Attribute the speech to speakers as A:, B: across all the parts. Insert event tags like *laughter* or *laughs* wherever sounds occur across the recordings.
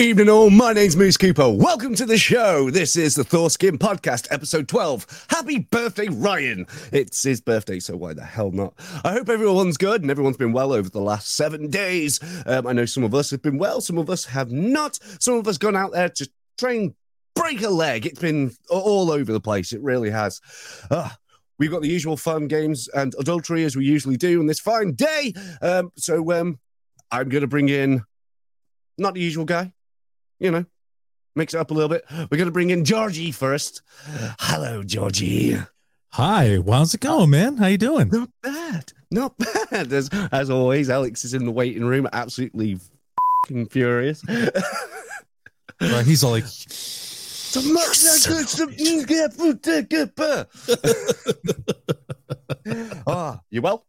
A: Evening all, my name's Moose Cooper. Welcome to the show. This is the Thorskin Podcast, episode 12. Happy birthday, Ryan. It's his birthday, so why the hell not? I hope everyone's good and everyone's been well over the last seven days. Um, I know some of us have been well, some of us have not. Some of us gone out there to try and break a leg. It's been all over the place. It really has. Ah, we've got the usual fun games and adultery as we usually do on this fine day. Um, so um, I'm going to bring in not the usual guy you know, mix it up a little bit. We're going to bring in Georgie first. Hello, Georgie.
B: Hi, how's it going, man? How
A: *laughs*
B: you doing?
A: Not bad. Not *laughs* bad. As, as always, Alex is in the waiting room, absolutely fing *laughs* furious.
B: Right, he's all like,
A: *laughs* Ah, you well?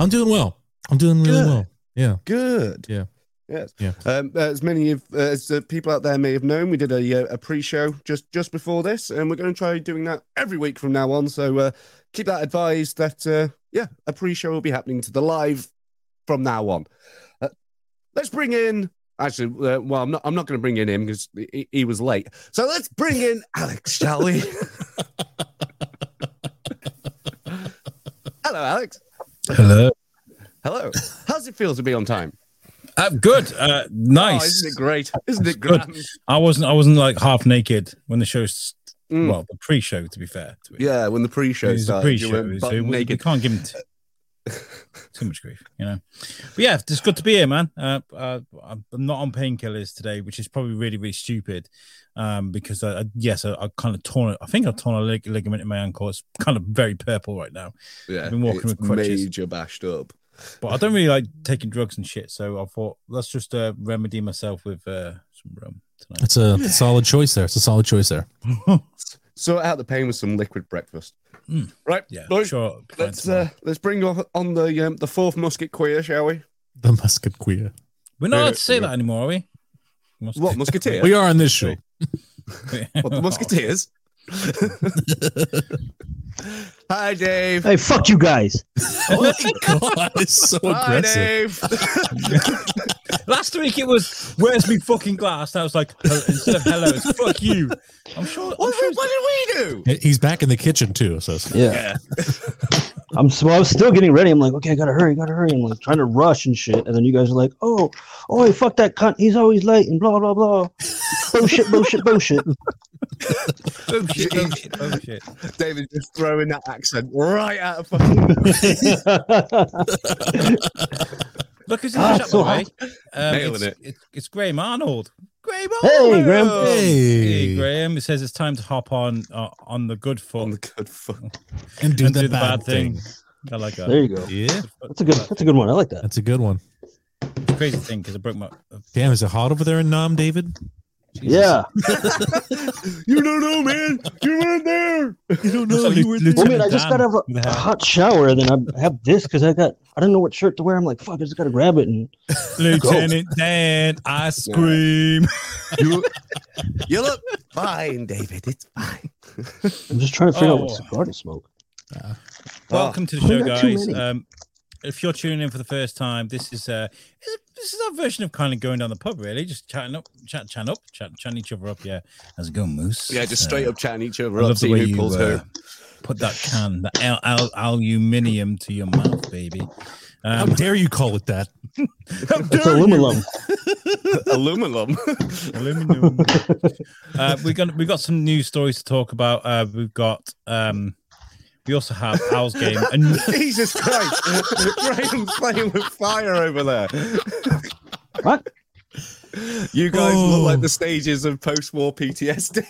B: I'm doing well. I'm doing really
A: Good.
B: well. Yeah.
A: Good.
B: Yeah.
A: Yes.
B: Yeah.
A: Um, as many of uh, as uh, people out there may have known, we did a, uh, a pre-show just just before this, and we're going to try doing that every week from now on. So uh, keep that advised that uh, yeah, a pre-show will be happening to the live from now on. Uh, let's bring in actually. Uh, well, I'm not. I'm not going to bring in him because he, he was late. So let's bring in Alex, shall
B: *laughs*
A: we? Hello, Alex.
C: Hello.
A: Hello. How's it feel to be on time?
C: I'm good. Uh,
A: Oh,
C: nice.
A: isn't it great? Isn't it
C: Good.
A: grand?
C: I wasn't. I wasn't like half naked when the show's
A: Mm.
C: well, the pre-show. To be fair, to be
A: Yeah, when the pre-show
C: it was a
A: started, you
C: pre-show.
A: were
C: So
A: butt
C: we, we
A: naked.
C: can't give him t-
A: *laughs*
C: too much grief, you know. But yeah, it's good to be here, man. Uh, uh, I'm I'm not on painkillers today, which is probably really, really stupid. Um, because I, I yes, I, I kind of torn. I think I've torn a lig- ligament in my ankle. It's kind of very purple right now.
A: Yeah,
C: been walking
A: it's
C: with crutches.
A: major bashed up.
C: But I don't really like taking drugs and shit. So I thought let's just uh, remedy myself with uh, some rum tonight.
B: That's a solid choice there. It's a solid choice there.
A: Sort out the pain with some liquid breakfast.
C: Mm.
A: Right,
C: Yeah,
A: boys,
C: sure. I'll be fine
A: Let's
C: tomorrow.
A: uh, let's bring on, on the um, the fourth musket queer, shall we?
B: The musket queer.
C: We're not
A: Uh,
C: allowed to say
A: yeah.
C: that anymore, are we? Must- *laughs*
A: What musketeer?
B: We are on this show.
A: what the
C: *laughs*
A: musketeers? Hi, Dave.
D: Hey, fuck you guys.
B: oh my god, it's so
A: Hi,
B: aggressive.
A: Dave.
C: *laughs*
A: *laughs*
C: Last week it was, "Where's me fucking glass?" Now it's like, "Hel- instead of "Hello," it's "Fuck you." I'm sure. I'm
A: what,
C: sure
A: did-
C: it's-
A: what did we
C: *laughs*
A: do?
B: He's back in the kitchen too. So it's-
D: Yeah. *laughs* I'm so I was still getting ready. I'm like, okay, I gotta hurry, gotta hurry. I'm like trying to rush and shit. And then you guys are like, oh, oh, hey, fuck that cunt. He's always late and blah blah blah. bullshit, bullshit, bullshit. *laughs*
C: oh shit! Oh shit! Oh shit!
A: David just throwing that accent right out of fucking.
C: Look who's in
D: Ah,
C: the chat,
D: so
C: by the way. Um,
A: Nailing
C: it's, it's, it's Graham Arnold. Graham Arnold.
D: hey, Graham.
C: Hey,
B: Hey,
C: Graham. It says it's time to hop on uh, on the good
A: On the
C: foot.
A: good fuck.
B: and do
C: and
B: the bad, thing.
C: I like that.
D: There you go.
B: Yeah,
D: That's a good. That's a good one. I like that.
B: that's a good one.
C: It's a crazy thing because I broke my. oh,
B: Damn, is it hot over there in Nam, David?
D: Yeah.
A: You don't know, man. You weren't there.
B: You don't
C: know, you were there.
D: Well, man, I just
C: Dan
D: gotta have
C: with the
D: a, a
C: hat.
D: hot shower, and then I have this because I got. I didn't know what shirt to wear. I'm like, fuck, I just gotta grab it. And
C: Lieutenant
A: Oh.
C: Dan, I scream.
A: *laughs* You, you look fine, David. It's fine.
D: I'm just trying to figure out
C: Oh.
D: what cigar to smoke.
C: Welcome to the
D: Oh,
C: show,
D: not too
C: guys.
D: many.
C: Um, if you're tuning in for the first time, this is uh, is- this is our version of kind of going down the pub, really, just chatting up, chat, chat up, chat, chatting each other up. Yeah, how's it going, Moose? Uh,
A: Yeah, just straight up chatting each
C: I
A: other up,
C: love the
A: seeing
C: way
A: who
C: you
A: pulls who.
C: uh, put that can, that al- al- aluminium to your mouth, baby.
B: How
C: *laughs* Um,
B: dare you call it that?
A: *laughs*
D: It's aluminum.
A: Aluminum. *laughs*
C: aluminum. uh, we're gonna we've got some news stories to talk about. Uh, we've got um, we also have Al's game and.
A: Jesus Christ. Graham's playing with fire over there.
D: What?
A: You guys
B: Oh.
A: look like the stages of post war *laughs* PTSD.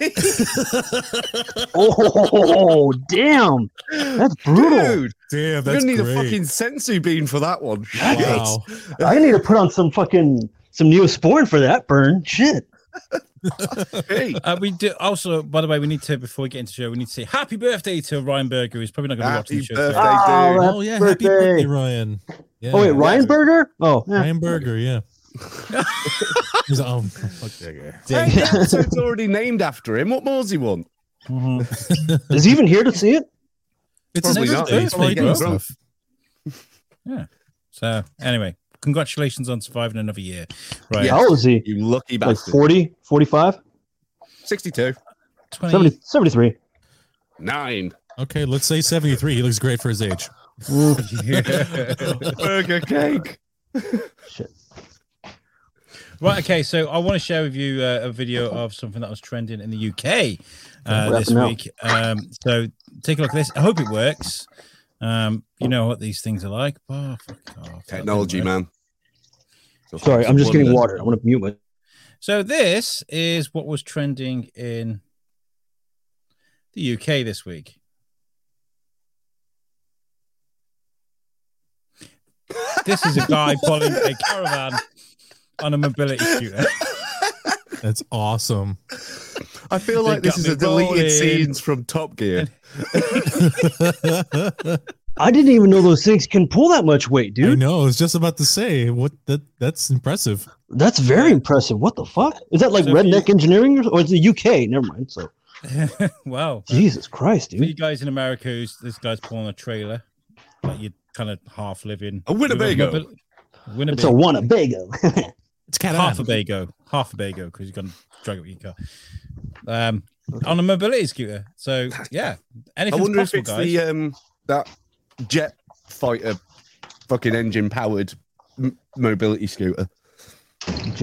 D: Oh, *laughs* damn. That's brutal.
A: Dude,
B: Damn,
A: you're
B: that's
A: gonna need a
B: great.
A: fucking sensu bean for that one.
B: wow.
D: I need to put on some fucking some neosporin for that burn. Shit.
A: Hey,
C: Uh, we do also, by the way, we need to before we get into the show, we need to say happy birthday to Ryan Berger, who's probably not going to be watching
A: happy
C: the
A: birthday,
C: show. today.
D: Oh,
A: dude.
D: that-
B: Oh yeah, happy
D: Birthday.
B: birthday, Ryan. Yeah.
D: Oh wait, Ryan
A: yeah.
D: Berger? Oh, yeah.
B: Ryan Berger,
A: *laughs*
B: yeah. He's like, oh, fuck that guy.
A: Hey, the episode's already named after him. What more's he want?
D: is he even here to see it?
B: It's his
A: Probably not.
B: birthday. He's
A: Probably
B: probably doing
A: not.
B: stuff.
C: So anyway, congratulations on surviving another year. Right.
A: Yeah.
D: How old is he?
A: You lucky
D: Like
A: bastard.
D: 40, 45,
A: 62.
C: 20
D: 70, 73.
A: Nine.
B: Okay, let's say 73. He looks great for his age.
A: Burger cake.
C: *laughs* Right. Okay. So I want to share with you uh, a video of something that was trending in the UK uh,
D: Wrap
C: this
D: it up.
C: week. Um, so take a look at this. I hope it works. Um, you know what these things are like. Oh, fuck off. That didn't
A: Technology,
C: work.
A: man.
D: Sorry, I'm just getting
A: Wonder.
D: water. I'm going to mute my.
C: So this is what was trending in the UK this week. This is a
A: *laughs*
C: guy pulling a caravan on a mobility scooter. *laughs*
B: That's awesome. *laughs*
A: I feel like
C: They
A: this
C: got
A: is
C: me
A: a deleted
C: rolling.
A: scenes from Top Gear.
D: I didn't even know those things can pull that much weight,
B: I
D: dude.
B: know. I was just about to say what that that's impressive.
D: That's very impressive. What the fuck? Is that like
C: So if
D: redneck engineering or, or it's the UK? Never mind. So,
C: wow.
D: Jesus Christ,
C: For you
D: dude.
C: guys in America, who's, this guy's pulling a trailer that you kind of half live in.
A: A Winnebago.
C: Mobil- Winnebago.
D: It's a Winnebago. *laughs*
B: It's kind
C: half a bago, half a bago, because you're gonna drag it with your car. Um, on a mobility scooter. So yeah,
A: I
C: anything's
A: wonder if
C: possible,
A: it's
C: guys.
A: the um that jet fighter fucking engine powered m- mobility scooter.
D: Jet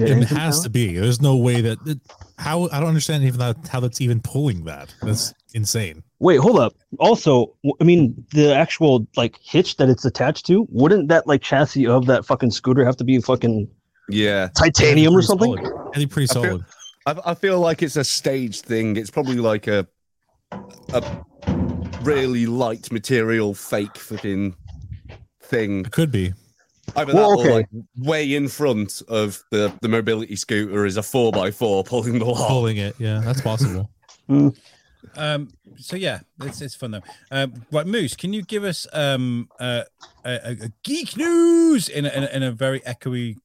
B: It
D: *laughs* engine
B: has
D: power?
B: to be. There's no way that it, how I don't understand even that how that's even pulling that. That's insane.
D: Wait, hold up. Also, w- I mean, the actual like hitch that it's attached to, wouldn't that like chassis of that fucking scooter have to be fucking
A: Yeah,
D: titanium or something?
B: That'd be pretty
A: I feel-
B: solid.
A: I, I feel like it's a staged thing. It's probably like a a really light material fake fucking thing.
B: It could be.
A: Either
D: Well,
A: that
D: okay.
A: or like way in front of the the mobility scooter is a four x four pulling the lot.
B: Pulling it. Yeah, that's possible.
C: Um, so yeah, it's, it's fun though. Um, right, Moose, can you give us um uh, a, a, a geek news in a, in, a, in a very echoey,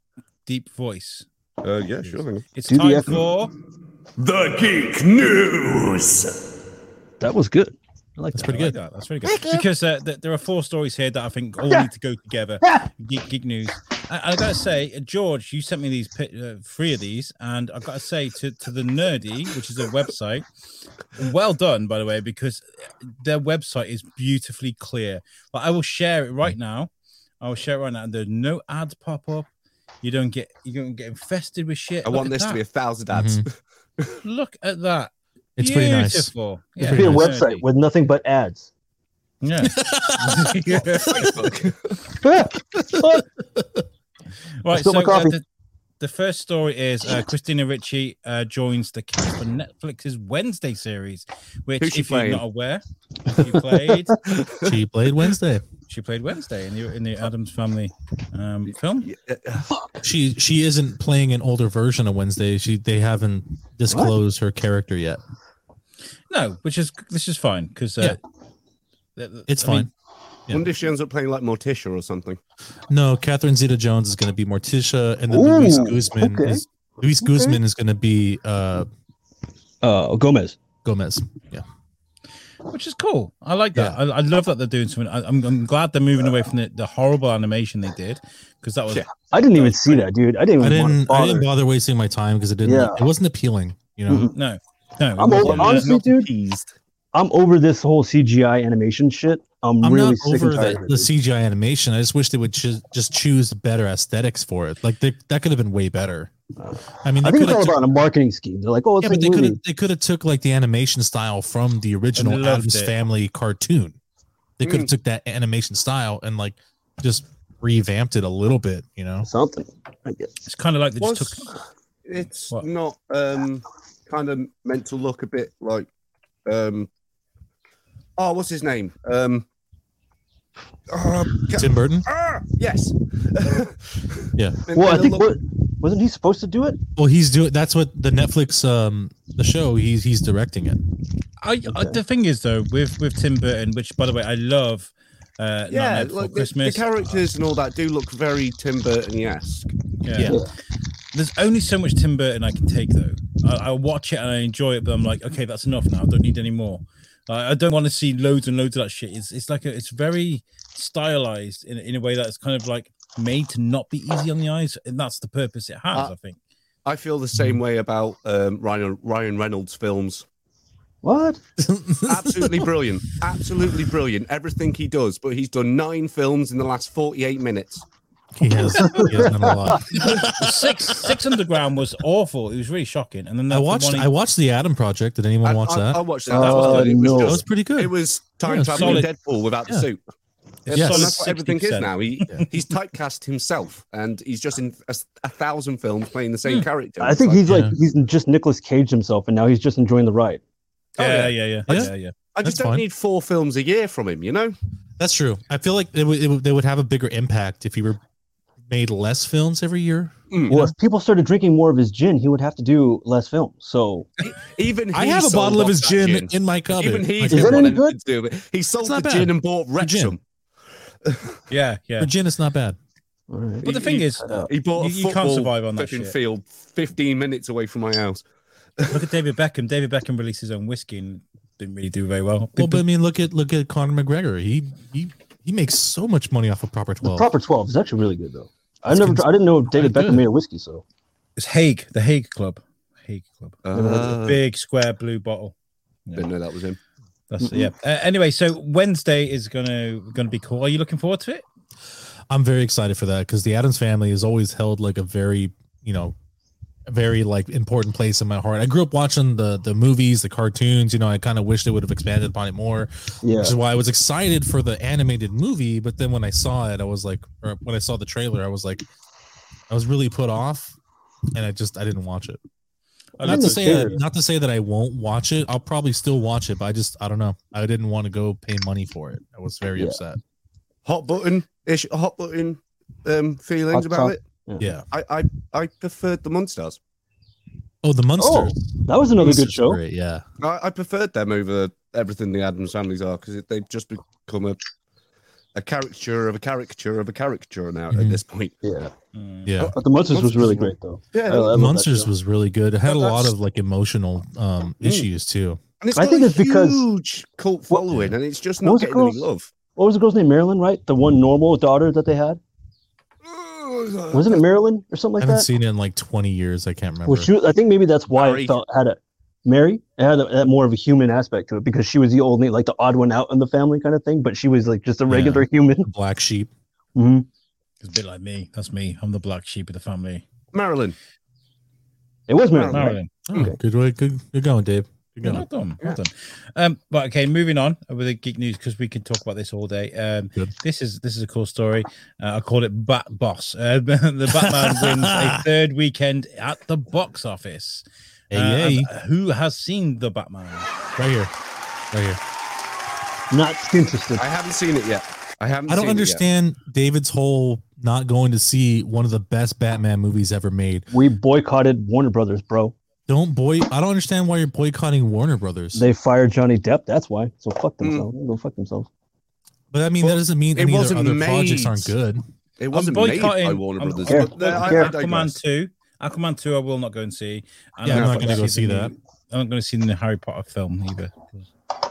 C: deep voice?
A: Uh, yeah, sure. thing.
C: It's
D: Do the
C: time
D: echo.
C: for
A: The geek news.
D: That was good. I like
B: That's
D: that.
B: pretty
C: I like
B: good.
C: that. That's really good because uh, th- there are four stories here that I think all need to go together. Geek, geek news. I, I gotta say, uh, George, you sent me these pi- uh, three of these, and I've gotta say to to the Nerdy, which is a website. Well done, by the way, because uh, their website is beautifully clear. But I will share it right now. I will share it right now. There's no ads pop up. You don't get you don't get infested with shit.
A: I
C: Look
A: want
C: at
A: this
C: that.
A: to be a thousand ads.
C: Look at that.
B: It's pretty nice.
C: Beautiful.
B: It's
D: Should be a
B: Pretty
C: nerdy.
D: website with nothing but
B: *laughs*
D: ads.
C: Yeah. *laughs*
A: *laughs*
C: Right, so
D: spilled my
C: uh,
D: coffee.
C: the, the first story is uh, Christina Ricci uh, joins the cast for Netflix's Wednesday series, which,
A: Who's she
C: if you're
A: playing?
C: not aware, she played *laughs*
B: She played Wednesday.
C: she played Wednesday in the in the Adams Family um, film.
B: She she isn't playing an older version of Wednesday. She they haven't disclosed her character yet.
C: No, which is this is fine because uh, th- th-
B: It's
C: I mean,
B: fine. Yeah.
A: Wonder if she ends up playing like Morticia or something.
B: No, Catherine Zeta Jones is going to be Morticia, and then Luis
D: Ooh,
B: Guzman
D: okay.
B: is Luis Guzman is going to be uh,
D: *laughs* Uh, Gomez.
B: Gomez. Yeah,
C: which is cool. I like that. I, I love that they're doing something. I, I'm, I'm glad they're moving away from the, the horrible animation they did because that was
A: Yeah.
D: I didn't even see that, dude. I didn't even
B: I
D: want to
B: didn't I
D: bother.
B: didn't bother wasting my time because it didn't
D: Yeah. Mm-hmm.
B: it wasn't appealing. You know,
C: no no. it
D: I'm
C: wasn't. uh,
D: over, honestly, dude. I'm over this whole CGI animation shit. I'm,
B: I'm
D: really
B: not
D: sick
B: over
D: and
B: the,
D: tired of
B: the
D: it. dude.
B: CGI animation. I just wish they would choo- just choose better aesthetics for it. Like they, that could have been way better. I mean,
D: I
B: they
D: think
B: could
D: it's all
B: have. Took,
D: about a marketing scheme. They're like, oh, it's
B: yeah,
D: like
B: but they could
D: movie.
B: have they could have took like the animation style from the original
C: loved
B: Adams
C: it.
B: Family cartoon. They could have took that animation style and like just revamped it a little bit. You know.
D: something. I guess.
C: It's kind of like they just
A: Was-
C: took
A: It's
C: What?
A: not um kind of meant to look a bit like um oh what's his name? Um uh,
C: *laughs*
A: ca-
B: Tim Burton.
A: ah, yes. *laughs*
B: Yeah.
A: Meant
D: Well, I
A: to
D: think
A: look-
D: what, wasn't he supposed to do it?
B: Well, he's doing. That's what the Netflix um the show. He's he's directing it.
C: I, I
D: Okay.
C: the thing is though with with Tim Burton, which by the way I love. Uh,
A: yeah,
C: Nightmare Before
A: like the, the
C: Christmas.
A: characters and all that do look very Tim Burton esque.
C: yeah.
B: Yeah.
C: There's only so much Tim Burton I can take though. I, I watch it and I enjoy it, but I'm like, okay, that's enough now. I don't need any more. I I don't want to see loads and loads of that shit. It's it's like a, it's very stylized in in a way that's kind of like made to not be easy on the eyes, and that's the purpose it has.
A: Uh,
C: I think.
A: I feel the same way about um, Ryan Ryan Reynolds films.
D: What?
B: *laughs*
A: Absolutely brilliant, absolutely brilliant. Everything he does, but he's done nine films in the last forty-eight minutes.
B: He has, he has done a lot.
A: *laughs*
C: Six Six Underground was awful. It was really shocking. And then
B: I
C: the
B: watched
C: one he-
B: I watched the Adam Project. Did anyone
A: I,
B: watch
A: I-
B: that?
A: I watched that. That was
D: Oh,
A: good. It was
D: no.
B: that
A: just-
B: was pretty good.
A: It was time
B: Yeah,
A: traveling
C: solid.
A: Deadpool without
B: Yeah.
A: the suit.
B: Yes.
C: it's
A: And
C: solid
A: that's what everything is
C: 60%.
A: now. He he's typecast himself, and he's just in a, a thousand films playing the
B: Hmm.
A: same character.
D: I think
A: It's
D: he's like
B: Yeah.
D: he's just Nicolas Cage himself, and now he's just enjoying the ride.
A: Oh, yeah.
C: Yeah, yeah, yeah,
B: Yeah.
C: yeah, yeah.
A: like, I just
B: that's
A: don't
B: fine.
A: need four films a year from him. You know,
B: That's true. I feel like it would, it would, they would have a bigger impact if he were made less films every year.
D: Well, if people started drinking more of his gin, he would have to do less films. So
A: even
B: I
A: he
B: have a
A: sold
B: bottle of
A: off
B: his
A: that
B: gin, in my cupboard.
A: Even he
B: My
A: did
D: that
B: cupboard.
D: any
A: one
D: good?
A: good? Do it. He sold the
B: not
A: gin
B: bad.
A: and bought Wrexham.
C: yeah, yeah.
B: For gin, it's not bad.
D: all right.
C: But the thing is,
D: Uh,
A: He bought a
C: You- you can't
A: football
C: survive on that
A: fucking
C: shit.
A: field fifteen minutes away from my house.
C: look at David Beckham. David Beckham released his own whiskey and didn't really do very well.
B: Well, but I mean, look at look at Conor McGregor. He he he makes so much money off of Proper
D: the
B: Twelve.
D: proper twelve is actually really good though. I
B: It's
D: never,
B: cons-
D: I didn't know David
B: quite
D: Beckham
B: good.
D: made a whiskey. So
C: It's Hague, the Hague Club. Hague Club.
A: Ah,
C: Big square blue bottle.
A: didn't know that was him.
C: That's yeah. Uh, anyway, so Wednesday is gonna gonna be cool. Are you looking forward to it?
B: I'm very excited for that because the Adams family has always held like a very, you know, a very like important place in my heart. I grew up watching the the movies, the cartoons. You know, I kind of wished they would have expanded upon it more,
D: yeah,
B: which is why I was excited for the animated movie. But then when I saw it, I was like, or when I saw the trailer, I was like, I was really put off, and I just I didn't watch it.
C: I
B: Not
C: looked
B: to
C: at-
B: say that, not to say that I won't watch it. I'll probably still watch it, but I just I don't know. I didn't want to go pay money for it. I was very
D: Yeah.
B: upset.
A: Hot button ish. Hot button um, feelings
D: Hot
A: about
D: sauce.
A: it.
B: Yeah.
A: I, I I preferred the Munsters.
B: Oh, the
D: Oh,
B: Munsters.
D: that was another good
B: Munsters were
D: show.
B: great, Yeah.
A: I, I preferred them over everything the Adams families are because they've just become a a caricature of a caricature of a caricature now at
B: Mhm.
A: this point. Um,
D: Yeah,
C: Mm.
B: Yeah.
D: but the Munsters was
A: Munsters
D: really
A: was-
D: great though.
A: Yeah,
D: I love that
B: Monsters
D: show. Hmm.
B: was really good. It had a
A: But
B: lot
A: that's-
B: of like emotional um
A: Mm.
B: issues too.
A: and it's
D: I
A: got
D: think
A: a
D: it's because-
A: huge cult
D: What-
A: following, and it's just
D: What
A: not
D: was it
A: getting any
D: called?
A: love.
D: What was the girl's name? Marilyn, right? The one normal daughter that they had. Wasn't it Marilyn or something
B: Uh, I
D: like
B: haven't
D: that?
B: seen it in like 20 years. I can't remember.
D: Well, she, was- I think maybe that's why
A: Mary.
D: it felt had a Mary it had, a, had more of a human aspect to it because she was the only like the odd one out in the family kind of thing, but she was like just a
B: Yeah.
D: regular human.
B: The Black sheep.
D: hmm
C: It's a bit like me. That's me. I'm the black sheep of the family.
A: Marilyn.
D: It was Mary.
A: Marilyn.
C: Marilyn.
B: Oh,
D: Okay. Uh,
B: Good way. Good. Good going, Dave. Good going.
C: Well done.
A: Yeah.
C: Well done. Um, but okay, moving on with the geek news because we can talk about this all day. Um,
B: Good.
C: this is this is a cool story. Uh, I call it Bat Boss. Uh, *laughs* the Batman wins a third weekend at the box office.
B: Hey,
C: Uh,
B: hey.
C: and who has seen the Batman?
B: Right here. Right here.
D: Not interested.
A: I haven't seen it yet. I haven't.
B: I don't
A: seen it yet.
B: understand David's whole not going to see one of the best Batman movies ever made.
D: We boycotted Warner Brothers, bro.
B: Don't boy. I don't understand why you're boycotting Warner Brothers.
D: They fired Johnny Depp. That's why. So fuck
A: Mm.
D: themselves. Go fuck themselves.
B: but I mean,
A: Well,
B: that doesn't mean
A: it
B: any of their
A: wasn't
B: other
A: made.
B: projects aren't good.
A: It wasn't
C: I'm
A: made by
C: boycotting-
A: Warner
C: I'm-
A: Brothers.
D: Yeah,
A: but, uh, I-
D: yeah.
A: I digress.
C: Aquaman two. Aquaman two. I will not go and see. And
B: Yeah, I'm not
C: going
B: gonna
C: to
B: go see
C: the
B: that.
C: new- I'm not going to see the new Harry Potter film either.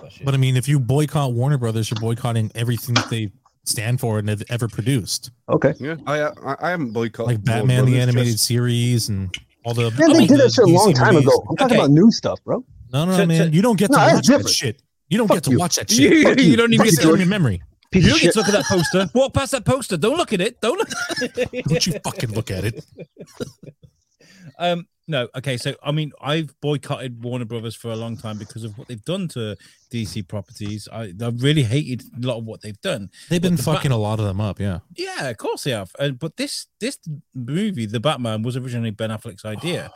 C: That shit.
B: But I mean, if you boycott Warner Brothers, you're boycotting everything that they stand for and have ever produced,
D: Okay.
A: Yeah, I, uh, I, I haven't boycotted
B: like
A: Warner
B: Batman the
A: Brothers,
B: animated
A: just-
B: series and all the.
D: Man,
B: all
D: they did
B: the
D: that shit a long
B: DC
D: time
B: movies.
D: ago. I'm talking
C: Okay.
D: about new stuff, bro.
B: No, no,
C: So-
B: man,
C: so-
B: you don't get
D: No,
B: to
D: that's
B: watch
D: different.
B: that shit. You don't
D: Fuck
B: get to
D: you.
B: watch that shit.
C: *laughs* you, you don't even
B: Erase
C: get
B: it from
C: to.
B: your memory.
D: Piece
C: You
D: of
C: don't
D: shit.
C: get to look at that poster. Walk past that poster. Don't look at it. Don't look.
B: Don't you fucking look at it.
C: Um, no, okay. So I mean, I've boycotted Warner Brothers for a long time because of what they've done to DC properties. I, I really hated a lot of what they've done.
B: They've been
C: the
B: fucking a lot of them up. Yeah,
C: Yeah, of course they have. Uh, but this this movie, The Batman, was originally Ben Affleck's idea,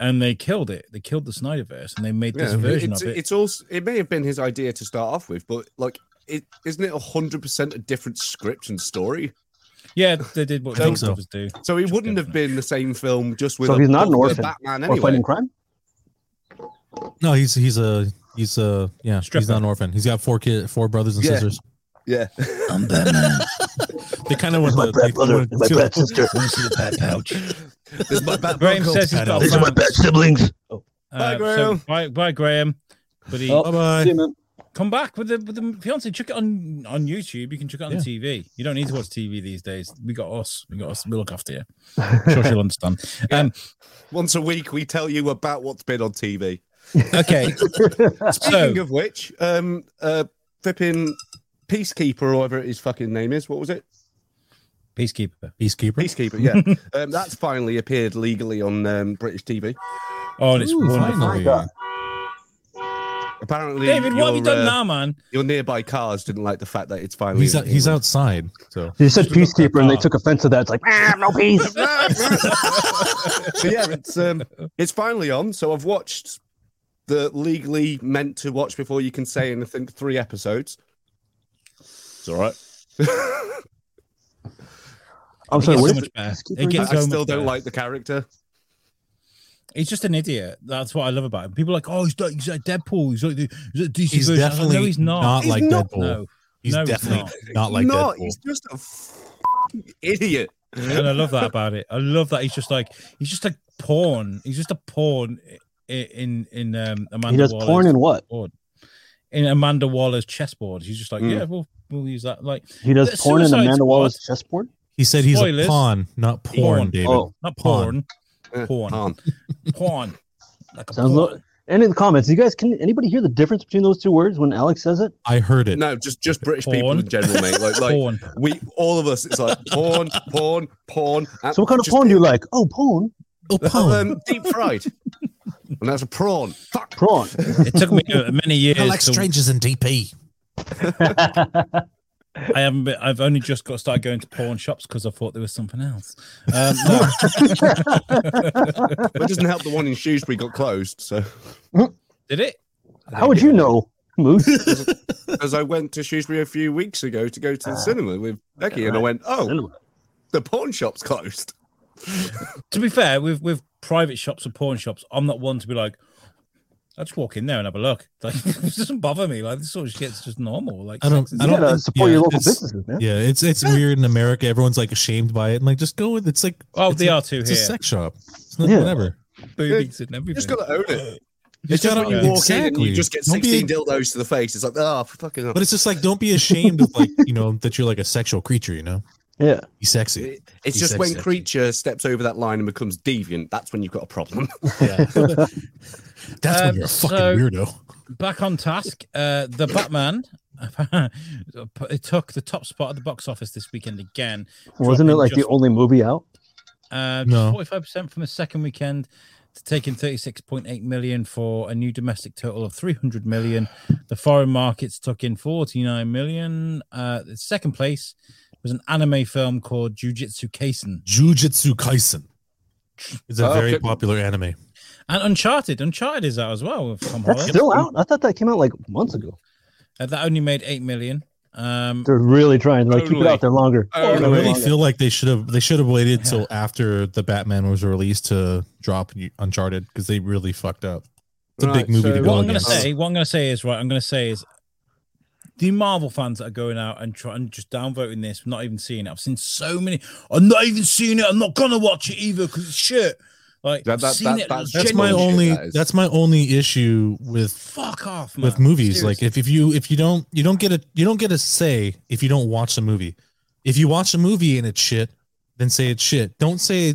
C: and they killed it. They killed the Snyderverse, and they made this
A: Yeah,
C: version
A: it's,
C: of it.
A: it's also it may have been his idea to start off with, but like, it, isn't it hundred percent a different script and story?
C: yeah, they did what
B: I think
C: Warner
B: so.
C: Brothers do.
A: So it wouldn't have been the same film just with
D: So
A: a
D: he's not an
A: buffer
D: orphan
A: Batman
D: Or
A: anyway.
D: fighting crime?
B: no, he's he's a he's a yeah
C: Stripper.
B: he's not an orphan. He's got four kid four brothers and
A: Yeah.
B: sisters.
D: *laughs*
A: Yeah,
D: Um,
C: I'm Batman.
B: They kind of went
D: my
B: the-
D: bad
B: they
D: brother
B: went
D: and my
B: to-
D: bad sister.
C: Want to see the Bat *laughs* pouch?
A: there's my Batman.
C: Graham
A: called-
C: says he's got a
D: These are my
C: plan.
D: bad siblings.
C: Uh,
A: Bye, Graham.
C: So, bye, bye, Graham. But he,
D: Oh,
B: Bye-bye.
D: See you, man.
C: Come back with the with the fiance. Check it on on YouTube. You can check it on
B: Yeah.
C: TV. You don't need to watch TV these days. We got us. We got us. We look after you. I'm sure she'll understand. Um,
A: *laughs* Once a week, we tell you about what's been on TV.
C: okay. so
A: Speaking of which, um, uh, flipping Peacekeeper, or whatever his fucking name is, what was it?
C: peacekeeper.
B: Peacekeeper.
A: Peacekeeper, yeah.
C: *laughs*
A: um, that's finally appeared legally on um, British TV.
C: Oh, and it's
B: Ooh,
C: wonderful.
B: finally.
D: God.
A: Apparently,
C: David, what have you
A: your,
C: done
A: uh,
C: now, man?
A: Your nearby cars didn't like the fact that it's finally.
B: He's
A: in
B: he's
A: England.
B: outside. So
D: They said peacekeeper and they
C: Oh.
D: took offense to that. It's like, ah, no peace.
A: *laughs* So yeah, it's um, it's finally on. So I've watched the legally meant to watch before you can say anything. Three episodes. It's all *laughs* right.
D: I'm
C: It
D: sorry.
C: gets
D: What
C: so
D: is
C: much better.
D: Peacekeeper
C: It
A: I,
C: gets
A: I
C: so
A: still
C: much
A: don't
C: better.
A: like the character.
C: He's just an idiot. That's what I love about him. People are like, oh, he's like, he's like Deadpool. He's like the he's like DC
B: he's
C: version. I was like,
B: definitely
C: uh, no, he's not.
B: not
A: He's
B: like
A: not,
B: Deadpool.
C: no.
B: He's
C: No, he's
B: definitely
C: not.
B: not, like
A: no,
B: Deadpool.
A: he's just a f***ing idiot.
C: and I love that about it. I love that he's just like he's just a pawn. He's just a pawn i- in in um, Amanda.
D: He does
C: Waller's,
D: porn and what?
C: in Amanda Waller's chessboard. He's just like,
A: Mm.
C: yeah, we'll we'll use that. Like
D: He does
C: The
D: porn in
C: Suicide
D: Amanda
C: Squad.
D: Waller's chessboard?
B: He said he's
C: Spoilers.
B: a pawn, not porn,
C: Porn.
B: David.
D: Oh,
C: not
B: Pawn.
C: porn,
A: Eh,
C: Porn.
A: Pawn.
C: pawn. Like a
D: Sounds
C: pawn.
D: lo- and in the comments, you guys can anybody hear the difference between those two words when Alex says it?
B: I heard it.
A: No, just just British people
C: Porn.
A: in general, mate. Like like
C: Porn.
A: we all of us, it's like porn, porn, porn. and
D: So what kind
A: Uh,
D: of
A: just-
D: porn do you like? Oh, porn,
B: Oh,
A: Oh,
B: pawn.
A: um, deep fried. and that's a prawn. Fuck.
D: prawn.
C: It took me uh, many
A: *laughs*
C: years.
B: I like
C: to-
B: strangers in DP.
C: I haven't. Been, I've only just got started going to pawn shops because I thought there was something else. Um, no.
B: *laughs*
A: It doesn't help the one in Shrewsbury got closed. So,
C: did it?
D: How would you know, Moose?
A: as I went to Shrewsbury a few weeks ago to go to the cinema with Becky, and I
D: right.
A: went, "Oh,
D: Cinema.
A: the pawn shop's closed."
C: to be fair, with with private shops or pawn shops, I'm not one to be like, I just walk in there and have a look. *laughs* Like, it doesn't bother me. Like this sort of shit's just normal. Like,
B: I don't.
C: sex is-
B: I
D: You
B: don't
D: gotta
B: think-
D: support
B: yeah,
D: your local
B: it's-
D: businesses, man.
B: Yeah, it's it's weird in America. Everyone's like ashamed by it, and like just go with it's like
C: Oh,
B: it's
C: they
B: a-
C: are too
B: It's a
C: here.
B: sex shop. It's not
D: Yeah.
B: whatever.
C: Boobies and
A: You
C: everything.
A: just gotta own it.
B: You
A: It's
B: just
A: just when
B: gotta-
A: you walk in, and
B: exactly.
A: you just get
B: Don't be-
A: sixteen dildos to the face. It's like, oh, for fucking.
B: But it's just like don't be ashamed of like you know that you're like a sexual creature. You know,
D: Yeah.
B: be sexy.
A: It- it's
B: He's
A: just when
B: sexy.
A: creature steps over that line and becomes deviant. That's when you've got a problem. *laughs*
B: Yeah. *laughs* That's
C: Um,
B: when you're a fucking
C: so-
B: weirdo.
C: Back on task. Uh, the Batman. *laughs* it took the top spot at the box office this weekend again.
D: Wasn't it like the
C: just-
D: only movie out?
C: Uh,
B: No.
C: forty-five percent from the second weekend to taking thirty-six point eight million for a new domestic total of three hundred million. The foreign markets took in forty-nine million. Uh, the second place was an anime film called Jujutsu Kaisen
B: Jujutsu Kaisen. It's a
A: Oh,
B: very
A: okay.
B: popular anime.
C: and Uncharted. Uncharted is out as well with Tom
D: That's
C: Holland.
D: still out. I thought that came out like months ago.
C: Uh, that only made eight million. Um,
D: They're really trying to like keep it
A: Totally.
D: out there longer.
B: I
A: Own
D: no,
A: it.
B: really
D: no.
B: feel like they should have they should have waited till after the Batman was released to drop Uncharted because they really fucked up. It's a
A: Right,
B: big movie
A: so
B: to
C: what
B: go
C: I'm going to
B: against.
C: say, what I'm going to say is right. I'm going to say is the Marvel fans that are going out and try and just downvoting this, not even seeing it. I've seen so many. I'm not even seeing it. I'm not going to watch it either because it's shit. Like
A: That-
C: I've
A: that-
C: seen
A: that-
C: it.
A: that's-
B: That's my
A: Genuine
C: genuinely-
A: shit,
B: only
A: that is.
B: that's my only issue with
C: fuck off man.
B: with movies like
C: Seriously.
B: if, if you if you don't you don't get a you don't get a say if you don't watch the movie if you watch a movie and it's shit then say it's shit don't say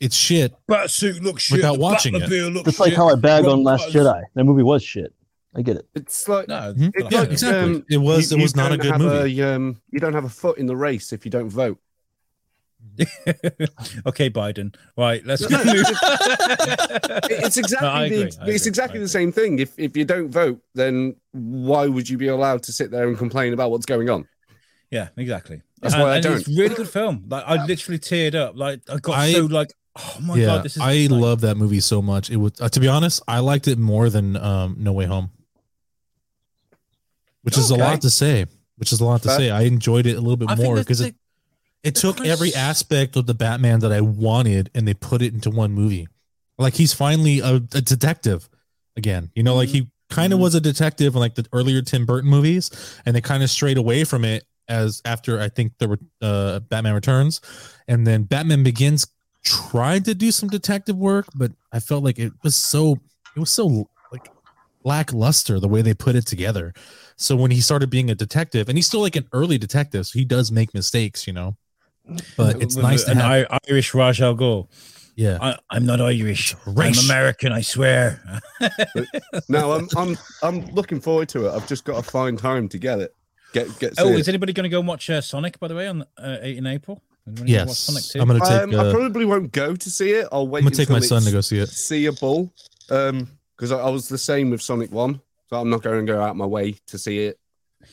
B: it's shit
C: Batsuit looks shit.
B: without
C: the
B: watching it.
C: Batmobile Looks
D: Just like
C: shit.
D: how I bagged
C: Rob
D: on Last
C: Buzz.
D: Jedi. That movie was shit. I get it.
A: It's like
C: No,
B: Mhm.
A: It's
B: yeah
A: like,
B: exactly
A: um,
B: it was
A: you-
B: it
A: you
B: was not a
A: don't
B: good
A: have
B: movie
A: a, um, you don't have a foot in the race if you don't
B: *laughs*
A: vote.
C: *laughs* okay, Biden. Right, let's
D: *laughs*
A: No,
C: go.
A: no, It- It's exactly
C: I
A: the,
C: agree, I
A: it's
C: agree,
A: exactly the
C: I agree.
A: same thing. If if you don't vote, then why would you be allowed to sit there and complain about what's going on?
C: yeah, exactly.
A: That's why I
C: It's really good film. Like I literally teared up. Like I got
B: I-
C: so like, oh my
B: yeah
C: god, this is.
B: I
C: like,
B: love that movie so much it was uh, to be honest I liked it more than um, No Way Home which is a
A: Okay.
B: lot to say which is a lot to
A: Fair.
B: say I enjoyed it a little bit
C: I think
B: more
C: that's
B: because
C: the-
B: it it
C: That's
B: took
C: kinda
B: every
C: s-
B: aspect of the Batman that I wanted and they put it into one movie. Like he's finally a, a detective again. You know, like he kind of
C: Mhm.
B: was a detective in like the earlier Tim Burton movies, and they kind of strayed away from it as after I think the re- uh, Batman Returns, and then Batman Begins tried to do some detective work, but I felt like it was so it was so like lackluster the way they put it together. So when he started being a detective, and he's still like an early detective, so he does make mistakes, you know.
A: Mm-hmm.
B: But it's
C: With
B: nice to
C: an
B: have,
C: I- Irish Raj Al Ghul.
B: yeah.
C: I, I'm not Irish. I'm
B: race.
C: American. I swear.
A: No,
B: *laughs*
A: I'm I'm I'm looking forward to it. I've just got to find time to get it. Get get.
C: *laughs* oh,
A: see
C: is anybody going to go and watch uh, Sonic? By the way, on uh, in April. Anyone gonna watch Sonic
B: Yes,
C: too?
B: I'm gonna take.
A: Um,
B: uh,
A: I
B: I'm
A: probably won't go to see it. I'll wait.
B: gonna take my
A: until
B: son to
A: it's
B: go see it.
A: Seeable, um, because I, I was the same with Sonic One, so I'm not going to go out my way to see it,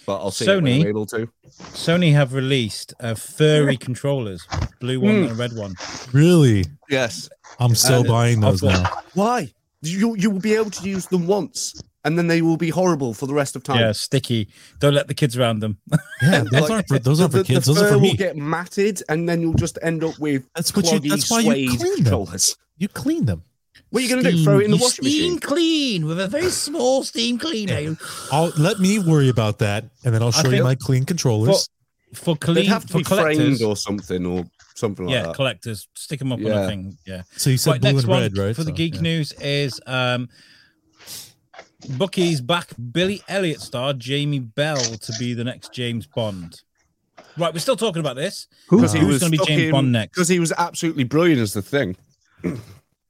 A: but I'll see it when
C: Sony.
A: I'm able to.
C: Sony have released uh, furry controllers, blue one
A: Hmm.
C: and a red one.
B: Really,
A: Yes.
B: I'm so
C: Uh,
B: buying
C: I've
B: those
C: got-
B: now.
A: Why? You you will be able to use them once, and then they will be horrible for the rest of time.
C: Yeah, sticky. Don't let the kids around them.
B: Yeah, those
A: like,
B: aren't for those aren't
A: the,
B: for
A: the-
B: kids.
A: the
B: Those are
A: fur
B: for
A: will
B: me.
A: get matted, and then you'll just end up with
B: That's what you.
A: cloggy,
B: That's why you
A: suede
B: clean them.
A: controllers.
B: You clean them.
A: What are you going to do? Throw it in the washing machine?
C: clean with a very small steam cleaner.
B: I'll let me worry about that, and then I'll
C: I
B: show you
C: think-
B: my clean controllers.
C: For
A: They'd
C: clean,
A: have to
C: for
A: be framed
C: collectors.
A: or something, or something like
C: yeah,
A: that.
C: collectors. Stick them up on
A: Yeah.
C: a thing. Yeah.
B: so you said
C: Right,
B: blue
C: next
B: and
C: one
B: red, right?
C: for the
B: So,
C: geek
B: yeah.
C: news is um, Bucky's back. Billy Elliot star Jamie Bell to be the next James Bond. Right, we're still talking about this.
D: Who?
C: Who's going to be James Bond next?
A: Because he was absolutely brilliant as the thing.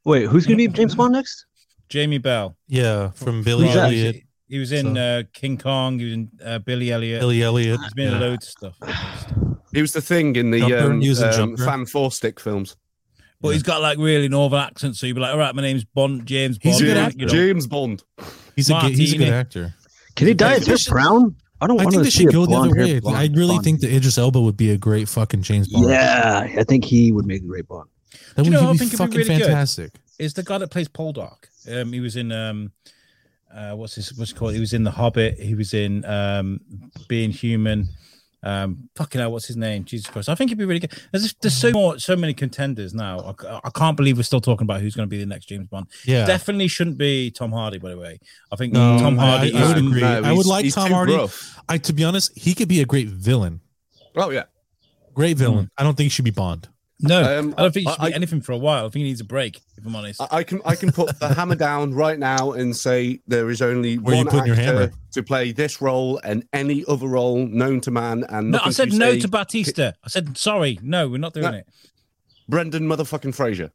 D: Wait, who's gonna be
B: Mm-hmm.
D: James Bond next?
C: Jamie Bell.
B: Yeah, from Billy
D: Who's that?
B: Elliot.
C: He was in uh, King Kong. He was in uh, Billy Elliot.
B: Billy Elliot.
C: He's been in
B: Yeah.
C: loads of stuff.
A: He was the thing in the
B: Jumper,
A: um,
B: using
A: um,
B: jumper.
A: fan four stick films.
C: But he's got like really northern accent, so you'd be like, "All right, my name's Bond James Bond."
B: He's a good
A: James,
C: like,
B: actor.
C: you know.
A: James Bond.
B: He's a good, he's a good
C: Martini.
B: actor.
D: Can he dye
B: think
D: his
B: they
D: hair
B: should-
D: brown? I don't
B: I
D: want
B: think they
D: to see
B: should
D: a
B: go the other
D: blonde
B: way.
D: hair.
B: I really think that Idris Elba would be a great fucking James Bond.
D: Yeah, I think he would make a great Bond.
B: that
C: Do
B: would
C: you know who I
B: be
C: think would be
B: fucking
C: really good?
B: fantastic.
C: Is the guy that plays Poldark? Um, he was in um, uh, what's his what's it called? He was in The Hobbit. He was in um, Being Human. Um, fucking hell, what's his name? Jesus Christ! I think he'd be really good. There's, just- there's so more, so many contenders now. I, I can't believe we're still talking about who's going to be the next James Bond.
B: Yeah,
C: Definitely shouldn't be Tom Hardy. By the way, I think
B: No,
C: Tom
B: I-
C: Hardy.
B: I
C: is
B: would
C: the-
B: agree. I would
A: Uh, he's-
B: like
A: he's
B: Tom
A: too
B: Hardy.
A: rough.
B: I to be honest, he could be a great villain.
A: Oh
B: *laughs*
A: yeah.
B: Great
C: Hmm.
B: villain. I don't think he should be Bond.
C: No,
A: Um,
C: I don't think he
A: I-
C: should be
A: I-
C: anything for a while. I think he needs a break. If I'm honest.
A: I I can I can put the hammer down right now and say there is only
B: Where you
A: one
B: putting
A: actor
B: your hammer?
A: to play this role and any other role known to man. And
C: No, I
A: nothing
C: said no
A: say,
C: to Batista. I said sorry. No, we're not doing
A: No.
C: it.
A: Brendan motherfucking Fraser.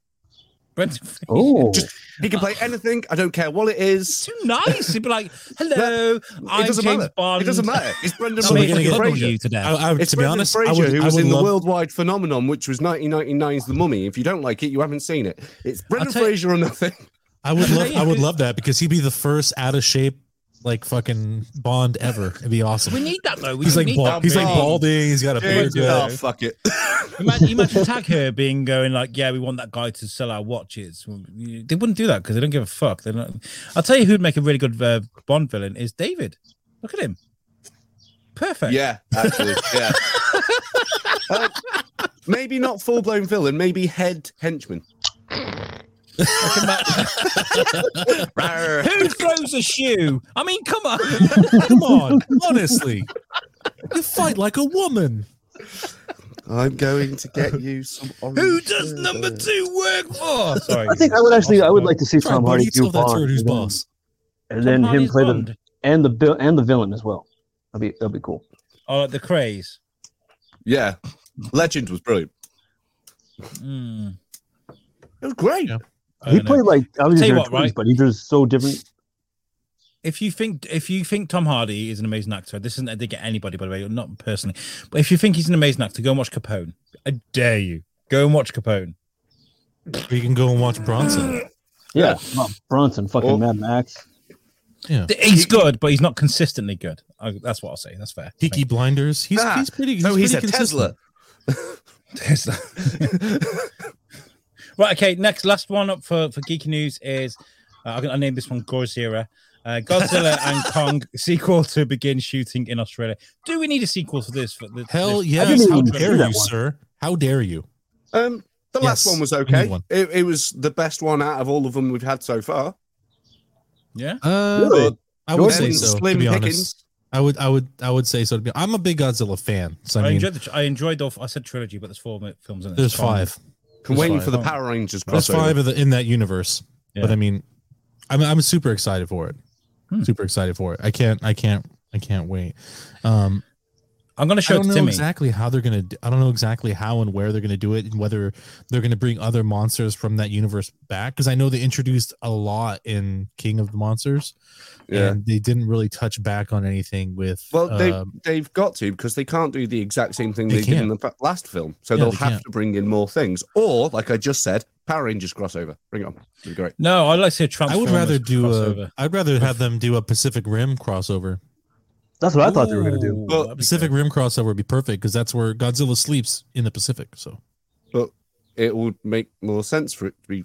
C: Brendan,
D: Oh,
A: Just- He
B: Uh,
A: can play anything. I don't care what it is.
C: too nice. He'd
A: *laughs*
C: be like, "Hello, I'm
A: it doesn't
C: James
A: matter.
C: Bond."
A: It doesn't matter. It's
B: *laughs*
A: Brendan
C: So we're gonna
A: motherfucking
C: get
A: Fraser.
C: you to death.
B: I, I,
A: It's
B: to be
A: Brendan
B: honest,
A: Fraser,
B: I would,
A: who
B: I
A: was
B: would
A: in
B: love,
A: the worldwide phenomenon, which was 1999's The Mummy. If you don't like it, you haven't seen it. It's Brendan
C: tell you-
A: Fraser or
B: *laughs*
A: nothing.
B: I would
C: I'll tell
B: love,
C: you
B: I
C: *laughs*
B: would
C: who-
B: love that because he'd be the first out of shape, like fucking Bond ever. It'd be
C: we
B: awesome.
C: need that though. We
B: He's like
C: need
B: bald, he's like
A: Bond.
B: balding. He's got a beard.
A: James- oh,
B: Yeah.
A: fuck it.
C: that. Imagine, imagine Tag here being going like, "Yeah, we want that guy to sell our watches." They wouldn't do that because they don't give a fuck. They're not. I'll tell you who'd make a really good uh, Bond villain is David. Look at him. Perfect.
A: Yeah, actually, yeah. *laughs* Uh, maybe not full blown villain, maybe head henchman. *laughs* Rawr.
C: Who throws a shoe? I mean, come on.
B: *laughs* *laughs* Come on, honestly, you fight like a woman.
A: I'm going to get you some orange.
C: Who does
A: sherbet.
C: number two work for? Sorry.
D: I think I would actually. I would like to see
B: Try
D: Tom
B: and
D: Hardy
B: believe
D: do
B: yourself that
D: Bond,
B: turd who's
D: and then-
B: boss.
D: and then
C: Tom
D: him
C: Hardy's
D: play the
C: Bond.
D: and the bill and the villain as well. That'd be that'd be cool.
C: Oh, like the craze.
A: Yeah, Legend was brilliant.
C: Mm,
A: It was great.
B: Yeah.
C: I
D: He
C: don't know.
D: played like obviously
C: Tell you
D: they're
C: what,
D: twins,
C: right?
D: but he was so different.
C: if you think if you think Tom Hardy is an amazing actor, this isn't a dig at anybody by the way, not personally, but if you think he's an amazing actor, go and watch Capone. I dare you. Go and watch Capone.
B: Or you can go and watch Bronson.
D: Yeah, Bronson, fucking
A: Well-
D: Mad Max.
C: He's good, but he's not consistently good. I, that's what I'll say. That's fair.
B: Peaky Blinders. He's,
A: Ah,
B: he's pretty. He's
A: No, he's a
B: pretty
A: Tesla.
B: consistent.
C: Tesla. *laughs* right. Okay. Next, last one up for for geeky news is uh, I'm gonna name this one Godzilla. Uh, Godzilla and Kong sequel to begin shooting in Australia. Do we need a sequel for this? For the,
B: Hell
C: this-
D: didn't
B: yes! How
D: even see
B: dare
D: that
B: you,
D: one.
B: sir? How dare you?
A: Um, the last
B: Yes,
A: one was
B: I knew
A: okay.
B: one.
A: It, it was the best one out of all of them we've had so far.
C: Yeah.
B: Uh,
A: Really?
B: I would say
A: Then
B: so.
A: Slim
B: to be honest.
A: Pickens.
B: I would, I would, I would say so. To be, I'm a big Godzilla fan, so I,
C: I,
B: mean,
C: enjoyed. The, tr- I enjoyed. Off, I said trilogy, but there's four mi- films in it.
B: there's
C: It's fine.
B: five,
A: Can
B: That's
A: wait
B: five.
A: for the Power Rangers
B: there's
A: crossover.
B: five of the in that universe.
C: Yeah.
B: But I mean, I'm, I'm super excited for it.
C: Hmm.
B: Super excited for it. I can't. I can't. I can't wait. Um,
C: I'm going to
B: I
C: show it
B: don't
C: to
B: know
C: Timmy.
B: exactly how they're gonna. Do, I don't know exactly how and where they're gonna do it, and whether they're gonna bring other monsters from that universe back. Because I know they introduced a lot in King of the Monsters,
A: Yeah.
B: and they didn't really touch back on anything with.
A: Well, they
B: um,
A: they've got to because they can't do the exact same thing
B: They
A: they, did in
B: can't.
A: the fa- last film, so
B: Yeah,
A: they'll
B: they
A: have
B: can't.
A: to bring in more things. Or, like I just said, Power Rangers crossover. Bring it on, it'd be great.
C: no, I'd like to see a
B: I
C: Transformers
B: would rather do uh,
C: crossover.
B: a. I'd rather have them do a Pacific Rim crossover.
D: That's what I thought they were gonna do.
C: Ooh,
A: Well,
C: that'd be
B: Pacific Rim crossover would be perfect because that's where Godzilla sleeps in the Pacific. So
A: It would make more sense for it to be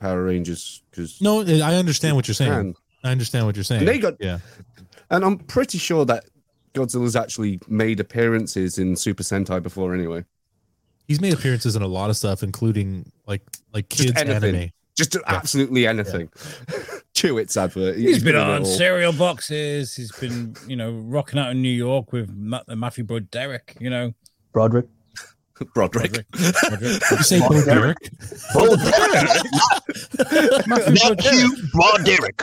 A: Power Rangers because
B: no, I understand what you're saying. I understand what you're saying.
A: They got-
B: yeah.
A: and I'm pretty sure that Godzilla's actually made appearances in Super Sentai before, anyway.
B: He's made appearances in a lot of stuff, including like like
A: Just
B: kids
A: anything.
B: anime.
A: Just
B: Yeah.
A: absolutely anything. *laughs* Chewits advert.
C: good. he's been
A: doing it
C: on
A: all.
C: cereal boxes. He's been, you know, rocking out in New York with Ma- the Matthew Broderick. You
D: *laughs*
C: know,
D: Broderick.
A: Broderick.
C: Broderick.
B: You say Bo Derek?
C: *laughs* Matthew Broderick.
D: Broderick.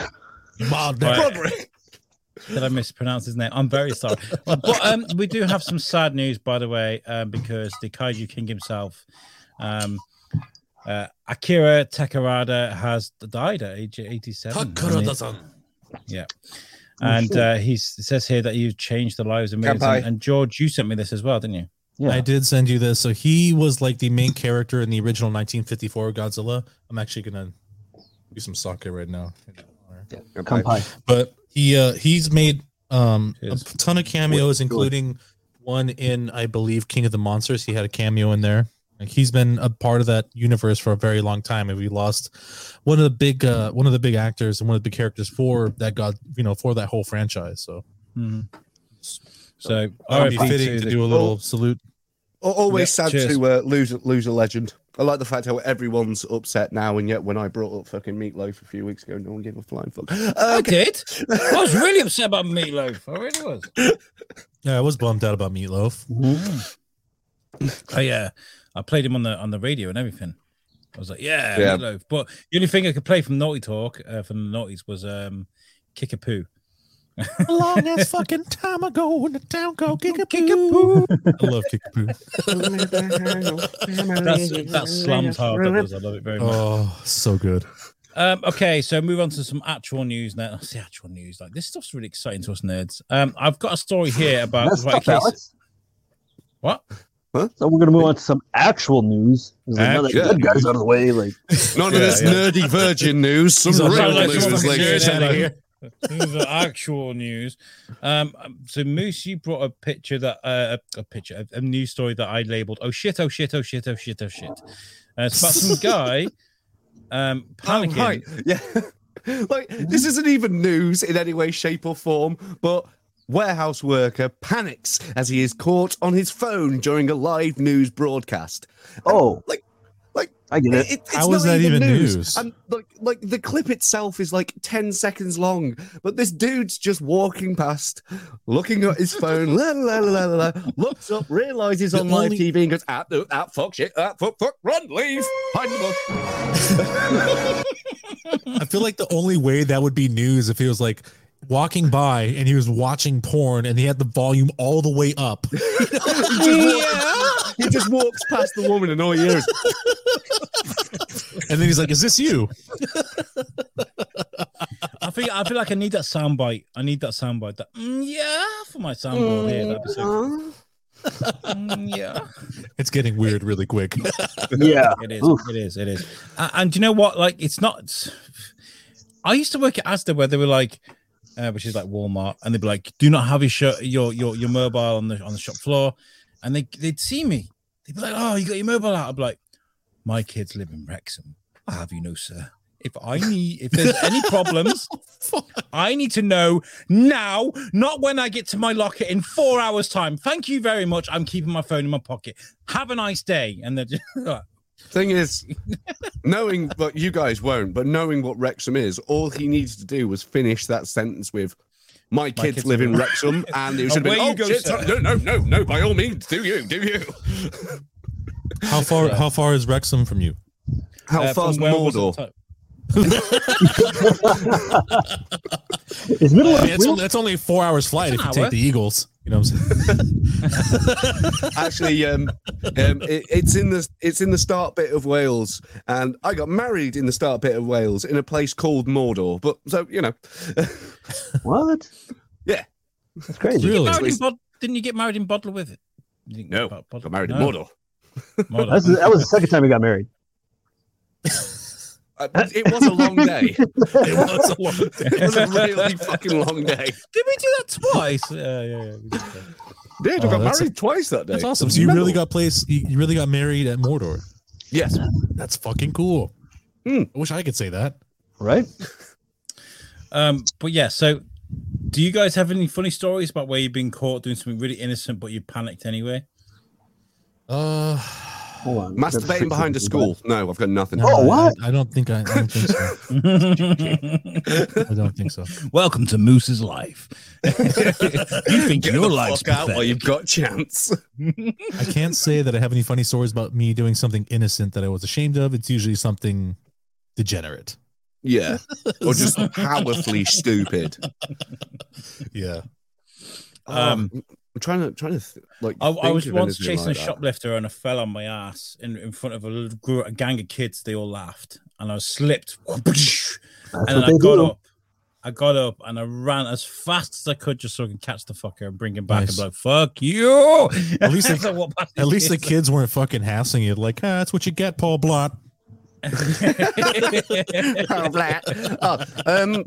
B: Bo Derek.
C: Right.
A: Broderick.
C: Did I mispronounce his name? I'm very sorry. but um, we do have some sad news, by the way, um, because the Kaiju King himself, um, uh, Akira Takarada, has died at age 87. And uh, he's, it says here that you've changed the lives of millions.
A: Kanpai.
C: And, and George, you sent me this as well, didn't you?
D: Yeah.
B: I did send you this. So he was like the main character in the original 1954 Godzilla. I'm actually gonna do some sake right now.
D: Kanpai.
B: But he uh he's made um a
C: Cheers.
B: ton of cameos, including one in I believe King of the Monsters. He had a cameo in there. Like he's been a part of that universe for a very long time, and we lost one of the big uh one of the big actors and one of the big characters for that god you know for that whole franchise. So
C: Mm-hmm. So,
B: that would be
C: RIP
B: fitting
C: the-
B: to do a
A: Oh.
B: little salute.
A: Al- Always
C: Yeah,
A: sad
C: cheers.
A: to uh, lose lose a legend. I like the fact how everyone's upset now, and yet when I brought up fucking meatloaf a few weeks ago, no one gave a flying fuck. *laughs*
C: I
A: Uh,
C: did. I was really upset about Meatloaf. I really was.
B: Yeah, I was bummed out about *laughs* Meatloaf.
D: Mm-hmm.
C: I uh, I played him on the on the radio and everything. I was like, yeah,
A: Yeah.
C: Meatloaf. But the only thing I could play from Naughty Talk uh, from the Naughties was um, Kickapoo.
B: A long as fucking time ago when the town called Kickapoo.
C: Kickapoo.
B: I love Kickapoo.
C: *laughs* That's that slam part that was. I love it very much.
B: Oh, so good.
C: Um, okay, so move on to some actual news now. *laughs* That's the actual news. Like this stuff's really exciting to us nerds. Um, I've got a story here about
D: That's
C: uh, right,
D: tough,
C: okay, so-
D: Alex.
C: What?
D: So we're gonna move on to some actual news. There's another
A: Actual-
D: good guys out of the way. Like
A: None
C: Yeah,
A: of this
C: yeah.
A: nerdy virgin news. Some
B: He's on
A: real
B: Saturday Night
A: news,
B: Live.
A: ladies and
B: outta
A: gentlemen.
B: here.
C: This is the actual news. Um, um, so Moose, you brought a picture that uh, a a picture, a, a news story that I labeled. Oh shit! Oh shit! Oh shit! Oh shit! Oh shit! Uh, it's about some guy um panicking.
A: *laughs* Oh, right. Yeah. *laughs* like, this isn't even news in any way, shape, or form, but warehouse worker panics as he is caught on his phone during a live news broadcast. And,
D: Oh.
A: Like, like,
D: I
A: *laughs*
D: get
A: it,
D: it.
A: it- it's
B: How
A: not
B: is that
A: even
B: even
A: news.
B: news?
A: And like, like the clip itself is like 10 seconds long, but this dude's just walking past, looking at his phone, la, la, la, la, la, looks up, realizes
B: The
A: on live
B: only-
A: TV and goes, ah, no, ah, fuck shit, ah, fuck, fuck, run, leave, hide in the bush.
B: *laughs* I feel like the only way that would be news if he was like walking by and he was watching porn and he had the volume all the way up.
A: He just walks past the woman and all he hears.
B: And then he's like, Is this you?
C: I feel I feel like I need that soundbite. I need that soundbite. That mm, yeah for my soundboard here. That'd be so cool. Mm, yeah.
B: It's getting weird really quick.
D: Yeah.
C: It is.
D: Oof.
C: It is. It is. A- And do you know what? Like, it's not. I used to work at Asda where they were like, uh, which is like Walmart, and they'd be like, "Do not have your shirt, your your your mobile on the on the shop floor," and they they'd see me. They'd be like, "Oh, you got your mobile out?" I'd be like, "My kids live in Wrexham. I have you know, sir." If I need, if there's any problems, I need to know now, not when I get to my locker in four hours' time. Thank you very much. I'm keeping my phone in my pocket. Have a nice day. And they're just like,
A: Thing is, *laughs* knowing, but you guys won't, but knowing what Wrexham is, all he needs to do was finish that sentence with, my kids,
C: kids
A: live
C: live
A: in Wrexham, and
C: *laughs*
A: it should have
C: Away
A: been, oh,
C: you go,
A: shit,
C: sir."
A: no, no, no, no, by all means, do you, do you.
B: How far how far is Wrexham from you?
A: How
C: Uh,
A: far's
C: from where was it?
A: Mordor?
C: Sorry.
D: Is middle
B: I
D: Earth
B: mean, it's,
D: real?
B: only, it's only a four hours flight if
C: It's an
B: you take
C: hour.
B: the Eagles. You know what I'm saying?
C: *laughs*
A: Actually, um, um, it, it's in the it's in the start bit of Wales, and I got married in the start bit of Wales in a place called Mordor. But so you know,
D: What?
A: Yeah.
D: That's crazy.
C: Did you get
B: Really?
C: married in Bod- didn't you get married in Bodler with it? You didn't
A: No,
C: get Bod-
A: got married in
C: No,
A: Mordor.
C: Mordor.
D: That's, that was the second time we got married.
A: Uh, It was a long
C: *laughs*
A: day.
B: It was a long-
A: *laughs* It was a really fucking long day.
C: Did we do that *laughs* twice? yeah, yeah, yeah. we did that.
A: Dude, I
B: Oh,
A: got
B: that's-
A: married twice that day.
B: That's awesome. So you really got placed. You, you really got married at Mordor.
C: *laughs*
A: yes.
B: That's fucking cool.
A: Hmm.
B: I wish I could say that.
D: Right?
C: Um, but yeah, so do you guys have any funny stories about where you've been caught doing something really innocent but you panicked anyway?
B: Uh,
D: Hold on.
A: Masturbating behind a school. No, I've got nothing.
B: no,
D: Oh,
B: I-
D: what?
B: I, don't think I, I don't think so. I don't think so.
C: *laughs* Welcome to Moose's *laughs* life.
A: *laughs*
C: you think
A: Get
C: your
A: the
C: life's
A: fuck out while
C: pathetic.
A: you've got chance.
B: I can't say that I have any funny stories about me doing something innocent that I was ashamed of. It's usually something degenerate.
C: *laughs*
A: Yeah. Or just powerfully stupid.
B: Yeah.
A: Um,
C: Um,
A: I'm trying to trying to th- like.
C: I, I
A: think
C: was
A: of
C: once
A: anything
C: chasing
A: like
C: a
A: that.
C: shoplifter and I fell on my ass in, in front of a, little, gr- a gang of kids. They all laughed and I slipped
D: That's
C: and
D: what
C: then I
D: they
C: got
D: do.
C: up. I got up and I ran as fast as I could just so I could catch the fucker and bring him back
B: Nice.
C: and be like, fuck you.
B: At
C: *laughs*
B: least they- *laughs*
C: As I walked past
B: At
C: these *laughs*
B: least the
C: kids.
B: kids weren't fucking hassling you. Like, ah, that's what you get, Paul Blart.
A: *laughs* Oh, blah. Oh, um,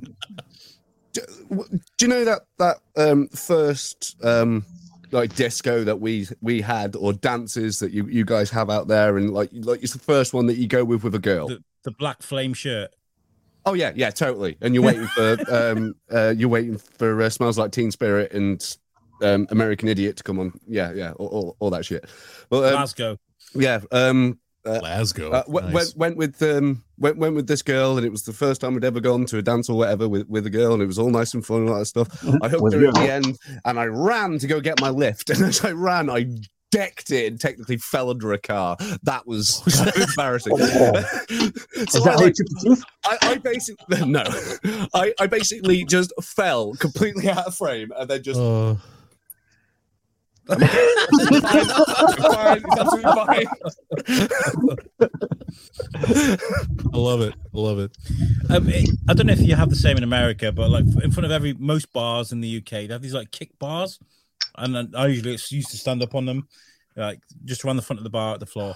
A: do, w- do you know that that um, first um, like disco that we we had or dances that you, you guys have out there and like like it's the first one that you go with with a girl?
C: the, the black flame shirt.
A: Oh yeah, yeah, totally. And you're waiting
D: *laughs*
A: for um, uh, you're waiting for uh, smells like Teen Spirit and um, American Idiot to come on. Yeah, yeah, all, all, all that shit. Well, um,
C: Glasgow.
A: yeah, um,
B: Glasgow.
A: uh, w- went
B: Nice.
A: went with um went went with this girl, and it was the first time I'd ever gone to a dance or whatever with, with a girl, and it was all nice and fun and all that stuff. I hooked
D: With a
A: her at
D: girl.
A: the end, and I ran to go get my lift, *laughs* and as I ran, I decked it and technically fell under a car. That
D: *laughs*
A: was embarrassing. *laughs* So
D: Is
A: I,
D: that how you
A: like,
D: took the tooth?
A: I, I basically *laughs* no, I, I basically just fell completely out of frame, and then
D: Oh.
A: *laughs* just
B: Uh,
A: fine, it's absolutely fine.
B: I love it. I love it.
C: Um, it- I don't know if you have the same in America, but like in front of every most bars in the UK, they have these like kick bars, and then I usually used to stand up on them, like just around the front of the bar at the floor.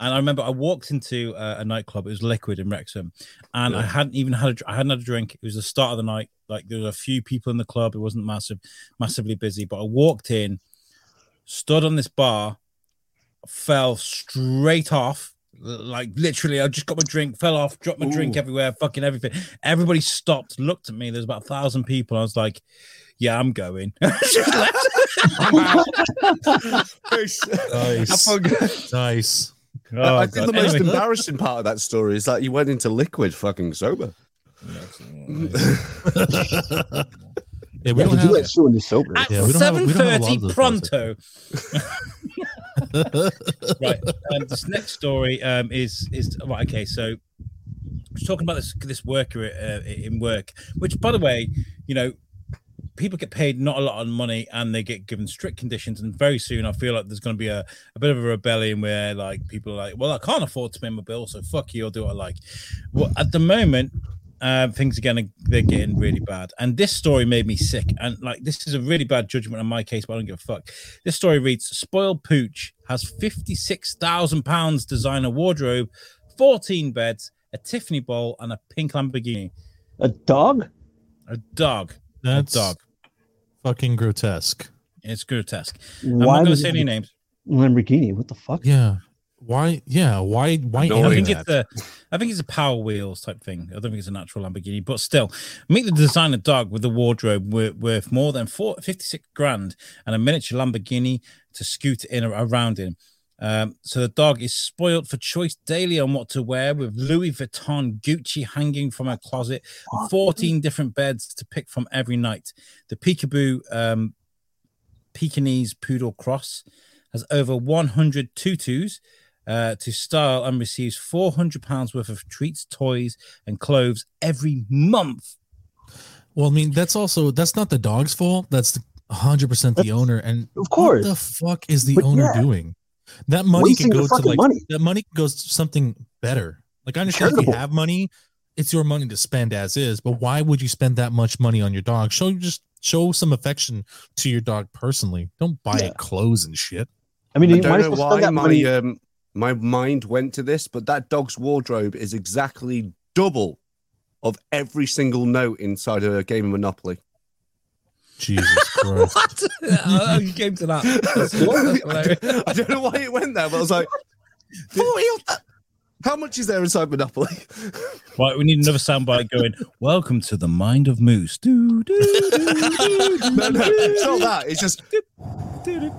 C: And I remember I walked into uh, a nightclub. It was Liquid in Wrexham, and I hadn't even had a, dr- I hadn't had a drink. It was the start of the night. Like there was a few people in the club. It wasn't massive, massively busy. But I walked in, stood on this bar, fell straight off. L- Like literally, I just got my drink, fell off, dropped my drink
A: Ooh.
C: everywhere, fucking everything. Everybody stopped, looked at me. There's about a thousand people. I was like, "Yeah, I'm going." *laughs* Just left.
A: Nice. *laughs* I
B: Nice.
A: forgot.
B: nice.
A: I-
C: Oh,
A: I think
C: God.
A: the most
C: Anyway.
A: embarrassing part of that story is that you went into liquid fucking sober.
B: Yeah, we
D: Yeah,
B: don't
D: did you
B: have.
D: let Sue in the sober?
C: At
B: Yeah, we don't have- we
C: seven
B: don't have a lot
C: thirty
B: of those
C: pronto. *laughs* right. Um, this next story um, is is right. Okay, so I was talking about this this worker uh, in work, which, by the way, you know, people get paid not a lot of money and they get given strict conditions. And very soon, I feel like there's going to be a, a bit of a rebellion where like people are like, "Well, I can't afford to pay my bill, so fuck you, I'll do what I like." Well, at the moment, um, things are going they're getting really bad. And this story made me sick. And like, this is a really bad judgment on my case, but I don't give a fuck. This story reads: Spoiled pooch has fifty-six thousand pounds designer wardrobe, fourteen beds, a Tiffany bowl, and a pink Lamborghini.
D: A dog?
C: A dog,
B: That's
C: a dog.
B: fucking grotesque.
C: It's grotesque. I'm
D: Why
C: not going to
D: was
C: say
D: it
C: any names.
D: Lamborghini? What the fuck?
B: Yeah. Why? Yeah. Why? Why?
A: No,
B: have
C: I
A: Doing
C: think
B: that?
C: it's the, I think it's a power wheels type thing. I don't think it's an actual Lamborghini, but still, meet the designer dog with a wardrobe wor- worth more than four, 56 grand and a miniature Lamborghini to scoot in or around in. Um, so the dog is spoiled for choice daily on what to wear, with Louis Vuitton Gucci hanging from her closet, and 14 different beds to pick from every night. The peekaboo um, Pekingese poodle cross has over 100 tutus, uh, to style and receives four hundred pounds worth of treats, toys, and clothes every
A: *laughs*
C: month.
B: Well, I mean, that's also that's not the dog's fault. That's hundred percent the owner. And
D: Of course.
B: what the fuck is the
D: But
B: owner
D: yeah.
B: doing? That money
D: Wasting
B: can go
D: your
B: to
D: fucking
B: like
D: money.
B: that money goes to something better. Like I understand if you
D: Charitable.
B: have money, it's your money to spend as is. But why would you spend that much money on your dog? Show just show some affection to your dog personally. Don't buy
D: Yeah.
B: it clothes and shit.
D: I mean,
A: I
D: you might
A: don't
D: as
A: know
D: well spend
A: why
D: that
A: my
D: money.
A: um, my mind went to this, but that dog's wardrobe is exactly double of every single note inside a game of Monopoly.
B: Jesus
C: *laughs*
B: Christ.
C: oh, you came to that. That's-
A: *laughs*
C: that's
A: I
C: hilarious.
A: don't- I don't know why it went there, but I was like, how much is there inside
B: *laughs*
A: Monopoly?
C: Right, we need another soundbite going. Welcome to the mind of Moose. Do, do, do, do, do,
A: no, no,
C: do,
A: it's not that. It's just
C: do, do.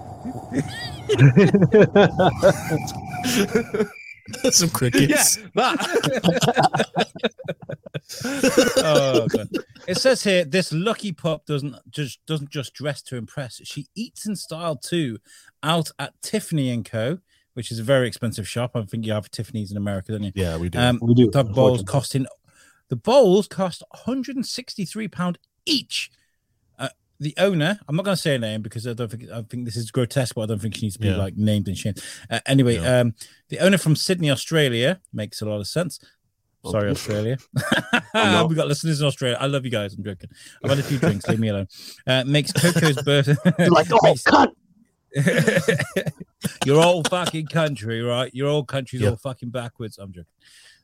B: some
A: yeah,
B: crickets.
A: that.
C: Oh, God. It says here this lucky pup doesn't just doesn't just dress to impress. She eats in style too. Out at Tiffany and Co., which is a very expensive shop. I think you have Tiffany's in America, don't you?
B: Yeah, we do.
C: Um,
D: we do.
C: the bowls
D: unfortunately.
C: costing the bowls cost 163 pound each. Uh, the owner, I'm not going to say a name because I don't think I think this is grotesque, but I don't think she needs to be
B: Yeah.
C: like named and shamed. Uh, anyway,
B: Yeah.
C: um, the owner from Sydney, Australia, makes a lot of sense. Sorry,
D: Oh.
A: Well,
D: *laughs*
C: Australia. *laughs*
A: not.
C: we got listeners in Australia. I love you guys. I'm joking. I've had a few drinks. Leave me alone. Uh, makes Coco's birthday.
D: You're
C: *laughs*
D: like, *laughs* oh,
C: makes-
D: cut.
C: *laughs* your whole fucking country, right? Your whole country's
B: Yeah.
C: all fucking backwards. I'm joking.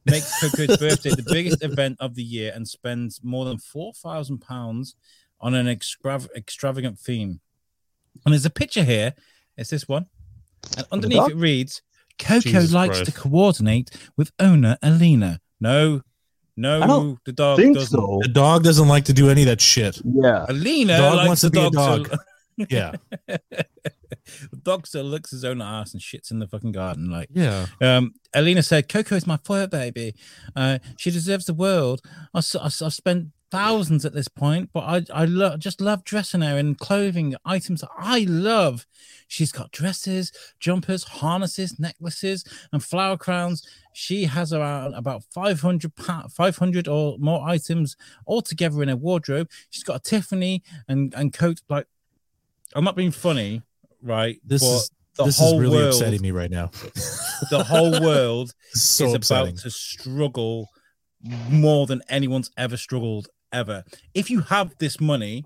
C: Makes Coco's birthday the biggest event of the year and spends more than four thousand pounds on an extrav- extravagant theme. And there's a picture here. It's this one, and underneath
D: dog?
C: it reads, "Coco
B: Jesus
C: likes
B: Christ.
C: to coordinate with owner Alina." No,
D: I
C: no,
D: don't
C: the
B: Oh,
C: dog
D: think
C: doesn't.
D: so.
B: the dog doesn't like to do any of that shit.
D: Yeah.
C: Alina
B: Dog
C: likes
B: wants
C: the
B: to be a
C: dog. so-
B: dog. Yeah.
C: *laughs* the *laughs* dog still licks his own ass and shits in the fucking garden. Like,
B: Yeah.
C: Um, Alina said, Coco is my fur baby. Uh, she deserves the world. I, have spent thousands at this point, but I, I lo- just love dressing her in clothing items that I love. She's got dresses, jumpers, harnesses, necklaces, and flower crowns. She has around about 500, pa- 500 or more items altogether in her wardrobe. She's got a Tiffany and, and coat. Like, I'm not being funny, right?
B: This
C: but
B: is
C: the
B: this is
C: whole
B: really
C: world,
B: upsetting me right now. *laughs*
C: The whole world
B: so
C: is
B: upsetting.
C: about to struggle more than anyone's ever struggled ever. If you have this money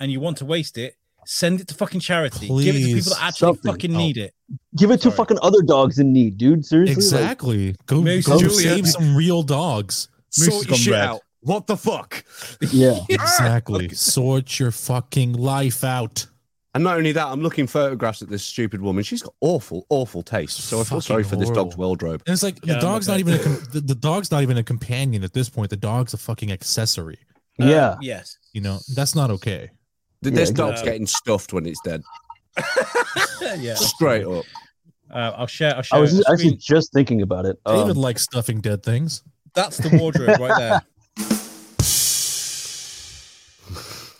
C: and you want to waste it, send it to fucking charity. Give it to
B: Please,
C: people that actually
D: something.
C: fucking
B: Oh.
C: need it.
D: Give it to
C: Sorry.
D: fucking other dogs in need, dude. Seriously. Like,
B: Exactly. go
C: Maybe
B: go
A: Julia-
B: save some real dogs.
C: Moose has
A: Sort your
C: gone
A: shit
C: red.
A: out. What the fuck?
D: yeah.
B: Uh, Exactly. Sort your fucking life out.
A: And not only that, I'm looking photographs at this stupid woman. She's got awful, awful taste. So I feel
B: Fucking
A: sorry for this dog's
B: horrible.
A: wardrobe.
B: And it's like the
C: Yeah, I'm
B: dog's
C: okay.
B: not even a com- the, the dog's not even a companion at this point. The dog's a fucking accessory.
C: Uh,
D: yeah.
C: yes. *laughs*
B: You know that's not okay.
A: Th-
D: Yeah,
A: This dog's
C: exactly.
A: getting stuffed when it's dead.
C: yeah.
A: Straight up.
C: Uh, I'll share. I'll share.
D: I was
C: a screen.
D: actually just thinking about it. Um,
B: David likes stuffing dead things.
C: That's the wardrobe right
D: *laughs*
C: there.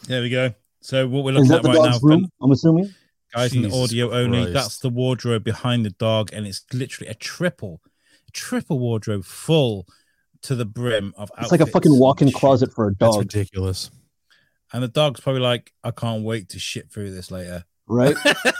C: There we go. So what we're looking
D: is that
C: at
D: the
C: right now,
D: dog's room? I'm assuming.
C: guys in the
B: Jesus
C: audio only
B: Christ.
C: that's the wardrobe behind the dog and it's literally a triple triple wardrobe full to the brim of
D: It's like a
C: outfits
D: fucking
C: and
D: walk-in
C: shit.
D: closet for a
B: Oh, That's
D: dog,
B: ridiculous.
C: and the dog's probably like i can't wait to shit through this later
D: right?
B: *laughs*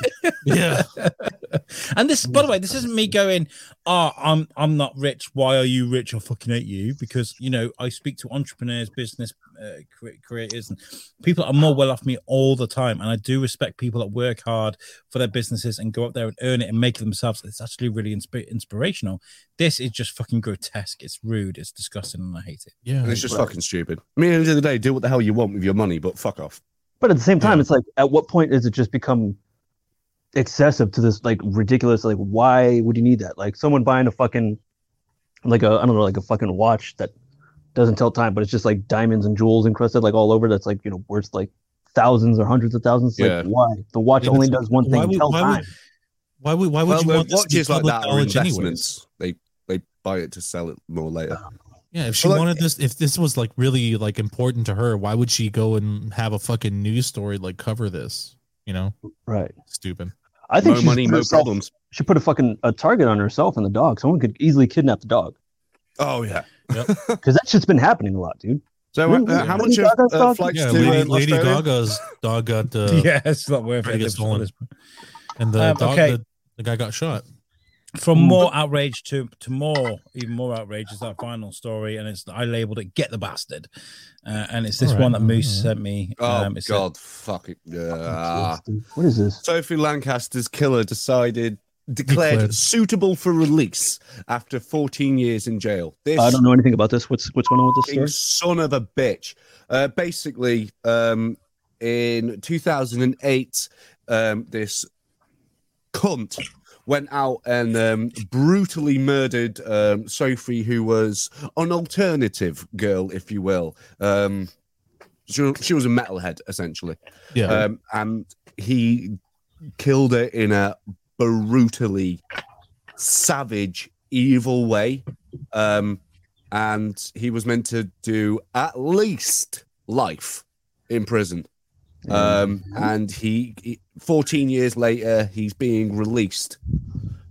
B: Yeah.
C: *laughs* and this by the way this isn't me going oh i'm i'm not rich why are you rich i fucking hate you because you know i speak to entrepreneurs business uh, cre- creators and people that are more well off me all the time and i do respect people that work hard for their businesses and go up there and earn it and make it themselves it's actually really insp- inspirational this is just fucking grotesque it's rude it's disgusting and i hate it
B: Yeah.
A: And it's just
D: Right.
A: fucking stupid. I mean, at the end of the day, do what the hell you want with your money, but fuck off.
D: But at the same time, it's like, at what point does it just become excessive to this like ridiculous? Like, why would you need that? Like, someone buying a fucking, like a I don't know, like a fucking watch that doesn't tell time, but it's just like diamonds and jewels encrusted like all over. That's like you know worth like thousands or hundreds of thousands. It's
A: Yeah.
D: Like, why the watch
B: Yeah,
D: only
B: but
D: does one thing:
B: why would-
D: tell
B: why would-
D: time.
B: Why would why would
A: Well,
B: you
A: well,
B: want this to be
A: watches like
B: public
A: that are
B: knowledge anyway?
A: investments. They they buy it to sell it more later.
B: Yeah, if she
A: Well, like-
B: wanted this, if this was like really like important to her, why would she go and have a fucking news story like cover this? You know,
D: Right.
B: stupid.
D: I
A: Mo
D: think she's
A: money,
D: put
A: mo
D: herself-
A: problems.
D: She put a fucking a target on herself and the dog. Someone could easily kidnap the dog
A: Oh yeah.
D: because that shit's been happening a lot, dude.
A: So uh,
D: Yeah.
A: how much of
D: Gaga
A: uh,
D: stuff?
A: flights
B: yeah,
A: to
B: Lady,
A: uh,
B: Lady
A: Australia?
B: Gaga's dog got
D: *laughs*
B: uh,
C: yeah, it's not worth
B: Pretty
C: it.
B: good
C: It's
B: stolen.
C: not-
B: and the
C: Um,
B: dog
C: okay.
B: the, the guy got shot.
C: From
B: Mm.
C: more outrage to to more, even more outrage is that final story, and it's I labeled it "Get the Bastard," uh, and it's this
B: All right, Mm-hmm.
C: one that Moose
B: all right.
C: sent me.
A: Oh
C: um, it's a-
A: God, fuck it. Yeah.
D: Jesus, dude. What is this?
A: Sophie Lancaster's killer decided declared,
B: Declared.
A: suitable for release after 14 years in jail. This
D: I don't know anything about this. What's what's going on with this
A: fucking
D: story?
A: son of a bitch. Uh, basically, um, in 2008, um, this cunt went out and um, brutally murdered um, Sophie, who was an alternative girl, if you will. Um, she, wa- she was a metalhead, essentially.
B: Yeah.
A: Um, and he killed her in a brutally savage, evil way. Um, and he was meant to do at least life in prison. Um, and he, he- 14 years later, he's being released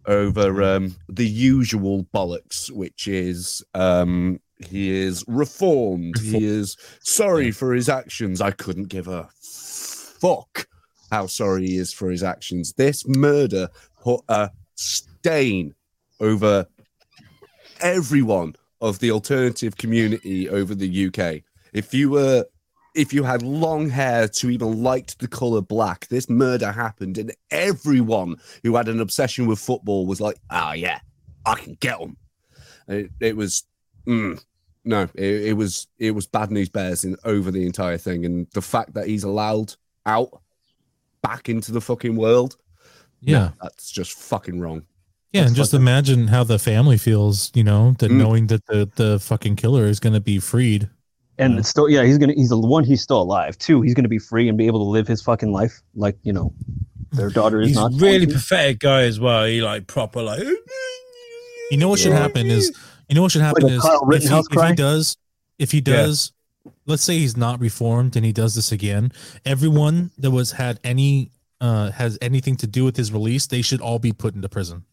A: over um, the usual bollocks, which is um, he is reformed. He is sorry for his actions. I couldn't give a fuck how sorry he is for his actions. This murder put a stain over everyone of the alternative community over the UK. If you were if you had long hair to even liked the color black, this murder happened, and everyone who had an obsession with football was like, "Ah, yeah, I can get them." It, it was, mm, no, it, it was it was bad news bears in, over the entire thing, and the fact that he's allowed out back into the fucking world,
B: yeah.
A: that's just fucking wrong.
B: Yeah, and
A: That's
B: just
A: fucked up.
B: imagine how the family feels, you know, that
A: Mm.
B: knowing that the, the fucking killer is going to be freed.
D: And it's still, yeah, he's gonna. He's the one. He's still alive. Two, he's gonna be free and be able to live his fucking life. Like you know, their daughter is
C: he's
D: not
C: really
D: going to.
C: pathetic guy as well. He like proper like.
B: You know what should
D: Yeah.
B: happen is, you know what should happen
D: Like a
B: is,
D: Kyle
B: if he,
D: Rittenhouse
B: if
D: cry?
B: he does, if he
C: Yeah.
B: does, let's say he's not reformed and he does this again, everyone that was had any uh has anything to do with his release, they should all be put into prison.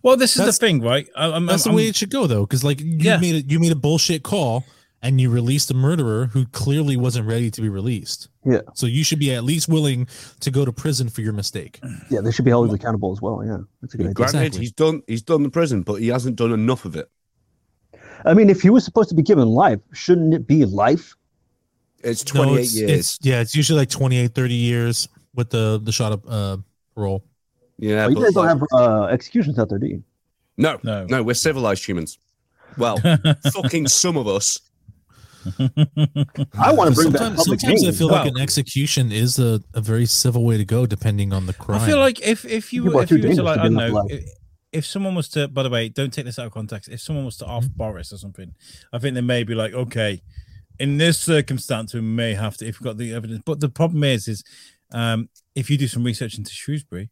C: Well, this is
B: That's-
C: the thing, right? I, I'm,
B: That's
C: I'm-
B: the way it should go, though, because like you
C: Yeah.
B: made a, you made a bullshit call and you released a murderer who clearly wasn't ready to be released.
D: Yeah.
B: So you should be at least willing to go to prison for your mistake.
D: Yeah, they should be held accountable as well. Yeah, that's a good idea.
A: Granted,
B: Exactly.
A: he's done he's done the prison, but he hasn't done enough of it.
D: I mean, if he was supposed to be given life, shouldn't it be life?
A: It's
B: No,
A: 28
B: it's-
A: years.
B: It's, yeah, it's usually like 28, 30 years with the the shot of uh, parole.
A: yeah,
D: Well, you
A: but
D: guys don't
A: like-
D: have uh, executions out there, do you?
A: no,
C: No.
A: no, we're civilized humans.
B: *laughs*
A: Well, fucking some of us.
D: I want to bring back
B: sometimes,
D: public
B: sometimes I
D: hanging.
B: feel like
C: Wow.
B: an execution is a, a very civil way to go, depending on the crime.
C: I feel like if if you
D: People
C: were-
D: are
C: if
D: too
C: you were to
D: dangerous
C: like
D: to
C: I
D: be
C: don't
D: in
C: know
D: that
C: i- if someone was to by the way don't take this out of context if someone was to off
D: Mm-hmm.
C: Boris or something I think they may be like okay in this circumstance we may have to if we've got the evidence but the problem is is um, if you do some research into Shrewsbury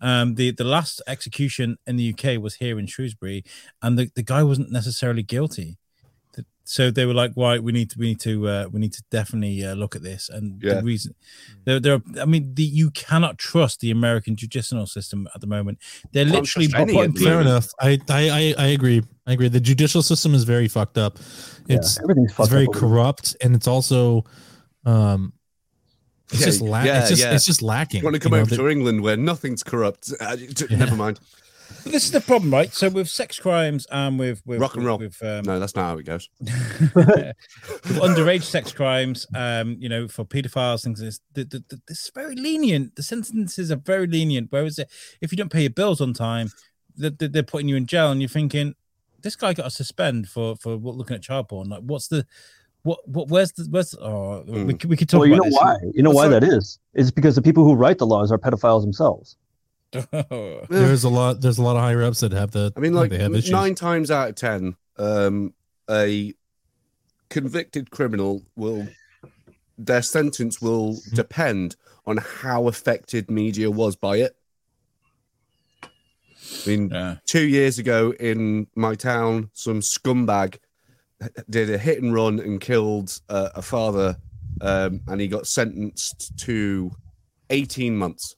C: um, the the last execution in the UK was here in Shrewsbury and the, the guy wasn't necessarily guilty. Th- So they were like, "Why we need to we need to uh, we need to definitely uh, look at this." And
A: Yeah.
C: the reason there, there. Are, I mean, the, you cannot trust the American judicial system at the moment. They're
A: Can't
C: literally
A: trust any
C: putting
A: of them.
B: fair
C: people-
B: enough. I, I I I agree. I agree. The judicial system is very fucked up.
D: Yeah,
B: It's
D: everything's fucked
B: it's very
D: up over there.
B: corrupt, and it's also, um, it's
A: Yeah,
B: just la-
A: yeah,
B: it's just
A: yeah.
B: it's just lacking.
A: You want to come
B: you know,
A: over
B: that-
A: to England where nothing's corrupt? Uh, d- d-
B: Yeah.
A: Never mind.
C: But this is the problem, right? So with sex crimes and with, with
A: Rock and
C: with-
A: roll.
C: with, um,
A: No, that's not how it goes.
C: with underage sex crimes, um, you know, for pedophiles, things like this, the, the, the, this is very lenient. The sentences are very lenient. Whereas if you don't pay your bills on time, they, they, they're putting you in jail, and you're thinking, this guy got a suspend for for what, looking at child porn. Like, what's the what? What? Where's the? Where's? Oh, we,
A: Mm.
C: c- we could talk
D: Well, you know
C: about *laughs*
D: why? You know why
A: Sorry.
D: that is? It's because the people who write the laws are pedophiles themselves.
C: this. Oh,
B: There's a lot. There's a lot of higher ups that have the.
A: I mean, like
B: they have issues.
A: nine times out of ten, um, a convicted criminal will their sentence will
B: Mm-hmm.
A: depend on how affected media was by it. I mean,
C: yeah.
A: two years ago in my town, some scumbag did a hit and run and killed uh, a father, um, and he got sentenced to 18 months.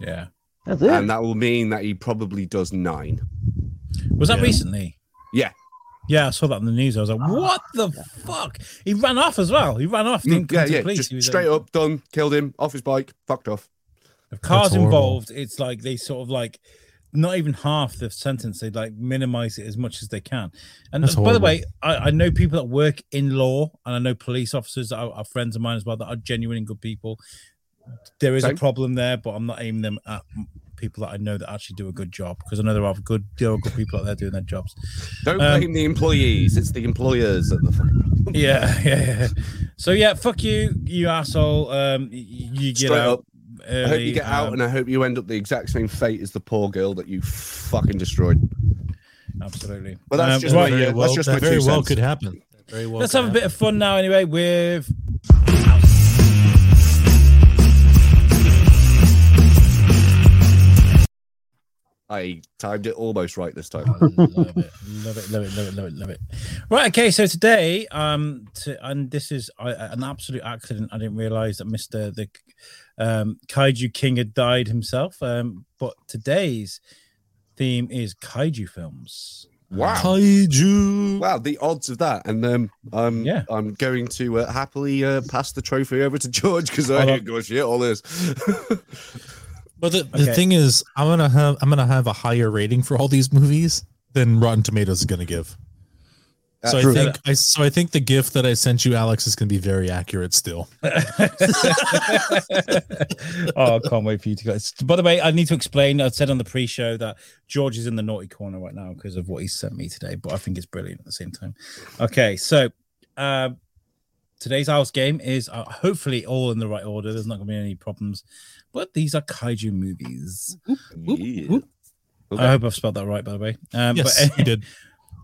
C: Yeah.
D: That's it.
A: and that will mean that he probably does nine.
C: Was that
B: Yeah.
C: recently?
A: Yeah. Ah,
C: Yeah, I saw that on the news. I was like, what the fuck? He ran off as well. He ran off. Didn't
A: Mm, yeah,
C: come to
A: yeah,
C: police.
A: just
C: He was,
A: straight
C: um,
A: up, done, killed him, off his bike, fucked off.
C: If cars
B: horrible.
C: involved, it's like they sort of like not even half the sentence. They like minimize it as much as they can. And
B: That's
C: uh, by the
B: horrible.
C: way, I, I know people that work in law, and I know police officers that are, are friends of mine as well that are genuine and good people. There is
A: Same.
C: a problem there, but I'm not aiming them at m- people that I know that actually do a good job because I know there are good there are good people out there doing
A: *laughs*
C: their jobs.
A: Don't
C: Um,
A: blame the employees; it's the employers at the fucking problem.
C: yeah, *laughs* yeah, yeah. So yeah, fuck you, you asshole. Um, y- you get
A: Straight
C: out.
A: up. I hope
C: early,
A: you get out,
C: um,
A: and I hope you end up the exact same fate as the poor girl that you fucking destroyed.
C: absolutely.
A: But that's
C: Um,
A: just my,
C: right,
B: Very
A: uh,
B: well-
A: that's just
B: that
A: my
B: very
A: two
B: well
A: cents.
B: could happen. That Very well.
C: Let's
B: could
C: have a bit of fun now, anyway, with
A: I timed it almost right this time.
C: *laughs* love it, love it, love it, love it, love it, love it. Right, okay. So today, um, to, and this is uh, an absolute accident. I didn't realize that Mister the um, Kaiju King had died himself. Um, but today's theme is kaiju films.
A: Wow.
B: Kaiju.
A: Wow, the odds of that, and um, I'm
C: Yeah.
A: I'm going to uh, happily uh, pass the trophy over to George because I
C: Hold
A: ain't got shit all this.
B: But the, the
C: Okay.
B: thing is, I'm gonna have I'm gonna have a higher rating for all these movies than Rotten Tomatoes is gonna give. So I
D: true.
B: think I so I think the gift that I sent you, Alex, is gonna be very accurate still.
C: *laughs* oh, I can't wait for you to go. By the way, I need to explain. I said on the pre-show that George is in the naughty corner right now because of what he sent me today, but I think it's brilliant at the same time. Okay, so uh, today's house game is uh, hopefully all in the right order. There's not going to be any problems, but these are kaiju movies.
A: Yeah.
C: I hope I've spelled that right, by the way. Um, *laughs*
B: Yes,
C: but,
B: you did.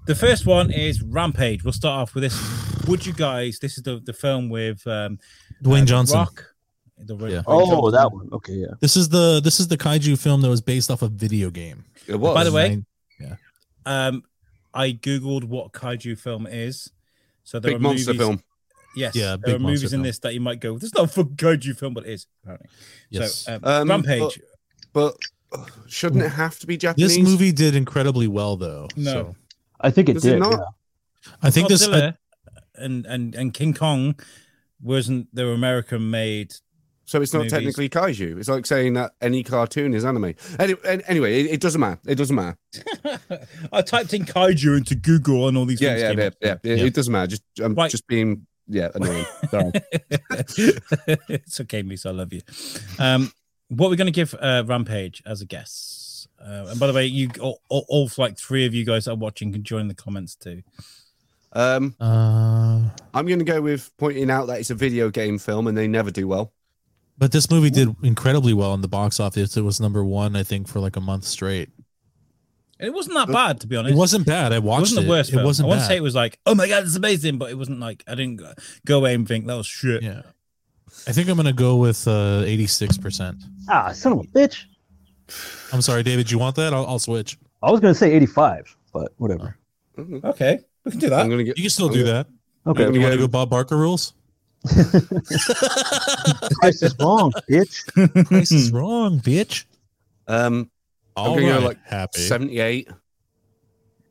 C: the first one is Rampage. We'll start off with this. Would you guys? This is the the film with um, uh,
B: Dwayne
C: The
B: Johnson.
C: Rock. The Rock-
B: Yeah.
C: Dwayne
D: Oh,
C: Johnson.
D: that one. Okay, yeah.
B: This is the this is the kaiju film that was based off a video game.
A: It was.
C: By the way,
B: Nine-
C: Um, I googled what kaiju film is. So there
A: big
C: are
A: monster
C: movies,
A: film.
C: Yes,
B: Yeah,
C: there
B: big
C: are movies
B: monster
C: in
B: film.
C: this that you might go. There's no fucking kaiju film, but it is apparently.
B: yes.
C: So um,
A: Um,
C: Rampage.
A: But uh, shouldn't it have to be Japanese?
B: this movie did incredibly well though.
C: No.
B: So
D: I think it
A: Is it
D: did.
A: not?
D: yeah.
B: I
C: Oh,
B: think this I,
C: Godzilla and and and King Kong wasn't they were American made.
A: So it's not
C: movies.
A: technically kaiju. It's like saying that any cartoon is anime. Any, an- anyway, it, it doesn't matter. It doesn't matter.
C: *laughs* I typed in kaiju into Google and all these.
A: Yeah,
C: things
A: yeah,
C: came
A: yeah,
C: up.
A: yeah, It,
B: Yeah.
A: it doesn't matter. Just I'm
C: Right.
A: just being yeah annoying.
C: *laughs*
A: Sorry.
C: it's okay, Moose. I love you. Um, what we're going to give uh, Rampage as a guess. Uh, and by the way, you all, all, all like three of you guys that are watching can join the comments too.
A: Um,
B: uh
A: I'm going to go with pointing out that it's a video game film and they never do well.
B: but this movie did incredibly well in the box office. It was number one, I think, for like a month straight.
C: It wasn't that
A: Uh,
C: bad, to be honest.
B: It wasn't bad. I
C: It
B: watched it.
C: wasn't the worst.
B: It
C: film.
B: wasn't
C: I won't
B: bad.
C: say it was like, oh my god, it's amazing, but it wasn't like I didn't go, go away and think that was shit.
B: Yeah. I think I'm gonna go with uh, 86%.
D: Ah, son of a bitch.
B: I'm sorry, David. You want that? I'll, I'll switch.
D: I was gonna say 85, but whatever.
A: Mhm.
C: Okay, we can do
A: I'm
C: that.
A: going to
B: You
A: get.
B: can still do that.
D: Okay.
A: I'm
B: You want to
A: gonna
B: go
A: go,
B: Bob Barker rules?
D: Price is
B: *laughs*
D: wrong, bitch.
B: Price is wrong, bitch.
A: *laughs* um, Hmm.
B: All
A: gonna
B: right,
A: go, like,
B: happy.
A: 78.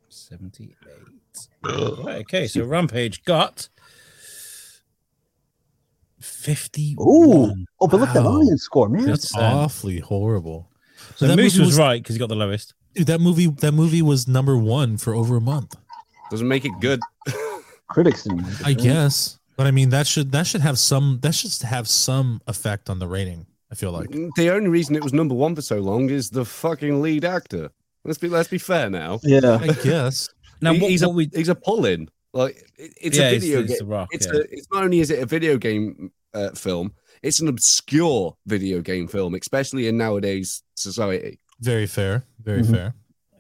C: Seventy-eight. right, okay, so Rampage got
D: Ooh.
C: fifty-one.
D: Oh, but look at the
B: Wow.
D: audience score, man.
B: That's
C: percent.
B: awfully horrible.
C: So
B: that
C: Moose
B: movie
C: was,
B: was-
C: right because he got the lowest.
B: Dude, that movie. That movie was number one for over a month.
A: Doesn't make it good.
D: Critics didn't like it,
B: I
D: man.
B: guess, but I mean that should that should have some that should have some effect on the rating. I feel like.
A: the only reason it was number one for so long is the fucking lead actor. Let's be let's be fair now.
D: Yeah.
B: I guess.
C: Now,
A: He-
C: what,
A: he's
C: what
A: a
C: we
A: he's a pull-in. Like it, it's
C: yeah,
A: a video
C: it's,
A: game.
C: It's, the rock,
A: It's
C: yeah.
A: a, it's not only is it a video game uh, film, it's an obscure video game film, especially in nowadays society.
B: Very fair. Very
D: Mhm.
B: fair.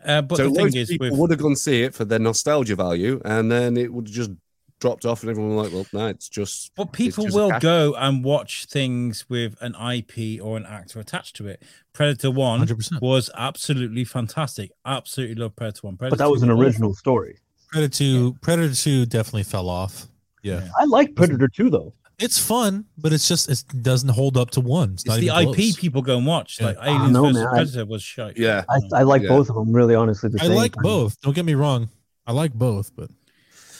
C: uh, but
A: so
C: the
A: loads
C: thing
A: of
C: is,
A: people
C: with,
A: would have gone see it for their nostalgia value, and then it would have just dropped off, and everyone was like, "Well, no, it's just
C: but people
A: just a
C: will
A: cash-
C: go and watch things with an IP or an actor attached to it. Predator One
B: 100%.
C: was absolutely fantastic. Absolutely love Predator One. Predator
D: But that was an
C: Two
D: original story.
B: Predator 2, Predator 2 definitely fell off. Yeah.
C: Yeah.
D: I like Predator 2 though.
B: it's fun, but it's just it doesn't hold up to one. It's,
C: It's
B: not
C: the
B: even
C: IP
B: close.
C: people go and watch.
B: Yeah.
C: Like Aliens
D: no,
C: versus
D: man.
C: Predator was shite.
A: Yeah.
D: I, I like
A: Yeah.
D: both of them, really, honestly. The
B: Mm. I
D: same
B: like
D: time.
B: both. Don't get me wrong. I like both, but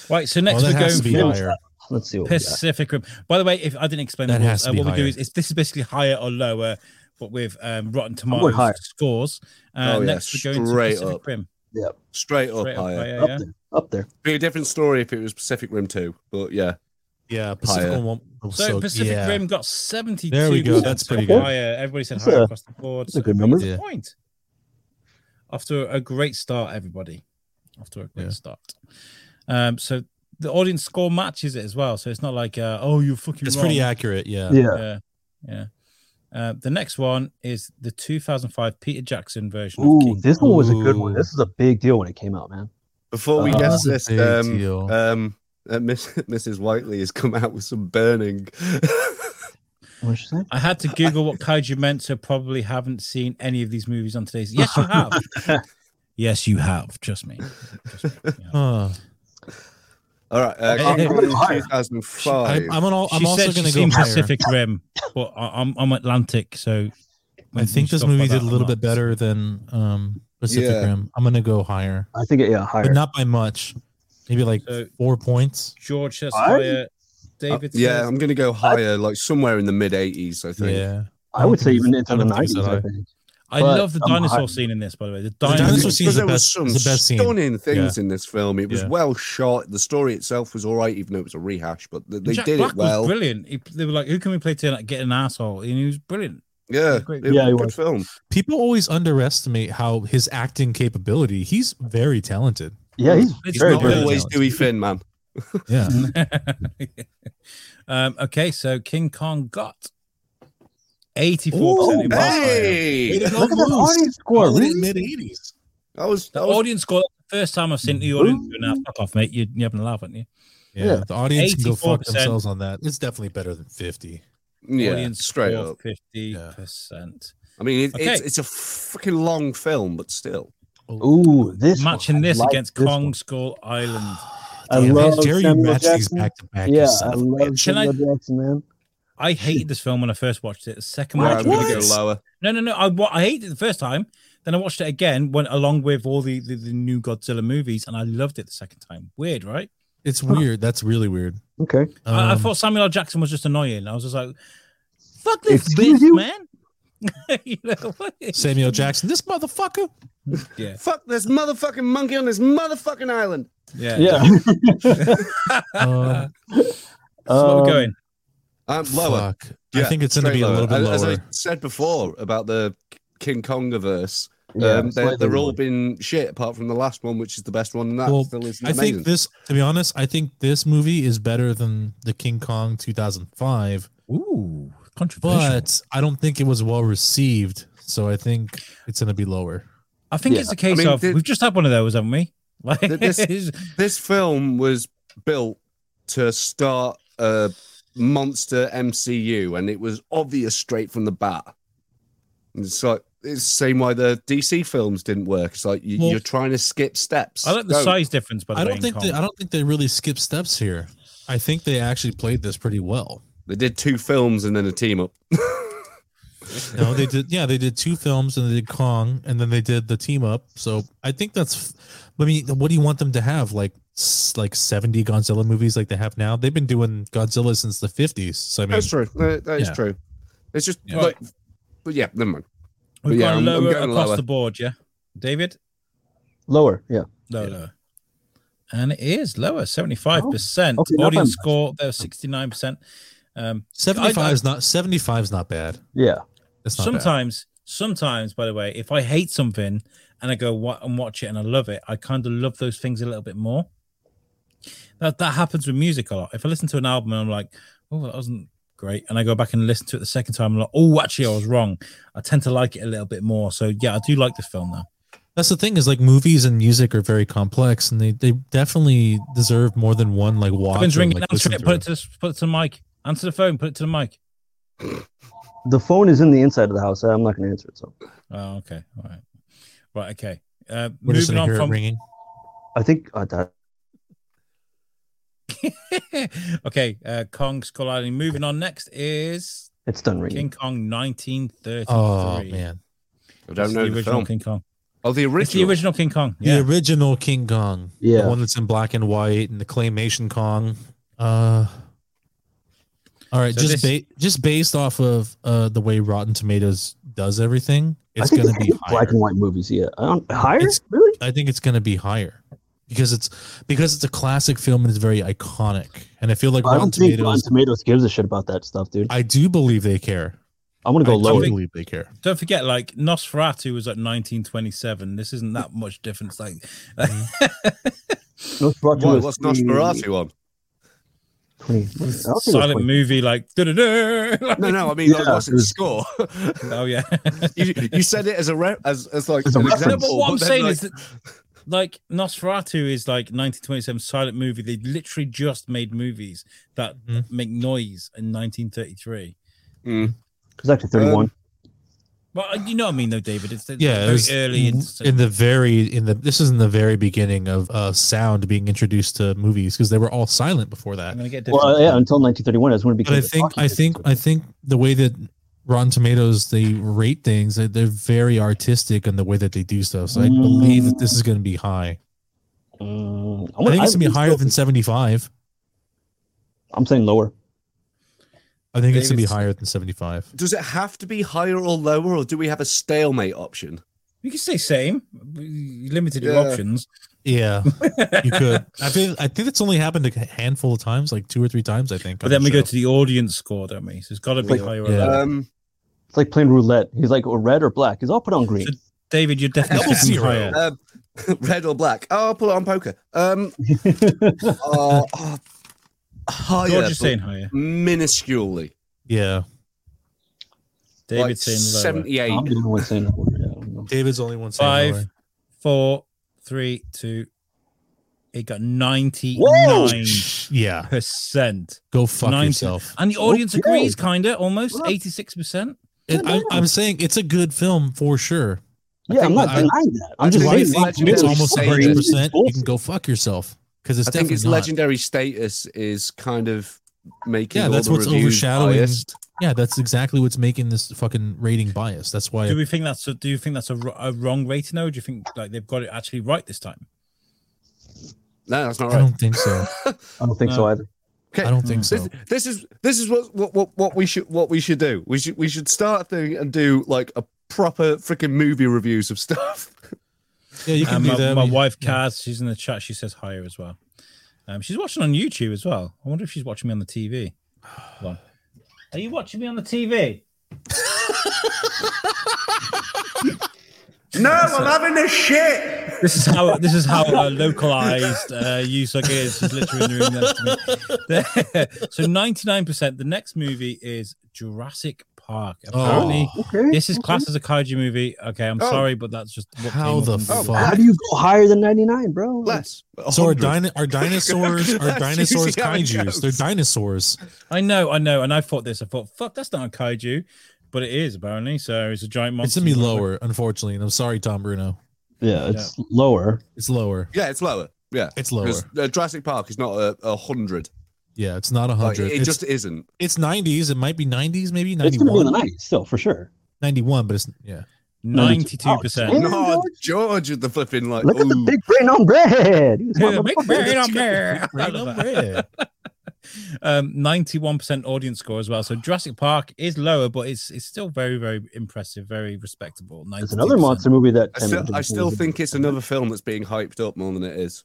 C: Right. So next
B: oh, that
C: we're
B: has to
C: going
B: be
C: for
B: higher.
D: Let's see. What we got.
C: Pacific Rim. By the way, if I didn't explain
B: That
C: the
B: has
C: rules,
B: to be
C: what we do
B: higher.
C: is, is this is basically higher or lower, but with um, Rotten
D: going higher.
C: Tomatoes scores. Uh,
A: Oh, yeah,
C: Next we're going to
A: straight
C: Pacific
A: up.
C: Rim.
A: Straight up
C: Straight up
A: higher.
C: higher,
D: Up
C: yeah.
D: there. Up there.
A: Be a different story if it was Pacific Rim 2, but yeah.
B: Yeah, Pacific
A: Higher.
B: Rim won't- oh,
C: So, Pacific
B: yeah.
C: Rim got 72.
B: There we go. That's pretty
D: good.
C: Higher. Everybody said
D: That's
C: higher
D: a-
C: across the board.
D: that's a good number.
B: Yeah.
C: Point. After a great start, everybody. After a great
B: Yeah.
C: start. Um, so the audience score matches it as well. So it's not like, uh, oh, you fucking
B: It's
C: wrong.
B: pretty accurate. Yeah.
D: Yeah.
C: Yeah. Yeah. Uh, the next one is the 2005 Peter Jackson version. of
D: Ooh,
C: King
D: this one was a good one.
B: Ooh.
D: This is a big deal when it came out, man.
A: Before we
D: Uh,
A: guess
B: That's a
A: this,
B: big
A: um,
B: deal.
A: um, uh, Miss, *laughs* Mrs. Whiteley has come out with some burning. *laughs*
D: What did she say?
C: I had to Google what kaiju meant, so probably haven't seen any of these movies on today's. Yes, you
D: *laughs*
C: have. yes, you have. Trust me.
B: Huh.
A: All right, uh,
C: Hey,
A: King
C: hey,
A: Kong is
D: higher.
B: I,
A: 2005.
B: I'm, an all, Oh, I'm
C: she
B: also
C: said
B: going
C: she's
B: to go
C: seen
B: higher.
C: Pacific Rim, but I- I'm I'm Atlantic, so
B: I think this
C: Stuff like
B: movie did
C: that,
B: a little
C: I'm
B: bit
C: not-
B: better than um, Pacific
A: Yeah.
B: Rim. I'm going to go higher,
D: I think it, yeah, higher.
B: but not by much. Maybe like
C: So-
B: four points.
C: George says
D: I-
C: higher.
A: Uh,
C: David,
A: yeah,
C: says-
A: I'm going to go higher, like somewhere in the mid 80s, I think.
B: Yeah.
D: I would say even into
B: I
D: the
B: don't think it's
D: nineties.
B: that
D: I
B: high.
D: think.
C: I
D: but
C: love the
D: I'm
C: dinosaur
D: high.
C: scene in this, by the way. The
B: dinosaur
C: dinosaur
B: scene-
C: scene.
A: because
B: scene's the
A: there was
B: best-
A: some
B: is the best scene.
A: stunning things in this film. It was
B: Yeah.
A: well shot. The story itself was all right, even though it was a rehash, but th- they
C: Jack
A: did
C: Black
A: it well.
C: Was brilliant. He, they were like, "Who can we play to like, get an asshole?" And he was brilliant. *laughs*
A: Yeah,
C: He's great.
A: it
D: Yeah,
A: was a
D: he
A: good
D: was.
A: film.
B: People always underestimate how his acting capability. He's very talented.
D: Yeah, he's
C: It's
D: very
C: not
D: good.
A: Always
B: talented.
A: Dewey Finn, man.
D: *laughs*
B: Yeah.
C: um, okay, so King Kong got eighty-four
D: Ooh,
C: percent in pass fail.
A: Hey,
D: Look at that audience score. Oh, Really?
B: mid eighties.
A: that was
C: The
A: that was
C: audience score. The first time I've seen the audience go now. Fuck off, mate. You, you haven't laughed, haven't you?
B: Yeah,
D: Yeah.
B: the audience can go fuck
C: 84%.
B: themselves on that. It's definitely better than fifty.
A: yeah,
C: audience
A: straight up.
C: fifty percent.
A: I mean, it, it's
C: Okay.
A: it's a fucking long film, but still,
B: Oh.
D: Ooh, this
C: Matching
D: one. I
C: this
D: like
C: against
D: this one.
C: Kong Skull Island.
D: I
B: Damn,
D: love
B: dare you
D: Samuel
B: match these
D: Jackson.
B: back to back?
D: Yeah, I love
C: Can I-
D: Samuel Jackson, man.
C: I hated this film when I first watched it. The second
A: yeah,
C: watch,
A: I'm gonna go
C: was-
A: lower.
C: no, no, no. I wa- I hated it the first time. Then I watched it again, went along with all the, the, the new Godzilla movies, and I loved it the second time. Weird, right?
B: It's weird. That's really weird.
D: Okay.
C: I, I
B: Um,
C: thought Samuel L. Jackson was just annoying. I was just like, "Fuck this
D: Excuse
C: bitch,
D: you?
C: man." *laughs* you know, what is-
B: Samuel Jackson, this motherfucker.
C: *laughs* yeah,
A: Fuck this motherfucking monkey on this motherfucking island.
B: *laughs*
C: yeah,
D: *laughs* Yeah.
B: Um,
C: so what we're
D: Um,
C: going?
A: I'm lower.
B: Fuck. I
A: Yeah,
B: think it's going to
A: straight
B: be a
A: lower.
B: little bit
A: As-
B: lower.
A: As I said before about the King Kongiverse,
D: Yeah,
A: um, they,
D: slightly
A: they're all
D: lower.
A: been shit apart from the last one, which is the best one, and that
B: Well,
A: still isn't
B: I
A: amazing.
B: think this, to be honest, I think this movie is better than the King Kong 2005,
C: Ooh, controversial.
B: but I don't think it was well received. So I think it's going to be lower.
C: I think
D: Yeah.
C: it's a case
A: mean,
C: of
A: thi-
C: we've just had one of those, haven't we? *laughs* Like
A: Thi- this-
C: it's-
A: this film was built to start a monster MCU, and it was obvious straight from the bat. And It's like it's the same way the DC films didn't work. It's like you,
B: Well-
A: you're trying to skip steps.
C: I like the
A: Don't.
C: size difference, by the
B: I
C: way.
B: don't
C: in
B: think
C: Kong.
B: they, I don't think they really skip steps here. I think they actually played this pretty well.
A: They did two films and then a team up.
B: No, they did. *laughs* Yeah, they did two films and they did Kong, and then they did the team up. So I think that's. I mean, what do you want them to have? Like s- like seventy Godzilla movies like they have now. They've been doing Godzilla since the fifties. So I mean,
A: That's true. That, that is
B: Yeah.
A: true. It's just
B: Yeah.
A: like, but yeah, never mind.
C: We've
A: Yeah,
C: gone
A: I'm- I'm
C: lower
A: going
C: across
A: lower.
C: the board, yeah. David,
D: Lower, yeah.
C: no,
B: Yeah.
C: lower, and it is lower, seventy-five percent.
D: okay, not
C: Audience
D: bad.
C: score there, sixty-nine percent. Um,
B: seventy five is not seventy five is not bad.
D: Yeah.
B: That's not bad.
C: sometimes, sometimes, by the way, if I hate something and I go wa- and watch it and I love it, I kind of love those things a little bit more. That that happens with music a lot. If I listen to an album and I'm like, oh, that wasn't great, and I go back and listen to it the second time, I'm like, oh, actually, I was wrong. I tend to like it a little bit more. So yeah, I do like this film now.
B: That's the thing is like movies and music are very complex, and they they definitely deserve more than one like watch.
C: Phone's
B: or,
C: ringing.
B: like,
C: answer
B: listen
C: it. Put it
B: through.
C: to the, put it to the mic. Answer the phone. Put it to the mic.
D: The phone is in the inside of the house. I'm not going to answer it. So
C: Oh, okay. All right. Right. Okay. Uh,
B: We're just
C: moving
B: gonna
C: on
D: uh,
B: hear it
C: from
B: ringing.
D: I think uh, that
C: *laughs* okay, uh, Kong Skull Island. Moving on. Next is
D: It's done ringing.
C: King Kong 1933.
B: Oh man,
A: I
C: It's
A: don't know
C: the
A: the
C: original
A: film.
C: King Kong.
A: Oh, the
C: It's the
A: original.
C: original King Kong.
B: the
C: Yeah.
B: original King Kong,
D: Yeah.
B: the one that's in black and white, and the claymation Kong. Uh, all right,
C: So
B: just
C: this-
B: ba- just based off of uh the way Rotten Tomatoes does everything,
D: I
B: it's
D: think
B: gonna
D: they
B: be
D: hate
B: higher.
D: black and white movies. Yeah, I don't, higher
B: It's-
D: really?
B: I think it's gonna be higher because it's because it's a classic film and it's very iconic. And I feel like
D: I
B: Rotten
D: don't think Rotten
B: Tomatoes.
D: Tomatoes gives a shit about that stuff, dude. I,
B: I do believe they care.
D: want to
B: I
D: go
B: do
D: lower.
B: believe they care.
C: Don't forget, like Nosferatu was like 1927. This isn't that much difference. Like,
D: Nosferatu
A: Why,
D: was
A: what's
D: 20
A: Nosferatu on?
D: 20 I don't think it was
C: silent
D: 20.
C: movie, like, *laughs* da-da-da.
A: No, no. I mean, like,
D: Yeah.
A: what's *laughs* its score? *laughs*
C: oh yeah.
A: you, you said it as a re- as as like
D: As a
A: an
D: reference.
C: no,
A: example.
C: but what I'm
A: then,
C: saying
A: like,
C: is that, like, Nosferatu is like 1927 silent movie. They literally just made movies that
B: Mhm.
C: make noise in 1933.
A: Mm.
D: It was actually 31.
B: Um,
C: Well, uh, you know what I mean, though, David. It's, it's
B: yeah, it
C: very
B: was
C: early in,
B: in, the very in the this is in the very beginning of uh, sound being introduced to movies because they were all silent before
C: I'm
B: that.
C: gonna get
D: well,
C: different.
D: yeah, until 1931, that's when
B: But
D: it became.
B: I
D: the
B: think
D: talking
B: I think
D: picture.
B: I think the way that Rotten Tomatoes they rate things they, they're very artistic in the way that they do stuff. So I believe that this is going to be high.
D: Mm,
B: I think
D: I
B: it's going to be
D: think
B: higher
D: so.
B: than seventy five.
D: I'm saying lower.
B: I think it's going to be
C: David's-
B: higher than seventy five.
A: Does it have to be higher or lower, or do we have a stalemate option?
C: You can say same, You limited your
A: Yeah.
C: options.
B: Yeah, you could. I think I think it's only happened a handful of times, like two or three times. I think.
C: But
B: on
C: then
B: the
C: we go
B: show.
C: to the audience score, don't we? So it's got to be
D: Like-
C: higher.
B: Yeah.
C: Or lower.
A: Um, *laughs*
D: It's like playing roulette. He's like, or red or black. He's all put on green.
C: So- David, you're definitely
B: Double
C: getting
B: zero.
C: higher.
A: red or black? Oh, I'll pull it on poker. *laughs* Um, uh, uh, higher,
C: George
A: but
C: is saying higher.
A: minusculely.
B: yeah.
C: David's
A: like
C: saying lower.
A: seventy-eight.
D: I'm the only one saying lower. Yeah, I don't know.
B: David's the only one saying lower.
C: Five, four, three, two. It got
D: Whoa!
C: ninety-nine
B: Yeah,
C: percent,
B: go fuck
C: 90.
B: yourself.
C: and the audience
D: Okay.
C: agrees, kinda, almost
D: Well,
C: eighty-six percent.
B: It, I'm, I'm saying it's a good film for sure.
D: yeah I'm
B: think
D: not
B: I-
D: denying that.
A: I
D: I'm just
A: think
D: saying
A: it's
D: Rotten
A: legendary
B: It's
D: Tomatoes
B: almost
A: say that.
D: is
B: 100. percent You can
D: bullshit.
B: go fuck yourself because it's
A: I think
B: definitely
A: its
B: not.
A: legendary status is kind of making
B: Yeah,
A: all
B: that's
A: the
B: what's
A: reviews
B: overshadowing-
A: biased.
B: Yeah, that's exactly what's making this fucking rating bias. That's why.
C: Do we think that's a, do you think that's a, r- a wrong rating? Though, do you think like they've got it actually right this time?
A: No, that's not
B: I
A: right.
B: don't think so.
D: I don't think
C: No.
D: so either.
A: Okay.
B: I don't think
A: This,
B: so.
A: this is this is what, what what what we should what we should do. We should we should start a thing and do like a proper freaking movie reviews of stuff. *laughs*
B: Yeah, you can
C: And
B: do
C: Uh, Um, my,
B: that.
C: my
B: We-
C: wife,
B: yeah.
C: Kaz, she's in the chat. She says higher as well. Um, she's watching on YouTube as well. I wonder if she's watching me on the TV. Hold on. Are you watching me on the TV?
A: *laughs* No, I'm having this shit.
C: This is how this is how uh, localized uh, Yusuk is. She's literally in the room next to me. *laughs* so ninety nine percent. The next movie is Jurassic Park.
B: Oh.
C: Apparently,
D: Okay.
C: this is classed as a kaiju movie. Okay, I'm
A: Oh.
C: sorry, but that's just what
B: How
C: came
B: the
C: up on
B: fuck?
C: Google.
D: How do you go higher than 99, bro?
A: Less.
B: So are,
A: 100.
B: dino- are dinosaurs are
A: *laughs* That's
B: dinosaurs
A: usually how it
B: kaiju's?
A: goes.
B: They're dinosaurs.
C: I know, I know, and I thought this. I thought, fuck, that's not a kaiju, but it is apparently. So it's a giant
B: It's
C: monster.
B: gonna be lower, unfortunately. And I'm sorry, Tom Bruno.
D: Yeah, it's lower.
B: It's lower.
A: Yeah, it's lower. Yeah.
B: It's
A: 'Cause,
B: lower.
A: Uh, Jurassic Park is not a, a hundred.
B: Yeah, it's not a
A: Like,
B: hundred.
A: it
B: it's,
A: just isn't.
B: it's 90s. It might be 90s, maybe
D: It's going to be in the
B: 91.
D: 90s still, for sure.
B: 91, but it's yeah.
C: Ninety-two percent. *laughs*
D: Yeah,
A: No, George with the flipping like.
D: Look at the
A: ooh.
D: big brain on bread. He was my
C: Big
D: motherfucker.
C: brain
B: *laughs*
C: on there. I
B: Right
C: love
B: on
C: that.
B: red.
C: Um, ninety-one percent audience score as well. So Jurassic Park is lower, but it's it's still very very impressive, very respectable.
D: It's
C: 92%.
D: another monster movie that
A: I still, I still think it's another film that's being hyped up more than it is.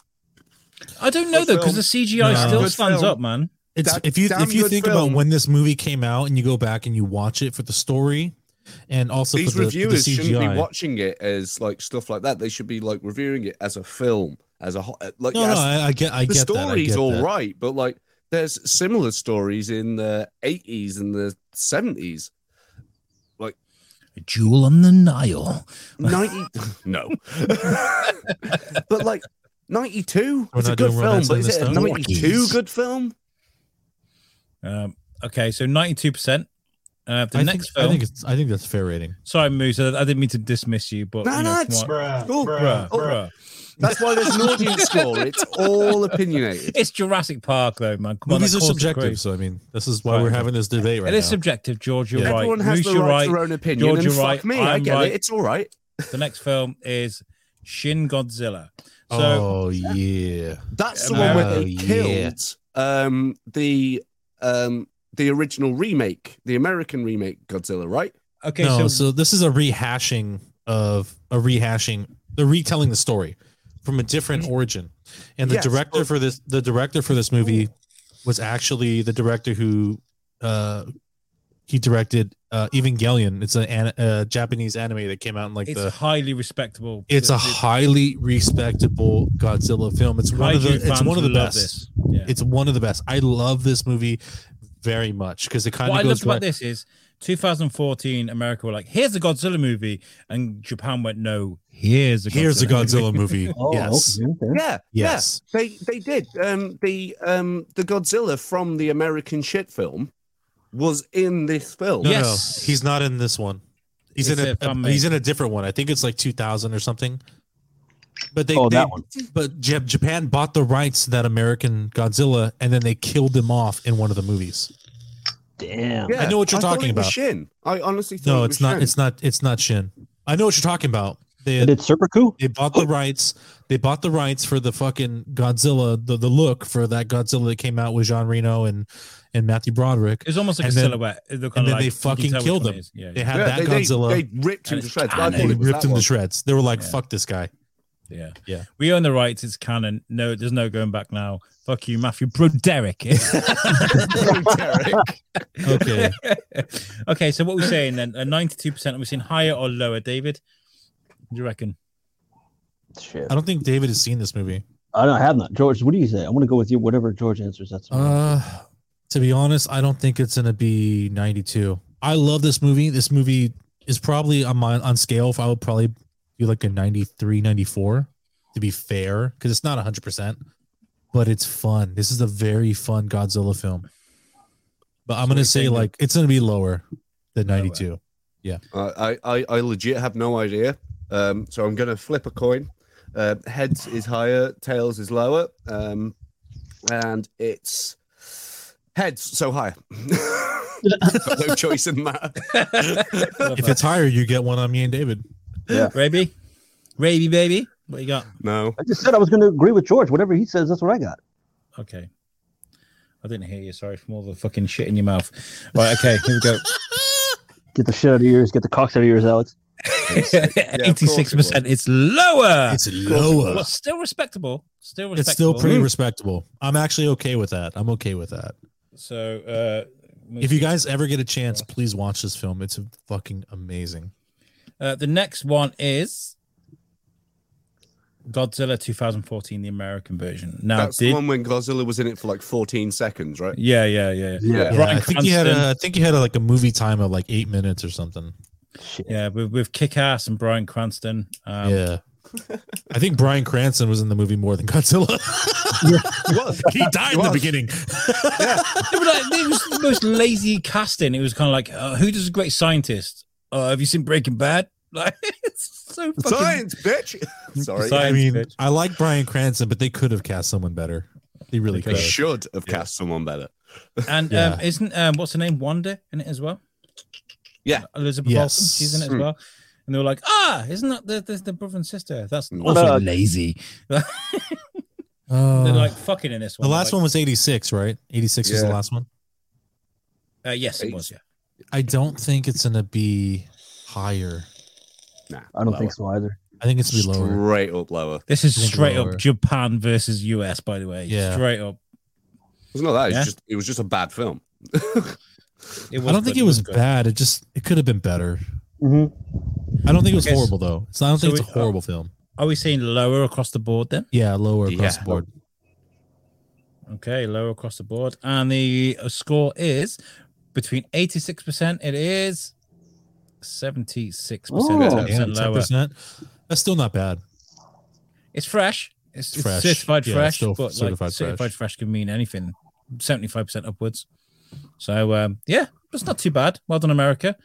C: I don't know though because the CGI
B: No.
C: still
A: Good
C: stands
A: film.
C: up, man.
B: It's
A: That
B: if you
A: damn
B: if you
A: good
B: think
A: film.
B: about when this movie came out and you go back and you watch it for the story and also
A: These
B: for the, for the
A: reviewers shouldn't
B: CGI.
A: be watching it as like stuff like that. They should be like reviewing it as a film, as a ho- like.
B: no,
A: as-
B: no, I, I get I
A: the
B: get that. I
A: story's
B: get
A: all right,
B: that.
A: but like there's similar stories in the eighties and the
B: *laughs*
A: seventies.
C: A jewel on the Nile.
A: 90 no *laughs* but like 92
B: We're
A: it's a
B: not
A: good
B: doing
A: film
B: Romance
A: but
B: in
A: is
B: the
A: it a
B: Stone?
A: 92
B: Walkies.
A: good film
C: Um, okay, so ninety-two percent Uh, the
B: I
C: next
B: think, I
C: film.
B: think it's. I think that's a fair rating.
C: Sorry, Moose. I, I didn't mean to dismiss you, but
A: No,
C: you
A: no,
C: know,
A: it's-
C: come on.
E: Bruh,
A: Oh,
E: bruh,
C: Bruh,
A: oh.
C: bruh.
A: That's why there's an audience score.
B: *laughs*
A: It's all opinionated.
C: It's Jurassic Park, though, man. Come on,
B: Movies
C: that
B: are
C: calls it
B: subjective,
C: great.
B: so I mean, this is why
C: Right.
B: we're having this debate right
C: It is
B: now.
C: subjective, George. You're
B: Yeah.
C: right.
A: Everyone has
C: Moose,
A: the
C: you're
A: right to
C: right.
A: their own opinion.
C: George,
A: and
C: you're
A: fuck
C: right.
A: me, I
C: I'm
A: get
C: right.
A: it. It's all right.
C: The next film is Shin Godzilla. So
B: oh yeah,
A: That's the one where
B: Oh,
A: they
B: yeah.
A: killed um, the um, the original remake, the American remake Godzilla, right?
C: okay,
B: no. So,
C: so,
B: this is a rehashing of a rehashing. They're retelling the story from a
C: Mm-hmm.
B: different origin, and the
A: Yes,
B: director
A: but-
B: for this the director for this movie
C: Mm-hmm.
B: was actually the director who uh he directed uh Evangelion. It's an, an uh, Japanese anime that came out in like
C: it's
B: the.
C: highly respectable.
B: It's a
C: The-
B: highly respectable Godzilla film. It's
C: the
B: one of the.
C: kaiju
B: It's
C: fans
B: one of the
C: love
B: best.
C: this. Yeah.
B: It's one of the best. I love this movie very much because it kind
C: what I
B: of goes
C: loved about
B: back-
C: this is 2014 America were like, here's a Godzilla movie, and Japan went, no, here's a Godzilla
B: Here's a
C: movie."
B: Godzilla
D: *laughs*
B: movie.
D: Oh,
B: yes.
D: okay, okay.
A: Yeah. Yeah.
B: Yes.
A: They they did. Um, the um, the Godzilla from the American shit film was in this film.
B: No,
C: Yes.
B: no, he's not in this one. He's
C: It's
B: in
C: a
B: a,
C: fan
B: he's
C: made.
B: in a different one. I think it's like 2000 or something. But they,
D: Oh,
B: they-
D: that one.
B: but Ja- Japan bought the rights to that American Godzilla and then they killed him off in one of the movies.
D: Damn.
A: Yeah,
B: I know what you're
A: thought
B: talking
A: it was
B: about.
A: Shin. I honestly thought
B: No,
A: it
B: it's
A: was
B: not
A: Shin.
B: it's not it's not Shin. I know what you're talking about. They
D: And it's Serpico?
B: they bought the rights. They bought the rights for the fucking Godzilla, the, the look for that Godzilla that came out with John Reno and and Matthew Broderick.
C: It's almost like
B: And
C: a
B: then-
C: silhouette. They're kinda
B: and then
C: like-
B: they
C: you can
B: fucking
C: tell which
B: killed
C: one it
B: him.
C: is. Yeah,
B: They
C: yeah,
B: had
A: Yeah,
B: that
A: they, they-
B: Godzilla.
A: They, ripped him
C: And
A: to
C: it's
A: shreds. I
C: canon.
A: thought
B: they
A: it was
B: ripped
A: that
B: him
A: one.
B: to shreds. They were like,
C: Yeah.
B: "Fuck this guy."
C: yeah.
B: Yeah.
C: We own the rights. It's canon. No, there's no going back now. Fuck you, Matthew
B: *laughs*
C: Broderick.
A: *laughs*
B: Okay,
C: *laughs* okay, so what we're saying then, uh, 92%, are we seeing higher or lower, David? What do you reckon?
D: Shit.
B: I don't think David has seen this movie.
D: I, don't, I have not. George, what do you say? I'm going to go with you. Whatever George answers, that's fine.
B: Uh, to be honest, I don't think it's gonna be ninety-two. I love this movie. This movie is probably on my on scale. If I would probably do like a 93, 94 to be fair, because it's not hundred percent, but it's fun. This is a very fun Godzilla film. But I'm
C: So
B: gonna
C: you're
B: say
C: saying that-
B: like it's gonna be lower than ninety-two.
A: I, I, I legit have no idea. Um, so I'm going to flip a coin. Uh, heads is higher, tails is lower. Um, and it's heads, so *laughs* high. no choice in that.
B: If it's higher, you get one on me and David.
C: Raby? Raby, baby? What you got?
A: No.
D: I just said I was going to agree with George. Whatever he says, that's what I got.
C: Okay. I didn't hear you. Sorry from all the fucking shit in your mouth. Right, okay, here
B: *laughs*
C: we go.
D: Get the shit out of your ears. Get the cocks out of your ears, Alex.
A: of course it
C: 86%.
A: was.
C: it's lower.
B: It's
C: Well,
B: lower.
C: still respectable. Still respectable.
B: It's still pretty
A: Mm.
B: respectable. I'm actually okay with that. I'm okay with that.
C: So, uh,
B: If you guys ever get a chance, please watch this film. It's fucking amazing.
C: Uh, the next one is Godzilla 2014, the American version. Now,
A: That's the
C: did,
A: one when Godzilla was in it for like 14 seconds, right?
C: yeah, yeah, yeah, yeah.
A: Yeah.
B: Yeah,
C: Bryan
B: I think you had
C: Cranston.
B: a, I think you had a, like a movie time of like eight minutes or something.
D: Shit.
C: Yeah, with, with Kick Ass and Brian Cranston. Um,
B: yeah, I think Brian Cranston was in the movie more than Godzilla. *laughs* he died in the
A: was.
B: beginning.
C: It, was like, it was the most lazy casting. It was kind of like, uh, who does a great scientist? Uh, have you seen Breaking Bad? *laughs* Like, it's so fucking.
A: Science, bitch. *laughs* Sorry.
C: Science.
B: I mean,
C: bitch.
B: I like Brian Cranston, but they could have cast someone better. They really
C: They
B: could.
A: They
B: have.
A: should have cast someone better.
C: And
B: Yeah.
C: um, isn't um, what's her name Wanda in it as well?
A: Yeah.
C: Elizabeth
B: Yes.
C: Olsen, she's in it as
A: Mm.
C: well. And they were like, ah, isn't that the, the, the brother and sister? That's
A: Mm.
C: also
D: But, uh,
C: lazy.
B: Uh,
C: They're like fucking in this one.
B: the last
C: Like,
B: one was eighty six, right? Eighty six was the
A: Yeah.
B: last one.
C: Uh, yes, it was. Yeah.
B: I don't think it's gonna be higher.
D: I don't think so either.
B: I think it's gonna be lower.
A: Straight up lower.
C: This is
B: Good
C: straight
B: lord.
C: up Japan versus US, by the way.
B: Yeah.
C: Straight up.
A: It's not that. It's
C: Yeah.
A: just, it was just a bad film.
C: It
B: I don't
C: good,
B: think it was
C: good.
B: bad. It just it could have been better.
D: hmm
B: I don't think it was
C: Okay, so-
B: horrible though. So I don't
C: so
B: think it's
C: we-
B: a horrible film.
C: Are we seeing lower across the board then?
B: Yeah, lower across
A: Yeah.
B: the board.
C: Okay, lower across the board. And the uh, score is between 86%, it is 76%.
D: Oh,
C: 10%
B: Yeah,
C: lower.
B: 10%. That's still not bad.
C: It's fresh. It's, it's
B: Fresh.
C: certified
B: Yeah, it's
C: fresh,
B: still
C: but
B: certified
C: like certified
B: fresh.
C: fresh can mean anything. Seventy-five percent upwards. So um, yeah, it's not too bad. Well done, America.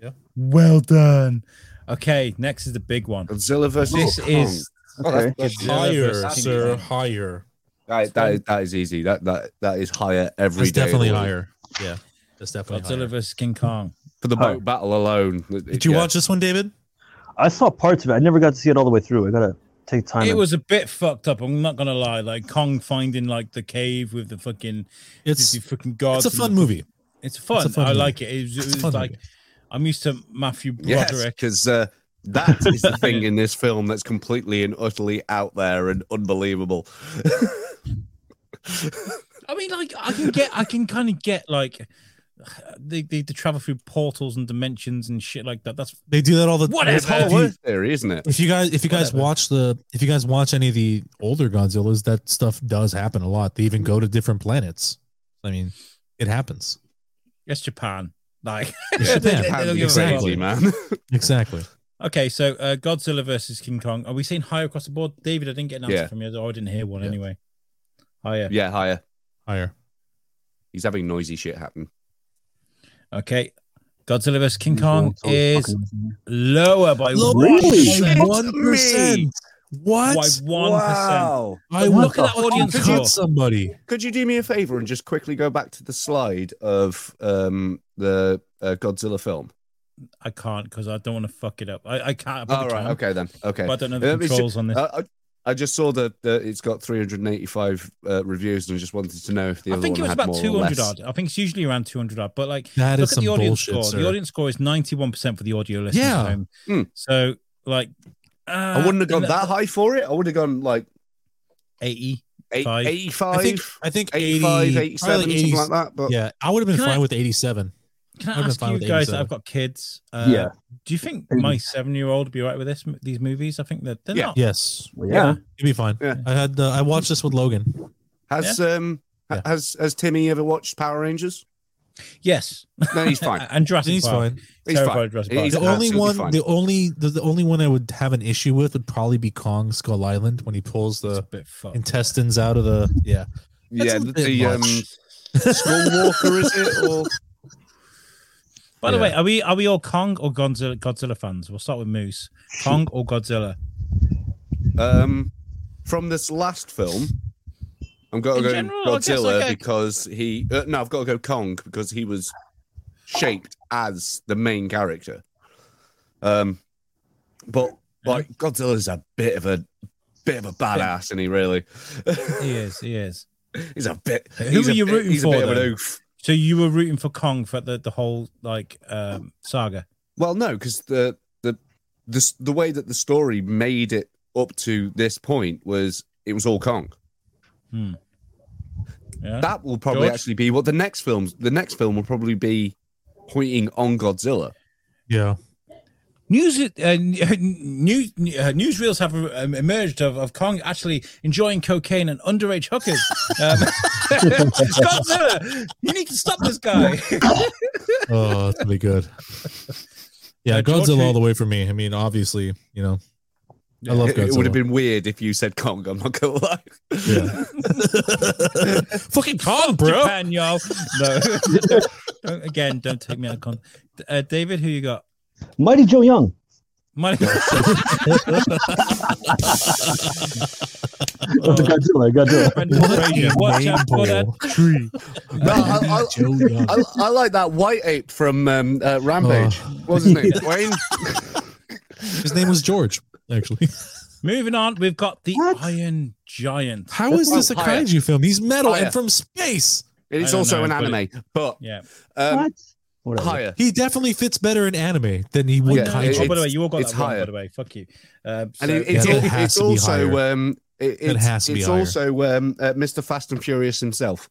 B: Yeah.
C: Well done. Okay, next is the big one.
A: Godzilla versus
C: This
A: Kong.
C: is
A: Oh, that's-
D: Okay.
A: that's-
C: Yeah,
B: Higher,
C: that's-
B: sir, higher.
A: that, that, is, that is easy. That that that is higher every
B: It's
A: day.
B: definitely higher. Yeah, that's definitely
C: Godzilla
B: higher.
C: versus King Kong.
A: for the boat battle alone.
B: Did you
A: yeah.
B: watch this one, David?
D: I saw parts of it. I never got to see it all the way through. I gotta take time.
C: It
D: and-
C: was a bit fucked up. I'm not gonna lie. Like Kong finding like the cave with the fucking
B: It's
C: the fucking gods.
B: it's a
C: and
B: fun
C: the-
B: movie.
C: It's fun.
B: It's a fun
C: I
B: movie.
C: like it. It was, it
B: It's a
C: was
B: fun
C: like
B: movie.
C: I'm used to Matthew
A: Yes,
C: Broderick.
A: because uh, that is the
C: *laughs*
A: thing in this film that's completely and utterly out there and unbelievable.
C: I mean, like I can get, I can kind of get like *sighs* they, they they travel through portals and dimensions and shit like that. That's
B: They do that all the
C: What
B: all
C: is
B: the
A: It's whole
B: time.
A: Earth theory, isn't it?
B: If you guys, if you guys
C: Whatever.
B: watch the, if you guys watch any of the older Godzillas, that stuff does happen a lot. They even go to different planets. I mean, it happens
C: that's Japan. Like
B: *laughs* It's Japan.
C: *laughs* they
A: Japan's
C: don't give a
B: exactly.
A: crazy,
C: fuck.
A: man.
B: exactly.
C: Okay, so uh, Godzilla versus King Kong. Are we seeing higher across the board, David? I didn't get an answer
A: Yeah.
C: from you. or I didn't hear one
B: Yeah.
C: anyway. Higher.
A: *laughs* yeah, higher.
B: Higher.
A: He's having noisy shit happen.
C: Okay. Godzilla versus King Kong
D: It's always
C: is
D: fucking-
C: lower by
D: Really?
A: Shit.
B: One percent. What?
C: By one
B: I
C: What
B: will
C: the fuck?
B: audience
C: Could you-
B: cut somebody.
A: Could you do me a favor and just quickly go back to the slide of um, the uh, Godzilla film?
C: I can't because I don't want to fuck it up. I, I can't. I
A: All
C: probably
A: right,
C: can,
A: okay then. Okay.
C: But I don't know the
A: Let me see-
C: controls on this.
A: Uh, I, I just saw that uh, it's got 385 uh, reviews, and I just wanted to know if the
C: I
A: other
C: think it
A: one
C: was
A: had
C: about
A: more or
C: 200
A: less.
C: odd. I think it's usually around 200 odd. But like,
B: That
C: look
B: is
C: at
B: some
C: the audience
B: bullshit,
C: score.
B: sir.
C: The audience score is 91% for the audio listeners.
B: Yeah.
C: at home.
A: Hmm.
C: So like, uh,
A: I wouldn't have gone
C: le-
A: that high for it. I would have gone like
B: E.
C: 80.
A: eight,
C: Five.
A: 85,
B: I think I think
A: 85, 87,
B: 80, probably like
A: something
B: 80
A: like that. But
B: Yeah, I would have been
C: Can I-
B: fine with 87.
C: Can
B: I've
C: I
B: been
C: ask
B: fine
C: you
B: with
C: guys
B: 87.
C: that I've got kids? Uh,
D: Yeah.
C: Do you think
D: Maybe.
C: my seven-year-old would be all right with this? These movies? I think that they're
A: Hmm. Yeah.
C: not.
B: Yes,
D: Well, yeah.
B: it'd be fine.
A: Yeah.
B: I had uh, I watched this with Logan.
A: has um ha-
B: Yeah.
A: has has Timmy ever watched Power Rangers?
C: Yes.
A: No, he's
C: *laughs*
A: fine.
C: and Jurassic
B: He's
C: Park.
B: fine.
A: He's
C: Terrified
A: fine.
C: of Jurassic
A: He's
C: Park.
B: The only
A: absolutely
B: one,
A: fine.
B: the only the, the only one I would have an issue with would probably be Kong Skull Island when he pulls
C: It's a
B: the
C: bit fucked.
B: intestines out of the yeah. That's
A: yeah,
B: a
A: the,
B: bit
A: the um,
B: much.
A: Skullwalker is
C: *laughs*
A: it? Or
C: By the
B: Yeah.
C: way, are we are we all Kong or Godzilla Godzilla fans? We'll start with Moose. Kong or Godzilla?
A: um, from this last film, I'm gonna
C: In
A: go
C: general, I guess,
A: Godzilla
C: okay.
A: because he. Uh, no, I've got to go Kong because he was shaped as the main character. Um, but like Godzilla's a bit of a bit of a badass, and he really *laughs*
C: He is, he is.
A: he's a bit.
C: Who
A: he's
C: are
A: a
C: you
A: bit-
C: rooting
A: he's
C: for,
A: A bit of an
C: then?
A: oof.
C: So you were rooting for Kong for the, the whole like um saga.
A: Well, no, because the the the s- the way that the story made it up to this point was it was all Kong.
C: Hmm. Yeah.
A: That will probably
C: George?
A: actually be what the next films. The next film will probably be pointing on Godzilla.
B: Yeah,
C: News uh, *laughs* news uh, newsreels have um, emerged of, of Kong actually enjoying cocaine and underage *laughs* hookers. Um, Godzilla, you need to stop this *laughs* guy.
B: oh, it's gonna be good. Yeah,
C: Uh, George,
B: Godzilla
C: who-
B: all the way for me. I mean, obviously, you know, I love
A: It, it would have
B: Godzilla.
A: been weird if you said Kong. I'm not gonna lie.
B: Yeah. fucking Kong, bro.
C: Japan, y'all. No. *laughs* Don't- Again, don't take me out of con. Uh, David, who you got?
D: Mighty Joe Young. *laughs*
C: My- Oh.
D: That's a Godzilla.
C: *laughs*
D: Godzilla.
C: Watch out for that.
B: tree.
A: No, I- I-
B: Joe Young.
A: *laughs* I, I like that white ape from um, uh, Rampage.
C: Oh.
A: What was his
C: *laughs*
A: name? Wayne.
B: Oh. His name was George, actually.
C: Moving on, we've got the
D: What?
C: Iron Giant.
B: How is this a
A: Oh, higher.
B: kaiju film? He's metal
A: Higher.
B: and from space.
A: It
C: I
A: is
C: don't
A: also
C: know,
A: an
C: but
A: anime, but
C: Yeah.
A: um,
D: what? Whatever.
A: higher.
B: He definitely fits better in anime than he would
A: Yeah,
C: oh,
B: kaiju.
A: it-
C: by the way, you all got
A: it's
C: that wrong,
A: higher.
C: by the way. Fuck you. Um,
A: and
C: so-
A: it, it's,
B: Yeah, that
A: al-
B: has
A: it's
B: to be
A: also
B: higher.
A: um, it, it's,
B: has to be
A: it's
B: higher.
A: also um, uh, Mr. Fast and Furious himself.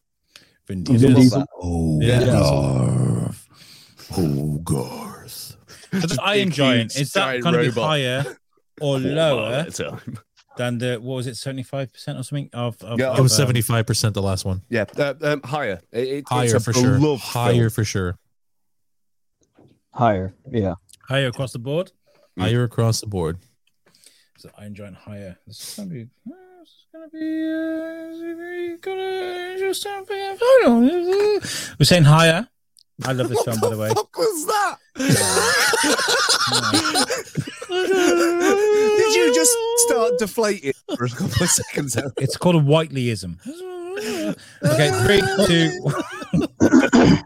C: Vin
D: Vin
C: Diesel.
D: Diesel.
B: oh,
C: Yeah.
B: Oh, Garth.
C: So the Iron
A: Big,
C: Giant
A: huge,
C: is that
A: giant
C: going to be
A: robot.
C: higher or
A: All
C: lower
A: the time.
C: than the what was it, seventy five percent or something of, of,
A: Yeah,
C: of
B: It was
C: um,
B: seventy five percent the last one.
A: Yeah, uh, um, higher. It, it,
B: Higher
A: it's
B: for
A: a
B: sure.
A: beloved
B: Higher
A: film.
B: for sure.
D: Higher. Yeah.
C: higher across the board?
A: Mm.
B: Higher across the board.
C: So Iron Giant higher. This is going to be. uh, This is going to be. Uh, it's gonna be interesting for I don't- We're saying higher. I love this
A: What
C: film, by the way.
A: fuck was that? *laughs* Did you just start deflating for a couple of seconds?
B: *laughs*
A: there?
C: It's called a Whiteleyism. Okay, three, two, one.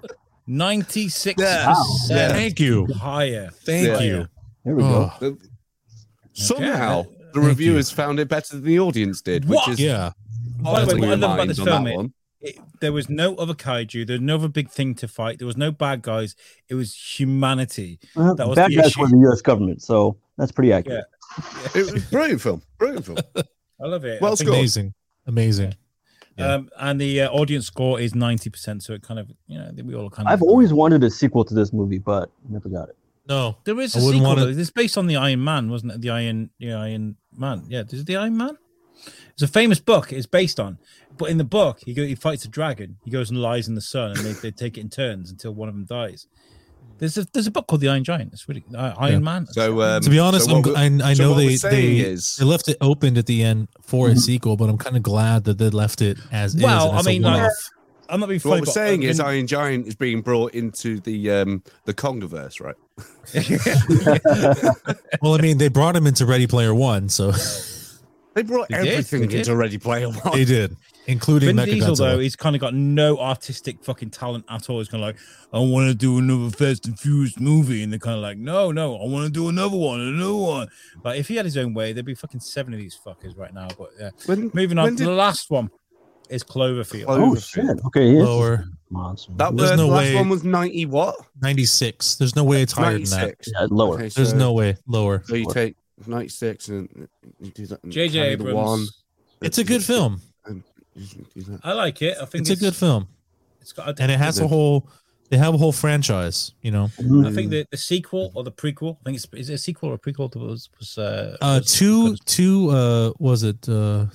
C: 96
A: Yeah.
C: percent
B: Thank you.
C: higher.
B: Thank
A: Yeah.
B: you.
D: There we go.
B: Oh,
A: Somehow, the
B: Thank
A: reviewers found it better than the audience did, which
C: What?
A: is
B: yeah.
C: By the way,
A: blowing
C: what I
A: your
C: love about
A: mind
C: this
A: on that
C: film is
A: one.
C: it, there was no other kaiju, there was no other big thing to fight, there was no bad guys. It was humanity.
D: Uh,
C: That was
D: bad
C: the
D: guys
C: issue.
D: were the U.S. government, so that's pretty accurate.
A: It was brilliant film. Brilliant
B: *laughs*
A: film.
C: I love it.
A: Well
C: I think
A: scored.
B: Amazing. Amazing. yeah.
C: Um, and the uh, audience score is ninety percent, so it kind of you know I think we all kind of.
D: I've always wanted a sequel to this movie, but never got it.
B: No.
C: there is
B: I
C: a
B: wouldn't
C: sequel.
B: wanna-
C: though. It's based on the Iron Man, wasn't it? The Iron the Iron Man. Yeah, is it the Iron Man? It's a famous book. It's based on, but in the book he go, he fights a dragon. He goes and lies in the sun, and they, they take it in turns until one of them dies. There's a there's a book called The Iron Giant. It's really uh, Iron
B: Yeah.
C: Man.
A: So, um,
B: To be honest,
A: so
B: I'm,
A: what
B: g-
A: we-
B: I, I
A: so
B: know
A: what
B: they
A: we're saying
B: they,
A: is- Mm-hmm.
B: they left it opened at the end for a sequel, but I'm kind of glad that they left it as is
C: Well,
B: and
C: I
B: it's a
C: mean, like,
B: one-off.
C: I'm not being
A: what
C: funny.
A: we're
C: but
A: saying is
C: in-
A: Iron Giant is being brought into the um the Congaverse, right?
B: well, I mean, they brought him into Ready Player One, so *laughs*
A: They brought
C: They did,
A: everything
C: they did.
A: into Ready Player One.
B: they did, including
C: Vin Diesel
B: Mechagodzilla.
C: though, he's kind of got no artistic fucking talent at all. He's kind of like, I want to do another Fast and Furious movie, and they're kind of like, no, no, I want to do another one, another one. But if he had his own way, there'd be fucking seven of these fuckers right now. But yeah,
A: When-
C: moving on
A: when
C: to
A: did-
C: the last one is Cloverfield.
A: Clo-
D: Oh shit! Okay, yeah.
B: Lower
D: Monster.
A: that
B: There's
A: uh,
B: no
A: the last
B: way-
A: one was ninety what?
B: 96. There's no way it's higher
A: Ninety
B: than that.
A: six.
D: yeah, lower.
A: Okay,
B: There's
A: so-
B: no way lower.
A: So you take ninety six and you do that. and
C: JJ
A: carry the
C: Abrams.
A: One.
B: It's a good film.
A: You do that.
C: I like it. I think
B: It's a good film,
C: It's got. I
B: and it has a whole. They have a whole franchise, you know.
D: Mhm.
C: think the, the sequel or the prequel. I think it's is it a sequel or a prequel to was was uh,
B: Uh,
C: was-
B: two,
C: was-
B: two. Uh, was it uh,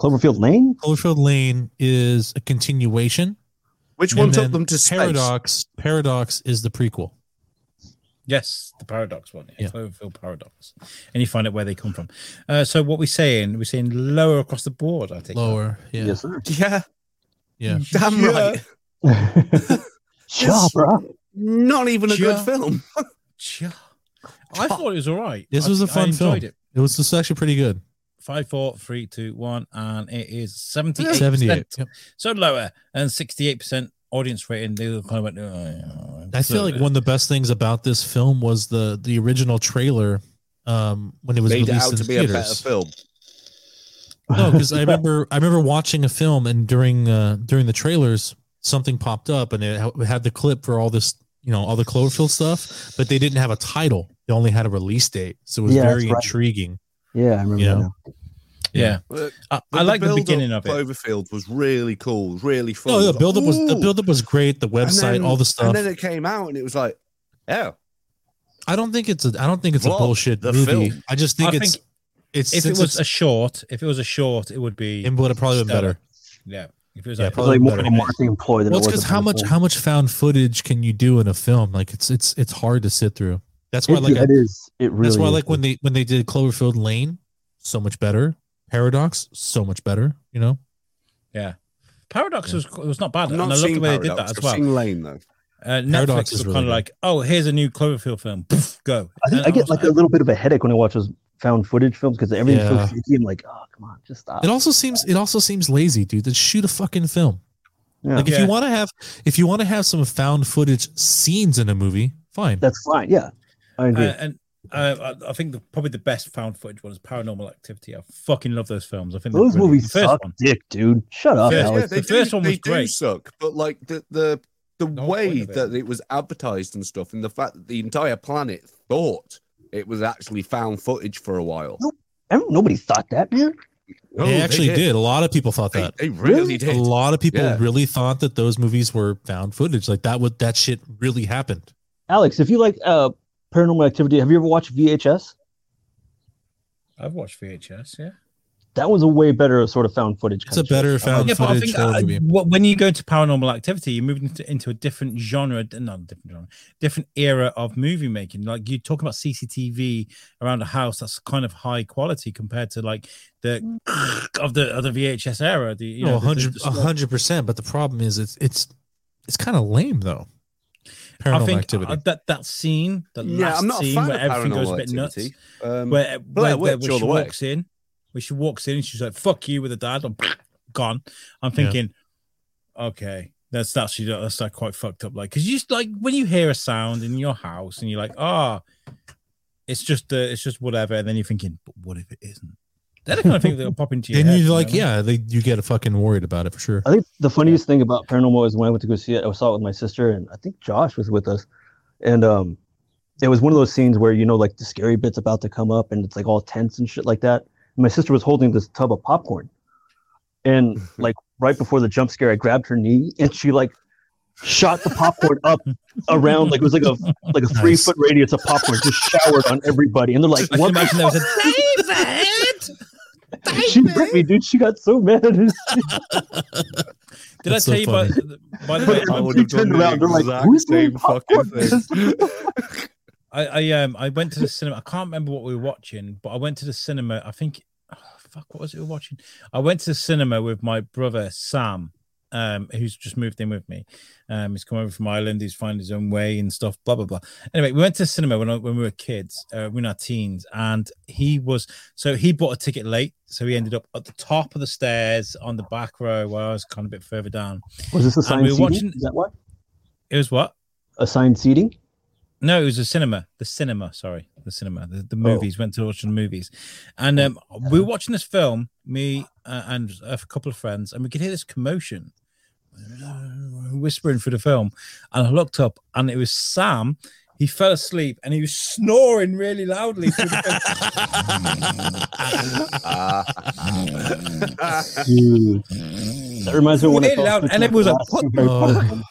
D: Cloverfield Lane.
B: Cloverfield Lane is a continuation.
A: Which
B: and
A: one took
B: then
A: them to space?
B: Paradox. Paradox is the prequel.
C: Yes, the paradox one. Yeah,
B: Yeah.
C: Cloverfield paradox, and you find out where they come from. Uh, so what we're saying, we're saying lower across the board. I think
B: Lower. *laughs* Yeah.
A: *laughs*
D: Yes, sir. *laughs*
A: Yeah,
B: Yeah.
A: damn right.
D: Shaw, bro.
A: Not even a
C: Yeah.
A: good film.
C: Yeah. I thought it was all right.
B: This
C: I
B: was a
C: think I
B: fun
C: enjoyed
B: film.
C: It.
B: It was it's actually pretty good.
C: Five, four, three, two, one, and it is seventy-eight.
B: 78. Yep.
C: So lower and sixty-eight percent audience rating. They were kind of went. "Oh, yeah, all right."
B: I feel
C: So,
B: like one of the best things about this film was the the original trailer um, when it was
A: Made it
B: released
A: out
B: in
A: to be a better
B: theaters.
A: film.
B: No, because I remember I remember watching a film and during uh, during the trailers something popped up and it ha- it had the clip for all this you know all the Cloverfield stuff, but they didn't have a title. They only had a release date, so it was
D: Yeah, that's
B: very
D: right.
B: intriguing.
D: *laughs* Yeah, I remember
B: Yeah.
D: that now.
C: yeah,
A: But-
C: I,
A: but
C: I like the
A: build-up
C: beginning of it. Oh,
A: Cloverfield was really cool, really fun.
B: No,
A: It
B: the
A: like,
B: build up was the
A: "Ooh."
B: build up was great. The
A: And
B: website,
A: then-
B: all the stuff.
A: And then it came out, and it was like, oh,
B: I don't think it's a I don't think it's
A: Well,
B: a bullshit
A: the
B: movie.
A: film.
B: I just think
C: I
B: it's
C: think
B: it's
C: If it
B: since
C: was a
B: it's,
C: short, if it was a short, it would be
B: it would have probably been
C: stellar.
B: better.
C: yeah. If it was
B: Yeah,
C: like,
D: It was
B: Probably
D: like more
B: better.
D: of a marketing employee than
B: Well, it's
D: it was.
B: because how much how much found footage can you do in a film? Like it's it's it's hard to sit through. That's why
D: it,
B: like I,
D: it is. It really.
B: that's why
D: is.
B: like when they when they did Cloverfield Lane, so much better. Paradox, so much better. You know,
C: yeah. Paradox
B: Yeah.
C: was was not bad,
A: I've
C: and I
A: not
C: love the
A: seen
C: way
A: Paradox.
C: they did that as
A: I've
C: well.
A: seen Lane though.
C: Uh,
B: Paradox is
C: Netflix was
B: really
C: kind of
B: good.
C: like, oh, here's a new Cloverfield film. Poof, go.
D: I, think
C: And
D: I
C: was
D: get like a little bit of a headache when I watch those found footage films because everything's
B: Yeah.
D: so shaky. I'm like, oh come on, just stop.
B: it also seems it also seems lazy, dude. To shoot a fucking film.
D: Yeah.
B: Like if
C: Yeah.
B: you want to have if you want to have some found footage scenes in a movie, fine.
D: That's fine. Yeah, I
C: uh,
D: agree.
C: and uh, I I think the, probably the best found footage one is Paranormal Activity. I fucking love those films. I think they're
D: Those
C: brilliant.
D: movies
C: The first
D: suck
C: one.
D: dick, dude. Shut up,
C: Yeah,
A: Yeah,
D: Alex.
A: they
C: the first
A: do,
C: one was
A: they do
C: great.
A: suck, but like the the the,
C: The whole point
A: way
C: of it.
A: that it was advertised and stuff, and the fact that the entire planet thought it was actually found footage for a while.
D: No, I don't- Nobody thought that, man.
A: No,
B: they actually did.
A: did.
B: A lot of people thought
A: They,
B: that.
A: they really
B: a
A: did.
B: lot of people
A: Yeah.
B: really thought that those movies were found footage. Like that would that shit really happened.
D: Alex, if you like uh, Paranormal Activity, have you ever watched VHS?
C: I've watched VHS. Yeah,
D: that was a way better sort of found footage.
B: It's
D: kind
B: a
D: of shit.
B: better found
C: yeah, but I
B: footage
C: think
B: horror
C: uh,
B: movie.
C: wh- when you go into paranormal activity, you move into, into a different genre, d- not a different genre, different era of movie making. Like you talk about CCTV around a house that's kind of high quality compared to like the
D: Mm.
C: *laughs* of the of the VHS era. The you
B: No,
C: know,
B: a
C: the- the-
B: Oh, hundred,
C: the-
B: a hundred percent. But the problem is, it's it's it's kind of lame though. Paranormal
C: I think
B: activity.
C: uh, that that scene, that
A: yeah,
C: last
A: I'm not a
C: scene
A: fan
C: where
A: of
C: everything goes a
A: paranormal
C: bit nuts.
A: activity. Um,
C: where, where, where,
A: Witch
C: where
A: all
C: she
A: the way.
C: walks in, where she walks in and she's like, "Fuck you" with the dad, I'm *sniffs* gone. I'm thinking, okay, that's that's actually that's like quite fucked up. Like, cause you just, like when you hear a sound in your house and you're like, ah, it's just uh, it's just whatever, and then you're thinking, but what if it isn't? They're the kind of thing that'll pop into your
B: and
C: head.
B: you're
C: you
B: like,
C: know?
B: yeah, they, you get fucking worried about it for sure.
D: I think the funniest thing about Paranormal is when I went to go see it, I saw it with my sister, and I think Josh was with us. And um, it was one of those scenes where, you know, like the scary bit's about to come up and it's like all tense and shit like that. And my sister was holding this tub of popcorn.
C: *laughs*
D: And like right before the jump scare, I grabbed her knee and she like shot the popcorn up around like it was like a like a three foot radius of popcorn just showered on everybody and they're like
C: I can
D: what
C: imagine
D: the
C: there was a
D: fuck? she bit me dude she got so mad
C: *laughs* Did I
B: That's so
C: tell you by,
B: *laughs*
C: by the way?
D: I
C: I-
D: would- would've done the exact same
A: thing.
C: I, I um I went to the cinema. I can't remember what we were watching, but I went to the cinema. I think, oh, fuck, what was it we were watching? I went to the cinema with my brother Sam, um, who's just moved in with me. Um, he's come over from Ireland. He's finding his own way and stuff. Blah blah blah. Anyway, we went to the cinema when I, when we were kids, uh, when we were in our teens, and he was so he bought a ticket late, so he ended up at the top of the stairs on the back row, where I was kind of a bit further down.
D: was this
C: And
D: assigned
C: we were
D: seating
C: watching-
D: is that what
C: It was what?
D: assigned seating
C: No, it was a cinema. The cinema, sorry, the cinema. The,
B: Oh.
C: the movies went to watch the movies, and um, we were watching this film. Me uh, and a couple of friends, and we could hear this commotion, *sighs* whispering through the film. And I looked up, and it was Sam. He fell asleep, and he was snoring really loudly. Through
B: *laughs*
C: the film.
D: *laughs* Dude. That reminds me of when I
C: Really
D: fell
C: loud,
D: asleep
C: and
D: to
C: it was
D: the
C: a-
D: last two Harry
B: Oh.
D: Potter ones.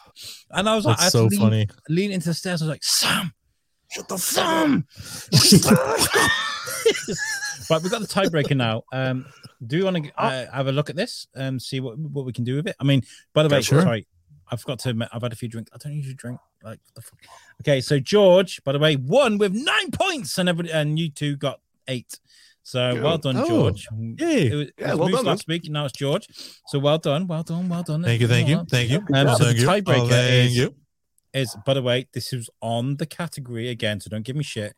C: and I was like, I
B: That's
C: had
B: so
C: to lean,
B: funny.
C: lean into the stairs. I was like, Sam, shut the Sam. right, we've got the tiebreaker now. Um, do we want to uh, have a look at this and see what what we can do with it? I mean, by the way,
B: Sure.
C: sorry, I've got to. admit, I've had a few drinks. I don't usually drink. Like what the fuck. Okay, so George, by the way, won with nine points, and everybody, and you two got eight. So
A: Yeah.
C: well done,
B: Oh.
C: George. It
B: Yay!
C: was,
A: Yeah,
C: it
A: well
C: was Moose
A: done, man.
C: last week. Now it's George. So well done, well done, well done.
B: Thank you, thank
C: Well
B: you,
C: done
B: thank you.
C: Um, so
B: thank
C: the
B: you. Oh,
C: tiebreaker
B: thank
C: is-
B: you.
C: is by the way, this is on the category again, so don't give me shit.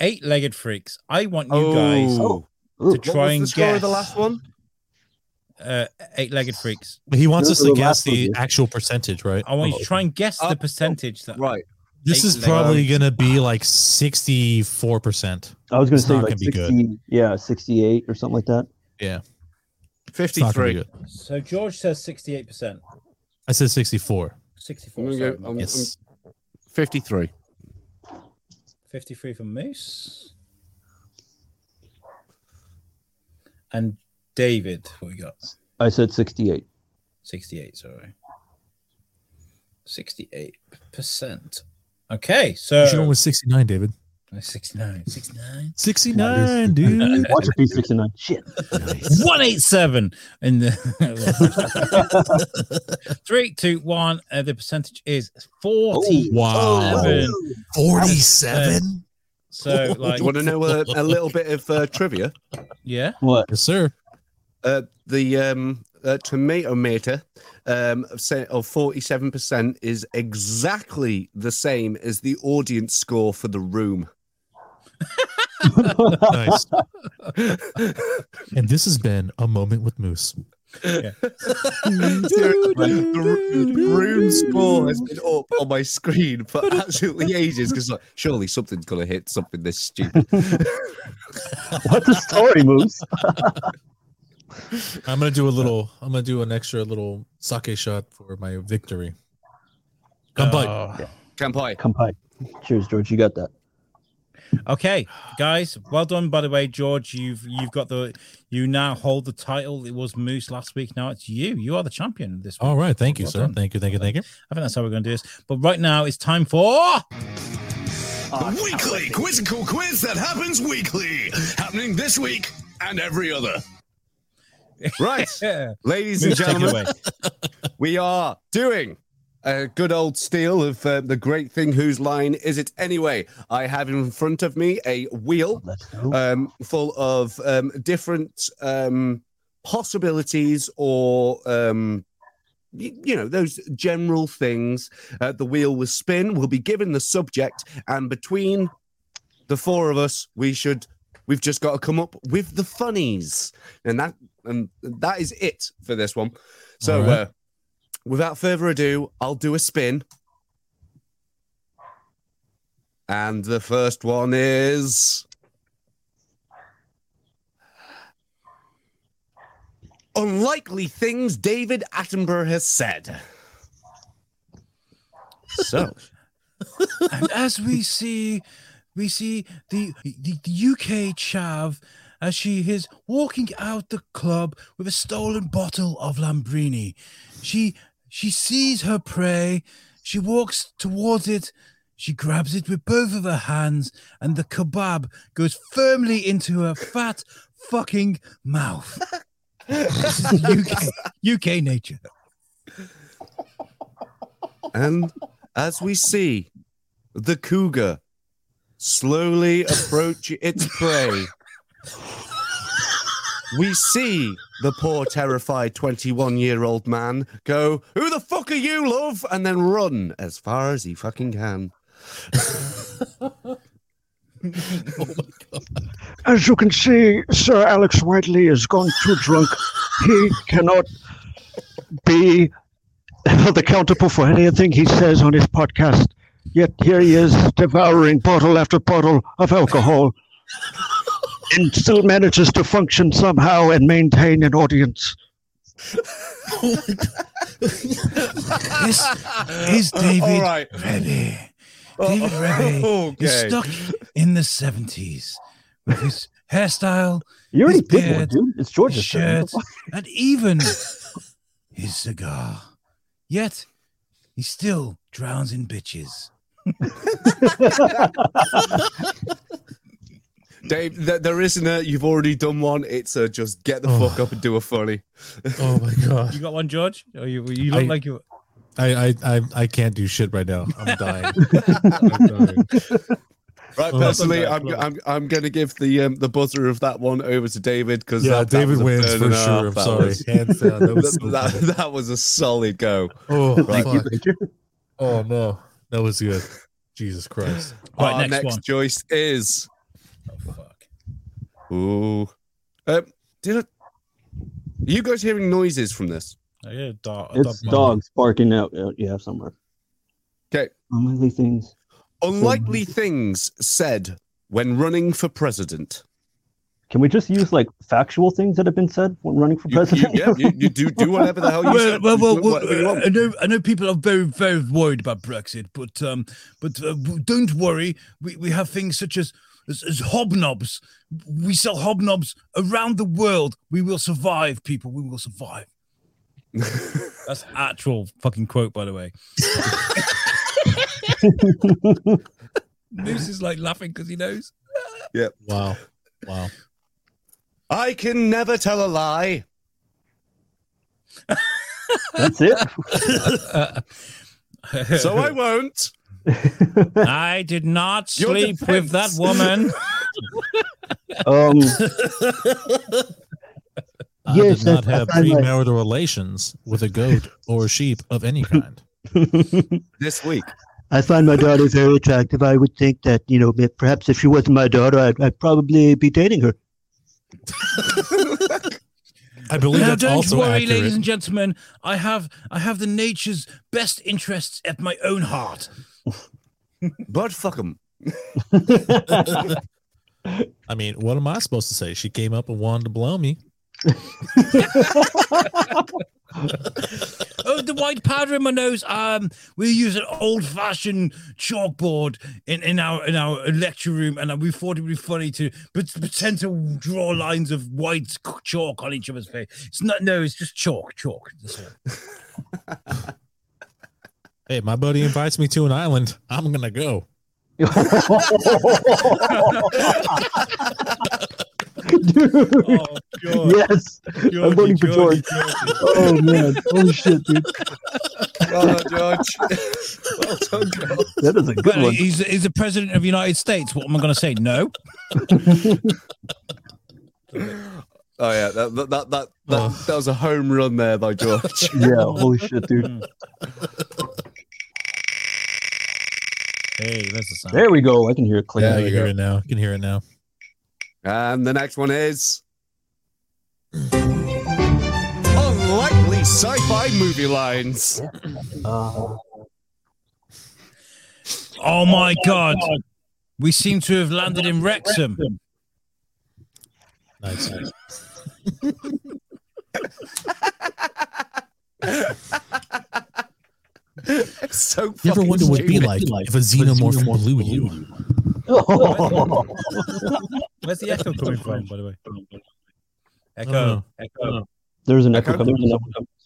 C: Eight legged freaks. I want you guys
A: Oh,
D: Ooh,
C: to
A: what
C: try
A: was the
C: and
A: score
C: guess
A: of the last one?
C: uh, eight legged freaks.
B: He wants us
D: Those are
B: to
D: the
B: guess
D: last
B: the
D: ones, yeah.
B: actual percentage, right?
C: I want you to try and guess
A: Oh,
C: the percentage that
A: Right.
B: This is
C: eight
B: probably gonna be like sixty-four percent.
D: I was going
B: It's
D: to say
B: not
D: like
B: gonna be good.
D: 60, yeah, 68 or something like that.
B: It's not gonna be
A: 53.
B: good.
C: so George says 68%.
B: I said sixty-four.
C: 64
A: I'm gonna
C: sorry,
A: go-
C: my
A: I'm-
C: bad.
B: Yes.
A: 53.
C: 53 from Moose. And David, what we got?
D: I said 68.
C: 68, sorry. 68%. Okay, so
A: Uh,
B: Which one was sixty-nine, David?
C: 69, 69.
B: Sixty-nine, dude.
D: Watch it be 69. Shit.
A: *laughs*
C: 187 in the *laughs* three, two, one. Uh, the percentage is 40.
B: Wow.
C: Seven.
B: Forty-seven.
C: So, like,
A: Do you want to know a, a little bit of uh, trivia?
C: yeah,
D: What? *laughs*
B: Yes, sir.
A: Uh, the um, uh, tomato meter um, of, say, of 47% is exactly the same as the audience score for the room.
B: Nice.
A: *laughs*
B: and this has been a moment with Moose.
C: Um, *laughs*
A: the, the room score has been up on my screen for absolutely ages because like, surely something's going to hit something this stupid.
D: What's the story,
C: *laughs*
D: Moose?
B: I'm gonna do a little. I'm gonna do an extra little sake shot for my victory. Uh, Come by.
C: Oh.
A: Kampai.
D: Come by. Cheers, George. You got that.
C: okay, guys, well done. By the way, George, you've you've got the you now hold the title. It was Moose last week. Now it's you. You are the champion this week.
B: All right. Thank you,
C: Well
B: sir.
C: done.
B: Thank you. Thank you. Thank you.
C: I think that's how we're going to do this. But right now, it's time for
E: Weekly Quizzical Quiz that happens weekly. Happening this week
A: and every other. Right,
C: Yeah.
A: ladies and
C: Move, take it
A: gentlemen,
C: away.
A: we are doing a good old steal of uh, the great thing. Whose line is it anyway? I have in front of me a wheel
D: Let's go.
C: Uh,
A: um, full of um, different um, possibilities or um, y- you know those general things. Uh, the wheel will spin. We'll be given the subject, and between the four of us, we should we've just got to come up with the funnies, and that and that is it for this one. So,
B: All right.
A: uh, without further ado, I'll do a spin. And the first one is. unlikely things David Attenborough has said. So,
C: and as we see, we see the, the, the UK chav as she is walking out the club with a stolen bottle of Lambrini. She she sees her prey. She walks towards it. She grabs it with both of her hands, and the kebab goes firmly into her fat fucking
A: *laughs*
C: mouth. this is the UK, UK nature.
A: and as we see the cougar slowly approach its prey, we see the poor, terrified 21 year old man go, Who the fuck are you, love? and then run as far as he fucking can.
E: As you can see, Sir Alex Whiteley has gone too drunk. He cannot be held accountable for anything he says on his podcast. Yet here he is devouring bottle after bottle of alcohol and still manages to function somehow and maintain an audience.
C: This is David
A: All right. Oh,
C: Rebbe. David Rebbe is
A: Okay.
C: stuck in the 70s with his hairstyle,
D: You already
C: his
D: picked one,
C: beard,
D: dude. It's
C: his
D: Georgia.
C: shirt, and even his cigar. Yet he still drowns in bitches.
A: Dave, th- there isn't a you've already done one. It's a just get the
B: Oh.
A: fuck up and do a funny.
B: Oh my god,
C: You got one, George? Or you, you
B: look I-
C: like you.
B: I, I I I can't do shit right now. I'm dying. *laughs* I'm dying.
A: Right,
B: Oh,
A: personally,
B: that's
A: I'm, I'm I'm going to give the um, the buzzer of that one over to David because
B: Yeah, David wins for sure. I'm sorry, hands down. That was
A: Was,
B: *laughs*
A: *laughs*
B: so
A: that,
B: good.
A: that, that was a solid go.
B: Oh,
A: Thank
B: fuck. oh no, that was good. Jesus Christ.
C: Right,
A: Our
C: next
A: Ah, next
C: one.
A: choice is
C: Oh, fuck.
A: ooh, um, did I, are you guys hearing noises from this?
C: I got Oh, a dog.
D: It's dogs barking out. uh, Yeah, somewhere.
A: 'Kay.
D: Unlikely things.
A: Unlikely things said when running for president.
D: Can we just use like factual things that have been said when running for
A: You, you,
D: president?
A: yeah, you, you do do whatever the hell
B: *laughs*
A: you
C: well,
A: said.
C: well,
A: You
C: well,
A: do
C: well,
A: whatever you want.
B: uh,
C: I know, I know people are very, very worried about Brexit, but um, but uh, w- don't worry, we, we have things such as, as as hobnobs. We sell hobnobs around the world. We will survive, people. We will survive.
A: *laughs*
C: That's actual fucking quote, by
A: *laughs*
C: the way. Moose is like laughing because he knows. *laughs*
B: Wow. Wow.
A: I can never tell a lie.
D: *laughs* That's it.
A: *laughs* so
B: *laughs*
A: I won't.
C: I did not
A: Your
C: sleep with that
A: defense.
C: woman.
D: Um,
B: I
E: Yes,
B: did not
E: that's-
B: have
E: that's right.
B: premarital relations with a goat or a sheep of any kind.
A: This week.
E: I find my daughter very attractive. I would think that, you know, ma- perhaps if she wasn't my daughter, I'd, I'd probably be dating her.
B: I believe
C: now
B: that's
C: don't
B: also
C: worry,
B: accurate.
C: ladies and gentlemen. I have I have the nature's best interests at my own heart.
A: But fuck them.
B: I mean, what am I supposed to say? She came up and wanted to blow me.
C: Oh, the white powder in my nose. Um, we use an old-fashioned chalkboard in, in our in our lecture room, and we thought it'd be funny to but pretend to draw lines of white c- chalk on each other's face. It's not no, it's just chalk, chalk. That's
D: *laughs*
C: all.
B: Hey, my buddy invites me to an island. I'm gonna go.
D: dude.
C: Oh, God.
D: yes.
C: Georgie,
D: voting for
C: Georgie,
D: George. Oh man. Holy shit, dude.
A: Well *laughs* done, George. well done, George.
D: That is a good
C: Well,
D: one.
C: he's, he's the president of the United States. What am I going to say? No.
A: Oh yeah, that that that that, that,
B: Oh.
A: that was a home run there by
B: *laughs*
A: George.
D: Yeah. Holy shit, dude.
C: Hey, that's the sound.
D: There we go. I can hear it click.
B: Yeah,
A: there
B: you
A: you
B: hear
A: go.
B: it now. You can hear it now.
A: and the next one is unlikely sci-fi movie lines.
D: Uh,
C: Oh my God. We seem to have landed in Wrexham.
B: Nice.
A: so
B: You ever
A: fucking
B: wonder what it'd be
A: stupid.
B: like if a xenomorph blew you?
C: Where's the echo coming from, Oh, by the way?
B: I don't
C: Echo.
B: know.
C: Echo.
D: there's an echo
A: Echo?
D: coming.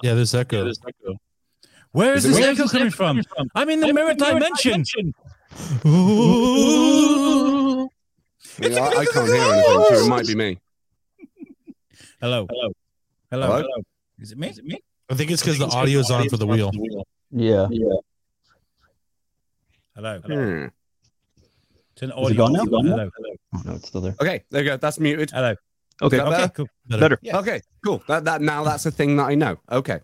B: Yeah, there's echo. *laughs*
C: Where is
A: Is it
C: this
A: where-
C: echo coming from? I'm in the mirror dimension.
A: You know, I, I can't hear anything, so it might be
B: *laughs*
A: me.
C: Hello. Hello. Hello.
A: Hello?
C: Hello. Is it me? Is it me?
B: I think it's because the audio's on for the wheel.
D: Yeah.
C: Hello. Hello.
A: Hmm.
C: Turn the
D: Is it
C: audio
D: gone now?
C: off.
D: Is it gone now?
C: Hello. Hello.
D: Oh, No, it's still there.
A: Okay, there you go. That's muted.
C: Hello.
A: Okay,
D: Okay.
A: that better?
C: Okay, cool.
B: Better.
C: Yeah.
A: Okay, cool. That, that now that's a thing that I know. Okay.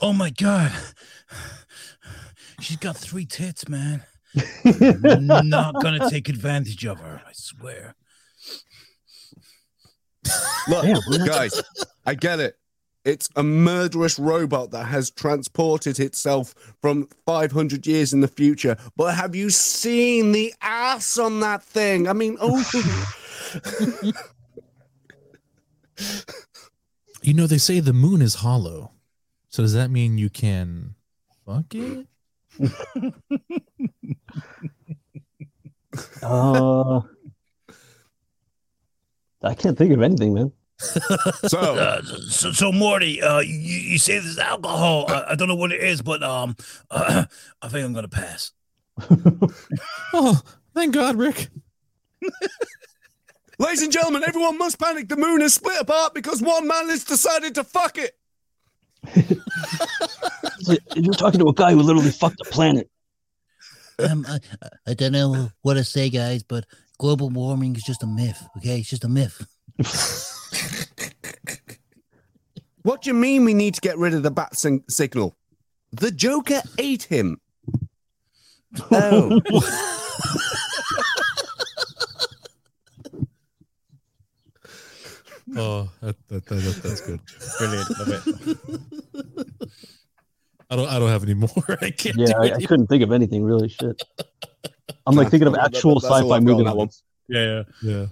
C: Oh my God. *sighs* She's got three tits, man. I'm not going to take advantage of her. I swear.
A: Look,
D: Damn, we're not-
A: guys, I get it. It's a murderous robot that has transported itself from 500 years in the future. But have you seen the ass on that thing? I mean, oh,
B: You know, they say the moon is hollow. So does that mean you can fuck it?
D: Uh, I can't think of anything, man.
A: so
C: Uh, so, so Morty, uh, you, you say there's alcohol. I, I don't know what it is, but um, *clears throat* I think I'm going to pass.
B: Oh, thank God, Rick.
A: ladies and gentlemen, everyone must panic. The moon is split apart because one man has decided to fuck it.
D: It's like, you're talking to a guy who literally fucked the planet.
F: um, I, I- I don't know what to say, guys, but global warming is just a myth. Okay, it's just a myth.
A: What do you mean we need to get rid of the bat sing- signal? The Joker ate him. Oh.
B: Oh, that, that, that, that- that's good.
C: Brilliant, love it.
B: *laughs* I don't. I don't have any more. *laughs* I can't.
D: Yeah,
B: do
D: I, I
B: any-
D: couldn't think of anything really. Shit, I'm like
A: Nah,
D: thinking of
A: that- that-
D: actual
A: that's all
D: sci-fi
A: I've got on
D: movie.
A: that one.
D: lines.
C: Yeah,
B: yeah.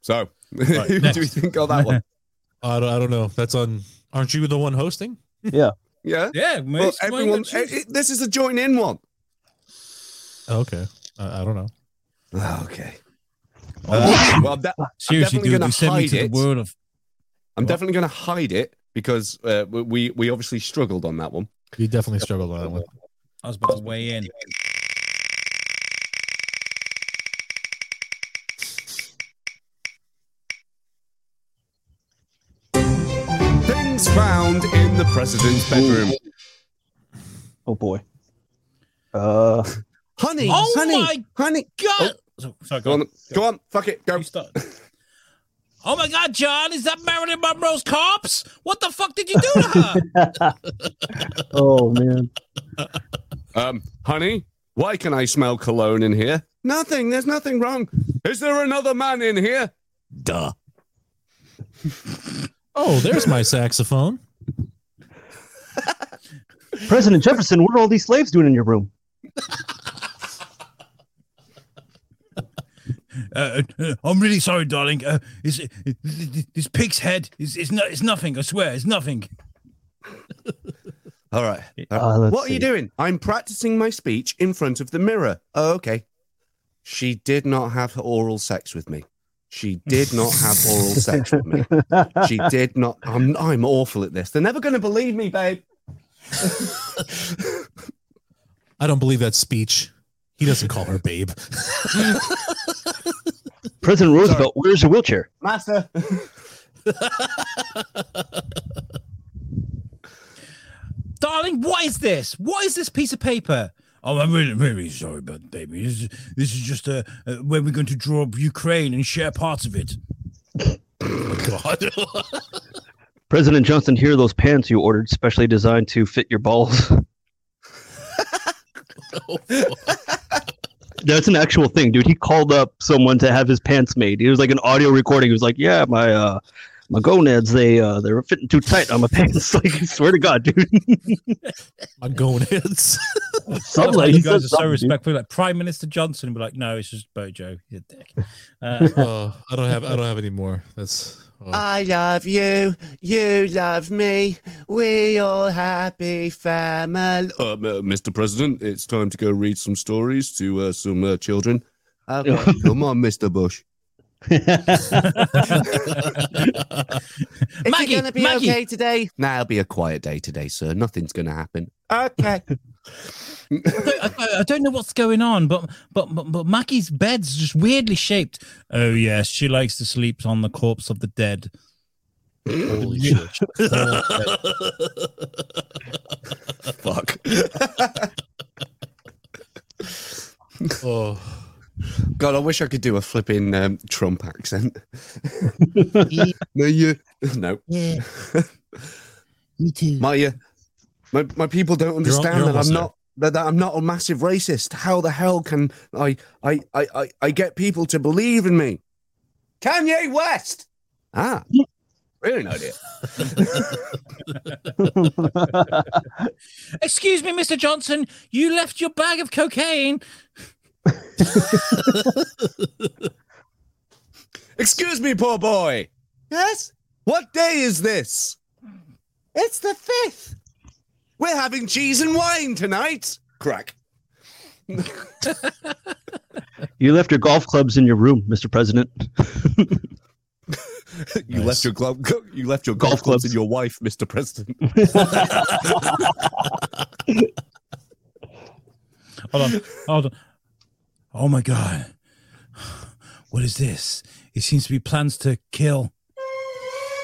A: So, *laughs* who
C: next.
A: do we think got that one?
B: I don't. I don't know. That's on. Aren't you the one hosting?
A: Yeah.
C: yeah, yeah.
A: Well, everyone, eh, it- it- this is a join in one.
B: Oh, okay. I, I don't know.
A: Oh, Okay. Uh, well, I'm, de-
C: seriously,
A: definitely
C: dude,
A: gonna
C: they sent me
A: hide
C: to the
A: it.
C: world of
A: I'm definitely going to hide it because uh, we- we we obviously struggled on that one.
B: You definitely struggled on that one.
C: I was about to weigh in.
A: Things found in the president's bedroom.
D: Oh boy. Uh,
A: Honey,
C: Oh
A: honey,
C: my
A: honey.
C: God! Oh, So- sorry,
A: Go
C: go
A: on, go on, fuck it, go.
C: You start. Oh my God, John, is that Marilyn Monroe's corpse? What the fuck did you do to her?
D: oh man.
A: Um, honey, why can I smell cologne in here? Nothing. There's nothing wrong. Is there another man in here?
B: Duh. oh, there's my saxophone.
D: President Jefferson, what are all these slaves doing in your room?
C: Uh, uh, I'm really sorry, darling. Uh, it's, it's, it's pig's head. It's, it's, no, it's nothing. I swear, it's nothing.
A: All right.
D: Uh, let's
A: What are you
D: see.
A: doing? I'm practicing my speech in front of the mirror. Oh, okay. She did not have oral sex with me. She did not have oral sex with
D: *laughs*
A: me. She did not. I'm, I'm awful at this. They're never going to believe me, babe.
B: I don't believe that speech. He doesn't call her babe.
D: President Roosevelt wears a wheelchair.
A: Master.
C: darling, what is this? What is this piece of paper? Oh, I'm really, really sorry, but baby, this is, this is just uh uh where we're going to draw up Ukraine and share parts of it.
B: God.
D: President Johnson, here are those pants you ordered, specially designed to fit your balls. *laughs* That's an actual thing, dude. He called up someone to have his pants made. It was like an audio recording. He was like, "Yeah, my uh, my gonads, they uh, they're fitting too tight on my *laughs* pants." Like, I swear to God,
C: *laughs*
D: dude.
B: My *laughs* gonads.
C: That's why
D: like-
C: you
D: he
C: guys
D: said
C: are so
D: something, dude.
C: respectful. Like Prime Minister Johnson, be like, no, it's just Bojo. He's a dick.
D: *laughs*
C: Uh,
B: oh, I don't have. I don't have any more. That's. oh.
A: I love you. You love me. We all happy family. Uh, m- Mr. President, it's time to go read some stories to uh, some uh, children. Okay, *laughs* come on, Mr. Bush. Is
C: Maggie, Maggie.
A: today? Nah, it'll be a quiet day today, sir. Nothing's going to happen. Okay.
C: I, don't, I- I don't know what's going on, but but but, but Mackie's bed's just weirdly shaped. Oh yes, she likes to sleep on the corpse of the dead.
B: Holy shit.
A: *laughs* Fuck.
B: Oh.
A: God, I wish I could do a flipping um, Trump accent.
F: Yeah,
A: *laughs* No, you. No. *laughs*
F: yeah. Me too.
A: My, uh, my my people don't understand
B: you're
A: that
B: almost
A: I'm
B: there.
A: not that, that I'm not a massive racist. How the hell can I I, I I I get people to believe in me? Kanye West. Ah, brilliant idea.
C: Excuse me, Mister Johnson, you left your bag of cocaine.
A: Excuse me, poor boy. Yes. What day is this? It's the fifth. We're having cheese and wine tonight. Crack. *laughs*
D: you left your golf clubs in your room, Mr. President.
A: You
B: Nice.
A: left your glove. You left your
D: Golf
A: golf, clubs
D: clubs.
A: and your wife, Mr. President.
C: Hold on, hold on. Oh my god, what is this? It seems to be plans to kill.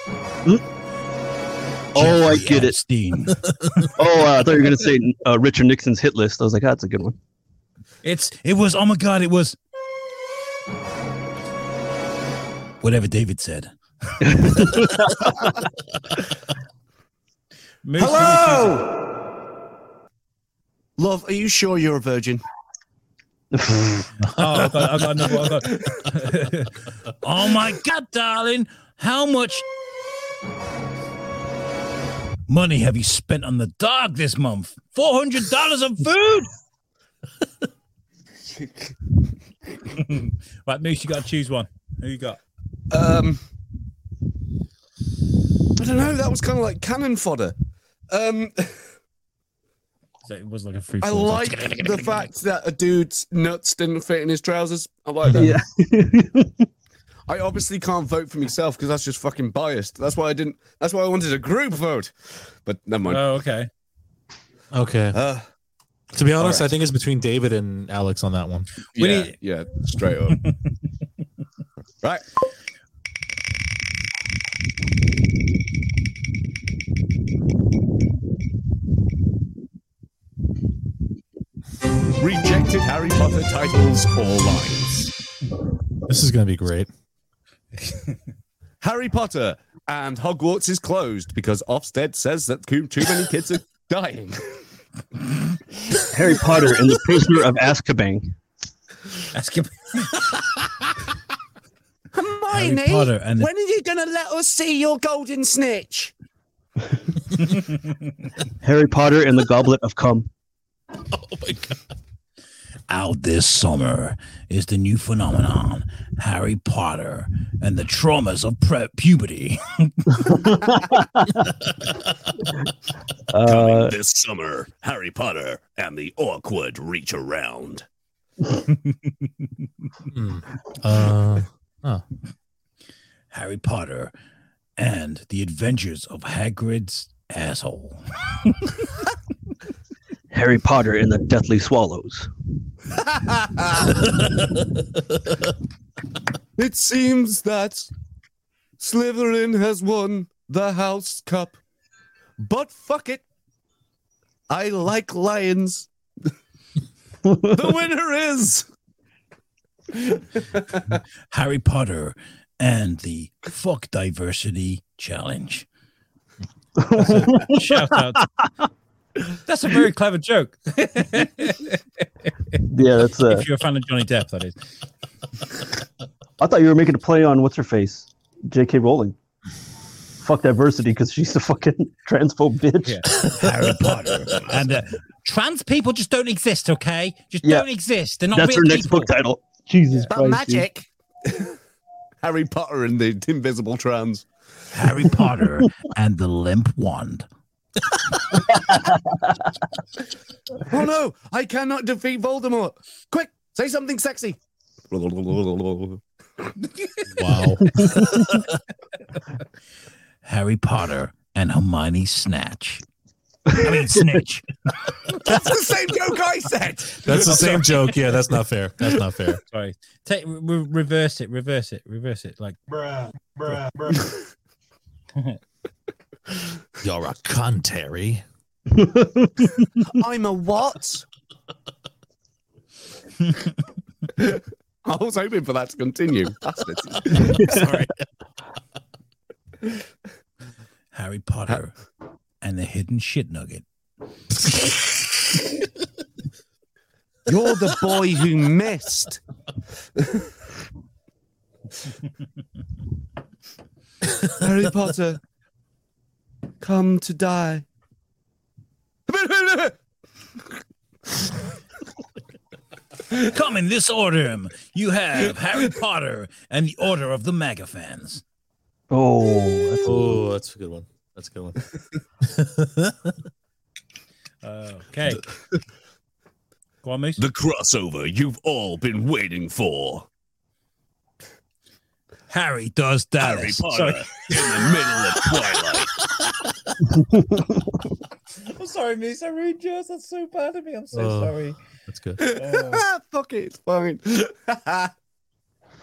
D: Oh, I
C: Jeffrey
D: get it. *laughs*
C: Epstein.
D: Oh, uh, I thought you were gonna say uh, Richard Nixon's hit list. I was like, "Ah, that's a good one.
C: It's it was oh my god, it was whatever David
D: *laughs*
C: said. Moose,
A: Hello. Love, are you sure you're a virgin?
C: Oh, I got, I got another one, I got- *laughs* oh my god, darling, how much money have you spent on the dog this month? Four hundred dollars of food. *laughs* right, Moose, you got to choose one. Who you got?
A: Um, I don't know. That was kind of like cannon fodder. Um,
C: So it was like a free.
A: I
C: fall.
A: like the fact that a dude's nuts didn't fit in his trousers. I like that.
D: Yeah.
A: *laughs* I obviously can't vote for myself because that's just fucking biased. That's why I didn't. That's why I wanted a group vote. But never mind.
C: *laughs* Oh, okay.
B: Okay.
A: Uh,
B: To be honest,
A: Alright.
B: I think it's between David and Alex on that one.
C: We
A: yeah,
C: need-
A: yeah, straight
C: *laughs*
A: up. right. Rejected Harry Potter titles or lines.
B: This is going to be great.
A: Harry Potter and Hogwarts is closed because Ofsted says that too too many kids are dying.
D: Harry Potter and the Prisoner of Azkaban.
C: Ask him.
A: Hermione,
C: Harry Potter and the-
A: when are you going to let us see your golden snitch?
D: Harry Potter and the Goblet of Cum.
C: Out this summer is the new phenomenon Harry Potter and the traumas of pre- puberty.
D: Uh,
A: this summer, Harry Potter and the awkward reach around.
B: Hmm. *laughs* Uh,
C: Harry Potter and the adventures of Hagrid's asshole.
D: Harry Potter and the Deathly Swallows.
A: *laughs* It seems that Slytherin has won the House Cup. But fuck it. I like lions. *laughs* the winner is.
C: Harry Potter and the Fuck Diversity Challenge. That's
D: *laughs*
C: a shout out. That's a very clever joke.
D: Yeah, that's. Uh,
C: if you're a fan of Johnny Depp, that is.
D: I thought you were making a play on what's her face, J.K. Rowling. Fuck diversity because she's a fucking *laughs* transphobe bitch.
C: Yeah. Harry Potter and uh, trans people just don't exist. Okay, just
D: Yeah.
C: don't exist. They're not
D: That's her
C: real
D: next
C: people.
D: book title. Jesus
A: But
D: Christ. dude.
A: magic. *laughs* Harry Potter and the invisible trans.
D: *laughs*
C: Harry Potter and the limp wand.
A: Oh no, I cannot defeat Voldemort. Quick, say something sexy.
B: Wow.
C: Harry Potter and Hermione snatch. I mean snitch.
A: That's the same joke I said.
B: That's the same joke. Yeah, that's not fair. That's not fair.
C: Sorry, take re- re- reverse it, reverse it, reverse it. Like
B: You're a cunt, Terry.
A: I'm a what? I was hoping for that to continue. Bastards.
B: Sorry.
C: Harry Potter and the hidden shit nugget.
A: You're the boy who missed. Harry Potter, come to die.
C: Come in this order. You have Harry Potter and the Order of the MAGA fans.
D: Oh, that's
B: Oh, that's a good one. That's a good one.
C: *laughs* Okay. Go on, Moose.
A: the crossover you've all been waiting for.
C: Harry does Dallas. Sorry.
A: in the middle of Twilight.
C: I'm sorry, *laughs* Moose. I ruined yours. That's so bad of me. I'm so
B: Oh.
C: sorry.
B: that's
A: *laughs*
B: good.
C: Oh.
A: Fuck it, it's fine.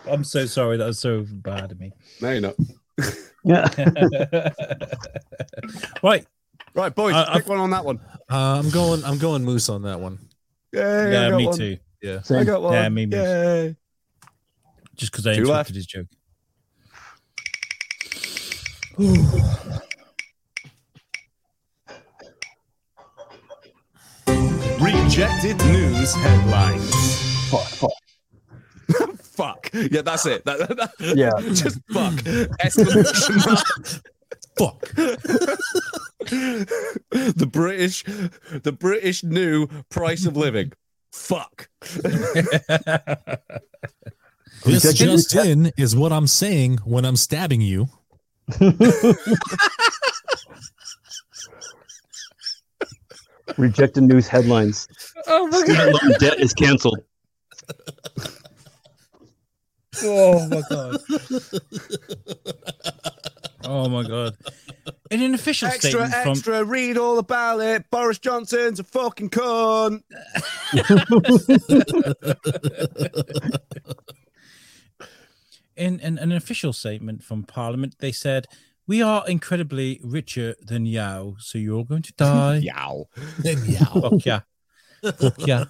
C: I'm so sorry. That was so bad of me.
A: no, you're not.
D: yeah.
C: *laughs* right.
A: Right, boys,
C: I- I-
A: pick one on that one.
B: Uh, I'm going. I'm going moose on that one.
A: Yay, I
C: Yeah,
A: got
C: me
A: one.
C: too.
A: I
D: Same.
A: got one.
C: Yeah, me too.
A: Yay.
C: Just because I
A: Two left.
C: interrupted his joke.
A: Rejected news headlines.
D: Fuck, fuck.
A: Fuck. Yeah, that's it. That, that, that-
D: Yeah.
A: *laughs* Just fuck. Exclamation *laughs* mark.
B: Fuck.
A: the British, the British new price of living. Fuck.
B: This
D: Rejected
B: just in is what I'm saying when I'm stabbing you.
D: Rejected news headlines.
C: *laughs* Oh my
D: Student loan debt is canceled.
C: Oh my god. oh my god. In an official
A: Extra,
C: statement from
A: extra. Read all about it. Boris Johnson's a fucking cunt.
C: in, in an official statement from Parliament, they said, "We are incredibly richer than Yao, so you're going to die."
A: Yow.
B: Then yeah.
C: Fuck yeah. Fuck yeah.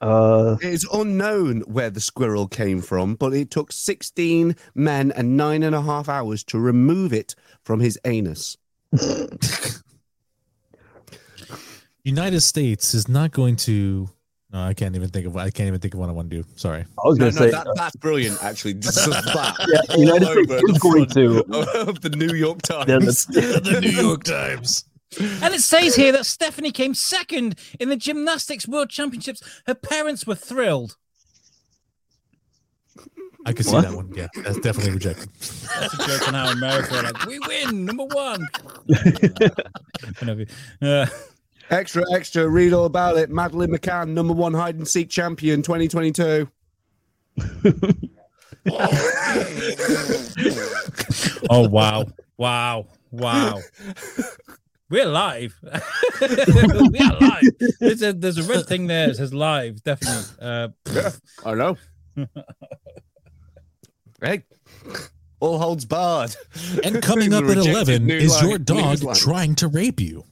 D: Uh,
A: It is unknown where the squirrel came from, but it took 16 men and nine and a half hours to remove it from his anus.
B: United States is not going to. No, I can't even think of. I can't even think of what I want to do. Sorry.
D: I was
A: No,
D: gonna
A: no,
D: say
A: that, that's brilliant, actually. Just *laughs* that.
D: yeah,
A: all
D: United
A: over Oh.
D: States
A: the
D: is going
A: front *laughs*
D: to.
A: Of the New York
D: Yeah,
A: Times.
B: *laughs*
D: that's-
A: *laughs*
B: the New York Times.
C: And it says here that Stephanie came second in the gymnastics world championships. Her parents were thrilled.
B: I could see
D: What?
B: that one. Yeah, that's definitely rejected.
C: That's a joke on how America are like, we win, number one. Uh,
A: Extra, extra. Read all about it. Madeline McCann, number one hide and seek champion 2022.
C: Oh wow! Wow! Wow! We're live. *laughs* we are live. There's a, there's a red thing there that says live, definitely. Uh,
A: *laughs* I know. Right? All holds barred.
B: And coming up at
A: Rejected
B: 11
A: new
B: is
A: line-
B: your dog
A: news line.
B: trying to rape you.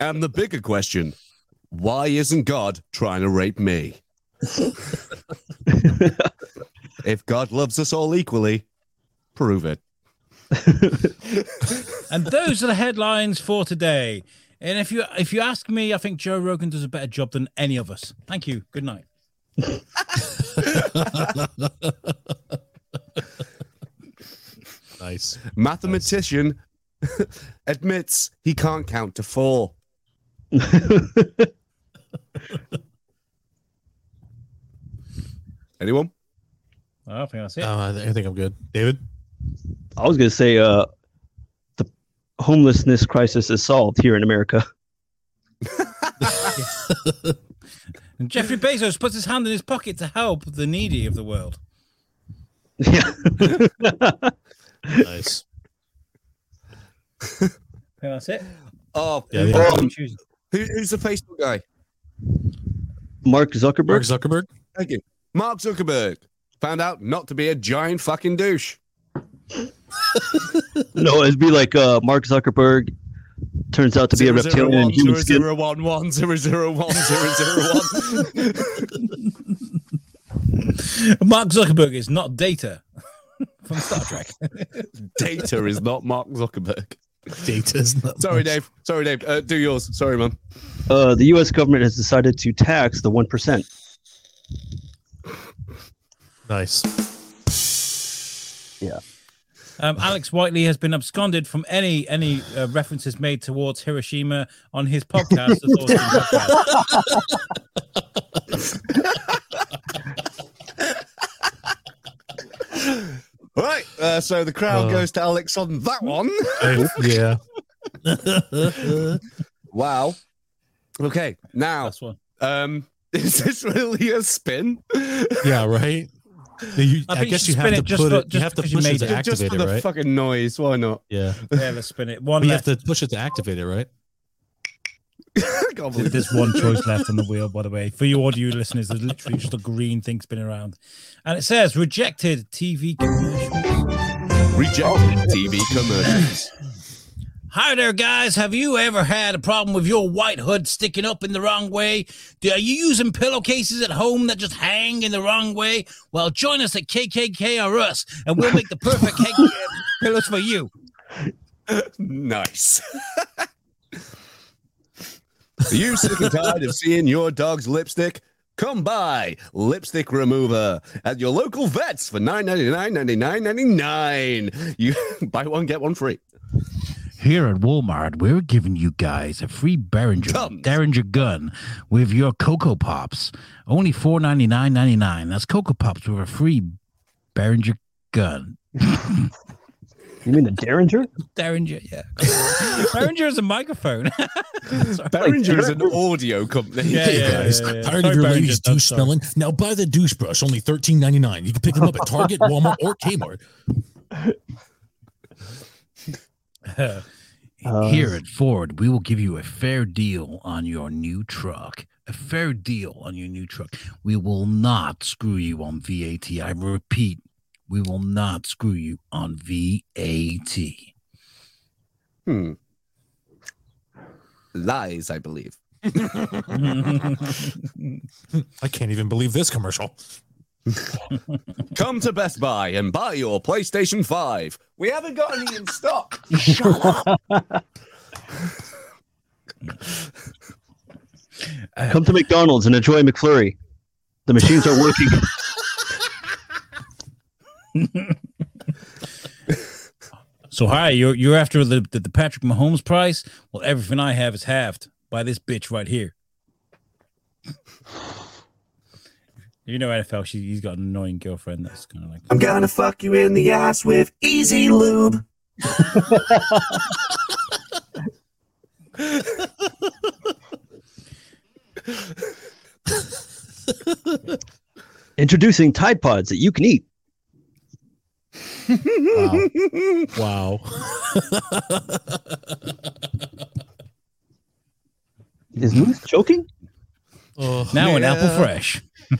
A: And the bigger question why isn't God trying to rape me? if God loves us all equally, prove it.
C: And those are the headlines for today. And if you if you ask me, I think Joe Rogan does a better job than any of us. Thank you. Good night.
B: Nice.
A: Mathematician *laughs* admits he can't count to four. *laughs* Anyone?
C: I think that's it.
B: Uh, I think I'm good. David?
D: I was gonna say, uh, the homelessness crisis is solved here in America.
C: and Jeffrey Bezos puts his hand in his pocket to help the needy of the world.
D: yeah,
A: *laughs*
B: Nice.
C: I think that's it.
A: Oh,
B: Yeah, yeah.
A: oh,
C: I'm choosing.
A: who, who's the Facebook guy?
D: Mark Zuckerberg.
B: Mark Zuckerberg?
A: Thank you. Mark Zuckerberg found out not to be a giant fucking douche.
D: No, it'd be like uh, Mark Zuckerberg turns out to be a reptilian in human skin.
A: 001, 001,
B: *laughs*
A: 001.
C: Mark Zuckerberg is not data *laughs* from Star Trek.
A: Data is not Mark Zuckerberg.
B: Data's not.
A: Sorry, Dave. Sorry, Dave. Uh, do yours. Sorry, man.
D: Uh, the U.S. government has decided to tax the one percent.
B: Nice.
C: Um, Alex Whiteley has been absconded from any any uh, references made towards Hiroshima on his podcast. The Thoughts in *laughs* Podcast.
A: All right. Uh, so the crowd
B: Uh.
A: goes to Alex on that one.
B: Hey, yeah.
A: Wow. Okay. Now,
C: That's one.
A: um, *laughs* is this really a spin?
B: Yeah, right? You-
C: I
B: I,
C: think you
B: guess
C: should
B: you have
C: spin
B: to
C: it just
B: put
C: for-
B: it, you
C: just
B: have to
C: because you
B: push it
C: made
B: to
C: it.
A: *laughs* Just
B: activate
A: for
B: it,
A: the
B: right?
A: fucking noise. Why not?
B: Yeah.
C: Yeah, let's spin it. One
B: But you have
C: left.
B: to push it to activate it, right?
A: *laughs* I can't believe
C: There's one choice left on the wheel, by the way. For you audio listeners, there's literally just a green thing spinning around. And it says rejected TV commercial.
A: Rejected TV commercials.
C: Hi there, guys. Have you ever had a problem with your white hood sticking up in the wrong way? Do- Are you using pillowcases at home that just hang in the wrong way? Well, join us at KKK or us, and we'll make the
G: *laughs*
C: perfect cake pillows for you.
A: *laughs* nice. *laughs* Are you sick and tired of seeing your dog's lipstick? Come buy lipstick remover at your local vets for $9.99, $99.99. You *laughs* buy one, get one free.
G: Here at Walmart, we're giving you guys a free Behringer,
A: Guns.
G: Derringer gun with your Cocoa Pops. Only four ninety nine ninety nine. That's Cocoa Pops with a free Behringer gun.
D: You mean the Derringer?
C: Derringer, yeah.
G: *laughs*
C: Derringer is a microphone.
A: Behringer is an audio company.
C: Yeah,
B: Hey
A: *laughs*
C: yeah.
B: guys, tired
C: Sorry,
B: of your
C: Barry,
B: lady's
C: just- I'm
B: douche
C: sorry.
B: smelling? Now buy the douche brush, only thirteen ninety nine. You can pick them up
A: *laughs*
B: at Target, Walmart, or Kmart.
D: Uh,
G: Here at Ford, we will give you a fair deal on your new truck. A fair deal on your new truck. We will not screw you on VAT. I repeat, we will not screw you on VAT.
A: Hmm. Lies, I believe.
B: I can't even believe this commercial.
A: Come to Best Buy and buy your PlayStation 5. We haven't got any
H: *laughs*
A: in stock.
D: Come to McDonald's and enjoy McFlurry. The machines are
C: *laughs*
D: working.
C: So hi, you're you're after the, the the Patrick Mahomes price. Well, everything I have is halved by this bitch right here. You know NFL. She, he's got an annoying girlfriend that's kind of like.
H: I'm gonna fuck you in the ass with Easy Lube.
D: Introducing Tide Pods that you can eat.
A: *laughs*
B: Wow. wow.
D: Is Moose joking?
B: Oh,
C: Now an apple
A: Yeah.
C: fresh.
B: all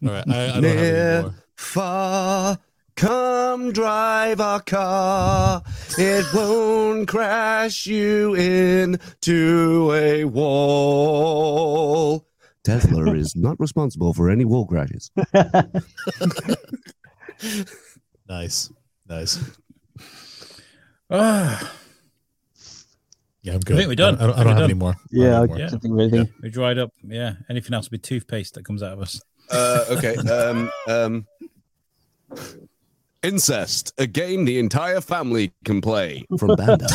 B: right. I, I don't have
A: Yeah.
B: any anymore.
A: Far, come drive our car. It won't crash you into a wall. Tesla is not responsible for any wall crashes.
B: Nice. Nice.
C: Ah,
B: Yeah, I'm good.
C: think we're done.
B: I, don't- I
C: I
B: don't have
C: think
B: any more.
D: Yeah, I
B: I don't have any more.
D: can't think of anything.
C: we dried up. Yeah. Anything else would be toothpaste that comes out of us.
A: Uh, okay. Um, um, incest, a game the entire family can play from Banda.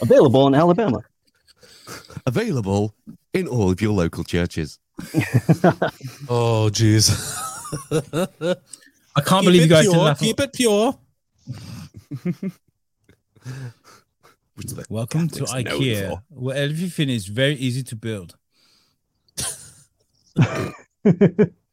D: Available in Alabama.
A: Available in all of your local churches.
B: Oh, jeez.
C: I can't believe you guys didn't laugh.
B: Keep it pure.
A: Which is the-
C: Welcome to
A: Catholics known
C: IKEA,
A: for.
C: where everything is very easy to build.
B: Fucking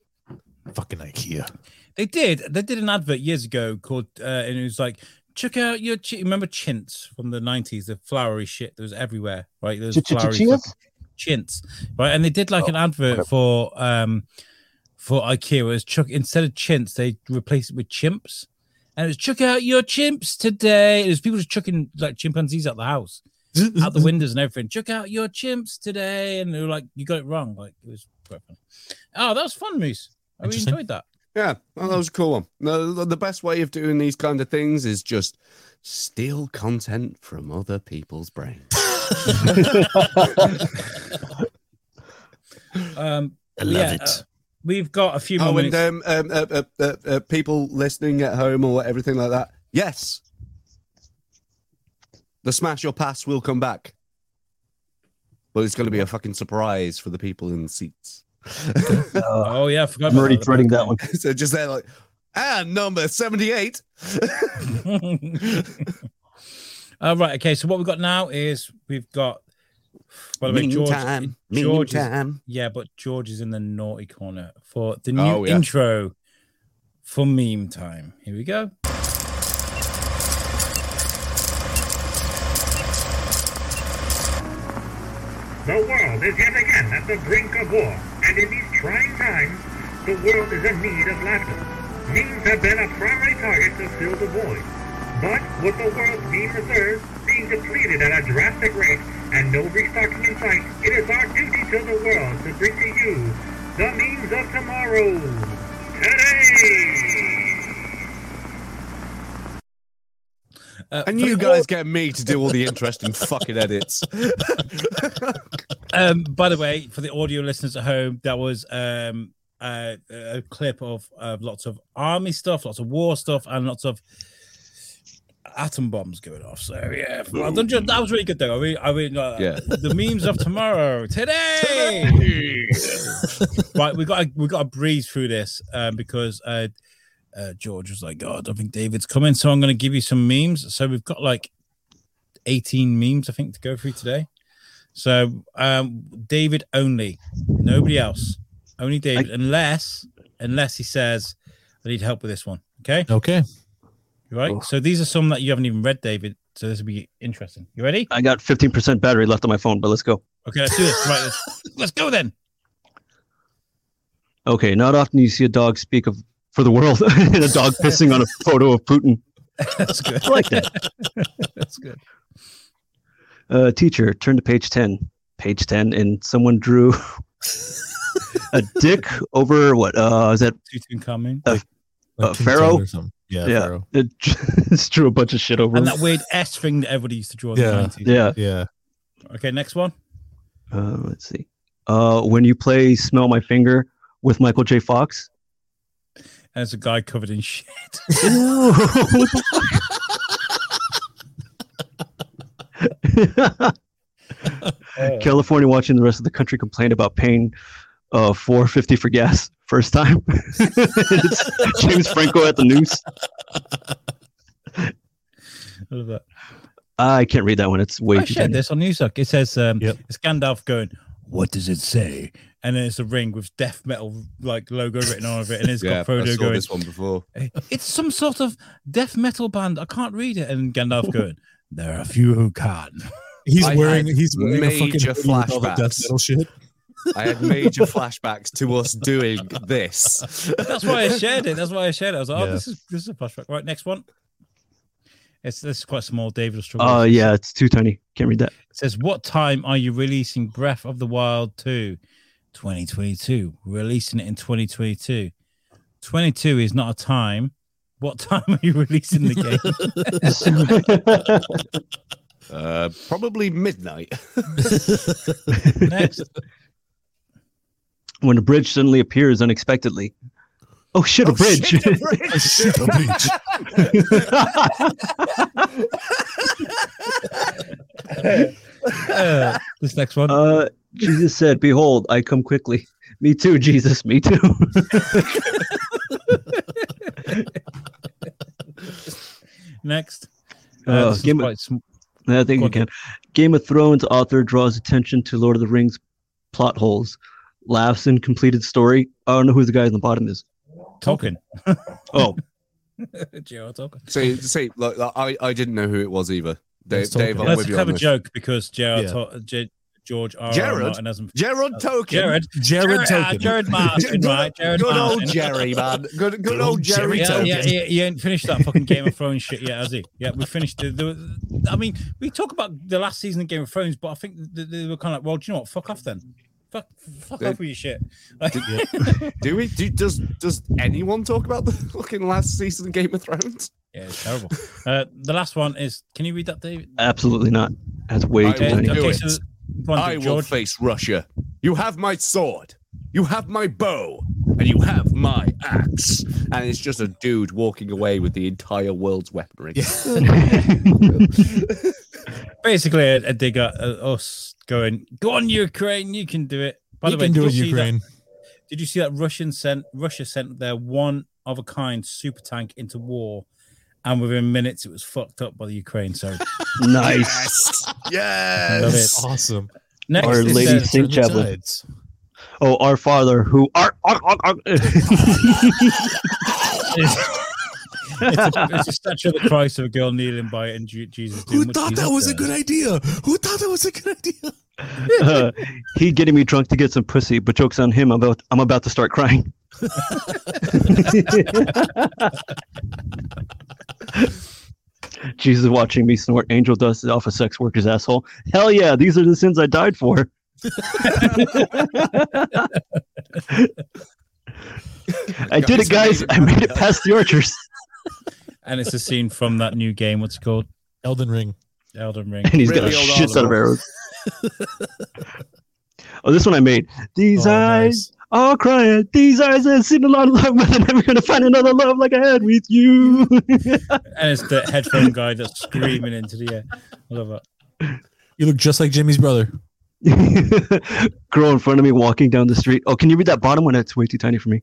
C: *laughs*
B: IKEA.
C: They did. They did an advert years ago called, uh, and it was like, check out your. Ch-. Remember chintz from the nineties? The flowery shit that was everywhere, right? There was flowery
D: Ch-ch-ch-cheers?
C: fucking chintz, right? And they did like an advert for um for IKEA. It was chuck instead of chintz, they replaced it with chimps, and it was check out your chimps today. It was people just chucking like chimpanzees out the house, out the windows and everything. Check out your chimps today, and they were like, you got it wrong. Like it was. quite funny. Oh, that was fun, Moose. I really
B: Interesting.
C: enjoyed that.
A: Yeah, well, that was a cool one. No, the- the best way of doing these kind of things is just steal content from other people's brains.
C: Um,
G: I love
C: yeah,
G: it.
C: uh, we've got a few more
A: Oh, and
C: minutes.
A: um, um, uh, uh, uh, uh, people listening at home or everything like that. Yes, the smash or pass will come back, but it's going to be a fucking surprise for the people in the seats. *laughs*
D: Uh,
C: oh yeah, I forgot.
D: I'm already
C: about
D: dreading that one.
A: so just they're like, and number seventy-eight.
C: that.
A: *laughs*
C: All right. Okay. So what we've got now is we've got. By the way, George.
A: meantime,
C: George is,
A: meantime.
C: yeah, but George is in the naughty corner for the new
A: Oh, yeah.
C: intro for meme time. Here we go.
I: The world is yet again at the brink of war, and in these trying times, the world is in need of laughter. Memes have been a primary target to fill the void. But with the world's meme reserves being depleted at a drastic rate and no restocking in sight, it is our duty to the world to bring to you the memes of tomorrow. Today!
C: Uh,
A: And
C: for
A: you
C: all-
A: guys get me to do all the
C: *laughs*
A: interesting fucking edits.
C: um, by the way, for the audio listeners at home, that was um, uh, a clip of uh, lots of army stuff, lots of war stuff, and lots of atom bombs going off. So yeah, well, don't you- that was really good though. I really, I really, uh,
A: Yeah.
C: the memes of tomorrow today. right, we got we got to breeze through this um, because uh, uh, George was like, "God, I don't think David's coming," so I'm going to give you some memes. So we've got like 18 memes, I think, to go through today. So um, David only, nobody else, only David, unless unless he says, "I need help with this one." Okay.
B: Okay.
C: You Right. So these are some that you haven't even read, David. So this will be interesting. You ready?
D: I got 15% battery left on my phone, but let's go.
C: Okay, let's do this. Right. Let's, let's go then. *laughs*
D: Okay, not often you see a dog speak of for the world *laughs* and a dog pissing on a photo of Putin.
C: That's good.
D: I like that.
C: *laughs* That's good.
D: Uh, teacher, turn to page 10. Page 10, and someone
C: *laughs*
D: drew a dick over what? Uh, is that *laughs*
C: Two tune coming.
D: Uh,
B: King
D: Pharaoh?
B: Tut or something. Yeah.
D: Yeah.
B: Pharaoh.
D: it just drew a bunch of shit over
C: And
D: him.
C: that weird S thing that everybody used to draw in
B: Yeah.
C: the 90s.
D: yeah.
B: Yeah.
C: Okay, next one.
D: Uh, let's see. Uh, when you play Smell My Finger with Michael J. Fox.
C: And it's a guy covered in shit. *laughs*
D: California watching the rest of the country complain about paying uh, four fifty for gas *laughs* first time. it's James Franco at the news.
C: I love that.
D: I can't read that one. It's way
C: I
D: too
C: shared
D: tiny.
C: this on Newsuck. It says um,
B: Yep.
C: it's Gandalf going,
G: What does it say?
C: and then it's a ring with death metal like logo written on it, and it's
A: yeah,
C: got
A: I
C: Frodo
A: saw
C: going,
A: this one before.
C: "It's
A: *laughs*
C: some sort of death metal band. I can't read it." And Gandalf going, "There are few who can." *laughs*
B: He's
A: I
B: wearing
A: had
B: he's wearing a fucking
A: major
B: hoodie with all the death
A: flashbacks.
B: metal shit.
A: I had major flashbacks to us doing this. *laughs*
C: That's why I shared it. That's why I shared it. I was like,
B: Yeah.
C: oh, this is this is a flashback. Right, next one. It's this is quite small. David will struggle.
D: Oh
C: with this.
D: yeah, it's too tiny. Can't read that. *laughs*
C: It says, What time are you releasing Breath of the Wild 2? 2022. Releasing it in 2022. 22 is not a time. What *laughs* time are you releasing the game?
A: Uh, probably midnight.
C: Next.
D: when a bridge suddenly appears unexpectedly. Oh
A: *laughs*
D: shit, a bridge!
B: Shit, a beach.
C: Uh, this next one.
D: *laughs* uh, Jesus said, "Behold, I come quickly." *laughs* Me too, Jesus. Me too. *laughs*
C: Next. Uh,
D: Oh,
C: this is
D: Game of-
C: quite sm-
D: I think you
C: Okay.
D: can. Game of Thrones author draws attention to Lord of the Rings plot holes. Laughs in completed story. I don't know who the guy on the bottom is.
C: Tolkien. *laughs*
D: Oh,
C: J.R. Tolkien.
A: Say, say, look, like, I, I didn't know who it was either. Dave,
B: It's Tolkien.
A: Dave I'm
C: That's
A: with
C: a
A: you on
C: clever
A: this.
C: joke because J.R.
B: Yeah.
C: Tol- J- George R.
A: Jared?
C: R. Martin hasn't.
A: Gerard Token.
C: Jared.
B: Jared
C: ah,
B: Tolkien.
C: Jared Martin,
A: Good-
C: right? Jared
A: good
C: Martin.
A: old Jerry, man. Good, good, old,
B: old
A: Jerry
B: Jerry
C: Yeah,
A: Token.
C: yeah, yeah, you ain't finished that fucking Game of Thrones shit yet, has he? Yeah, we finished. The, the, I mean, we talk about the last season of Game of Thrones, but I think they, they were kind of like, well, do you know what? Fuck off then. Fuck, fuck
A: They-
C: off with your shit. *laughs*
A: Do we? Do, does does anyone talk about the *laughs* fucking last season of Game of Thrones?
C: Yeah, it's terrible. Uh, the last one is. Can you read that, David? Uh,
D: absolutely not. That's way
A: I
D: too
A: will
D: tiny.
A: do it.
C: go on,
A: I will
C: George.
A: face Russia. You have my sword. You have my bow, and you have my axe. And it's just a dude walking away with the entire world's *laughs* weaponry.
C: Basically, a, a dig at uh, us going, "Go on, Ukraine, you can do it." By
B: you
C: the way,
B: can
C: did
B: do
C: you
B: it,
C: see that-
B: Ukraine.
C: Did you see that Russian sent Russia sent their one of a kind super tank into war, and within minutes it was fucked up by the
B: *laughs*
C: Ukraine. So
D: Nice.
C: love
A: yes.
C: it.
B: Awesome.
C: next,
D: Our
C: it
D: Lady
C: says-
D: Saint
B: Turn the
D: Chaplain.
B: tides.
D: Oh, our Father who are. are, are, are.
C: it's, a, *laughs* it's a statue of the Christ of a girl kneeling by it and Ju- Jesus. Doing
B: Who
C: what
B: thought
C: Jesus
B: that was a
C: does.
B: good idea? Who thought that was a good idea?
D: Uh, *laughs* he getting me drunk to get some pussy, but jokes on him. I'm about I'm about to start crying. *laughs* Jesus watching me snort angel dust off a sex worker's asshole. Hell yeah, these are the sins I died for. I did it, guys. I made it past the archers.
C: And it's a scene from that new game. What's it called
B: Elden Ring.
C: Elden
B: *laughs*
C: Ring.
D: *laughs* And he's got a
A: Really old
D: shit ton of
A: Oliver.
D: arrows. oh, this one I made. These
B: Oh,
D: eyes
B: nice.
D: Oh, crying. These eyes have seen a lot of love, but I'm never going to find another love like I had with you.
C: And it's the headphone guy that's screaming into the air. I love it.
B: You look just like Jimmy's brother.
D: *laughs* Girl in front of me walking down the street. Oh, can you read that bottom one? That's way too tiny for me.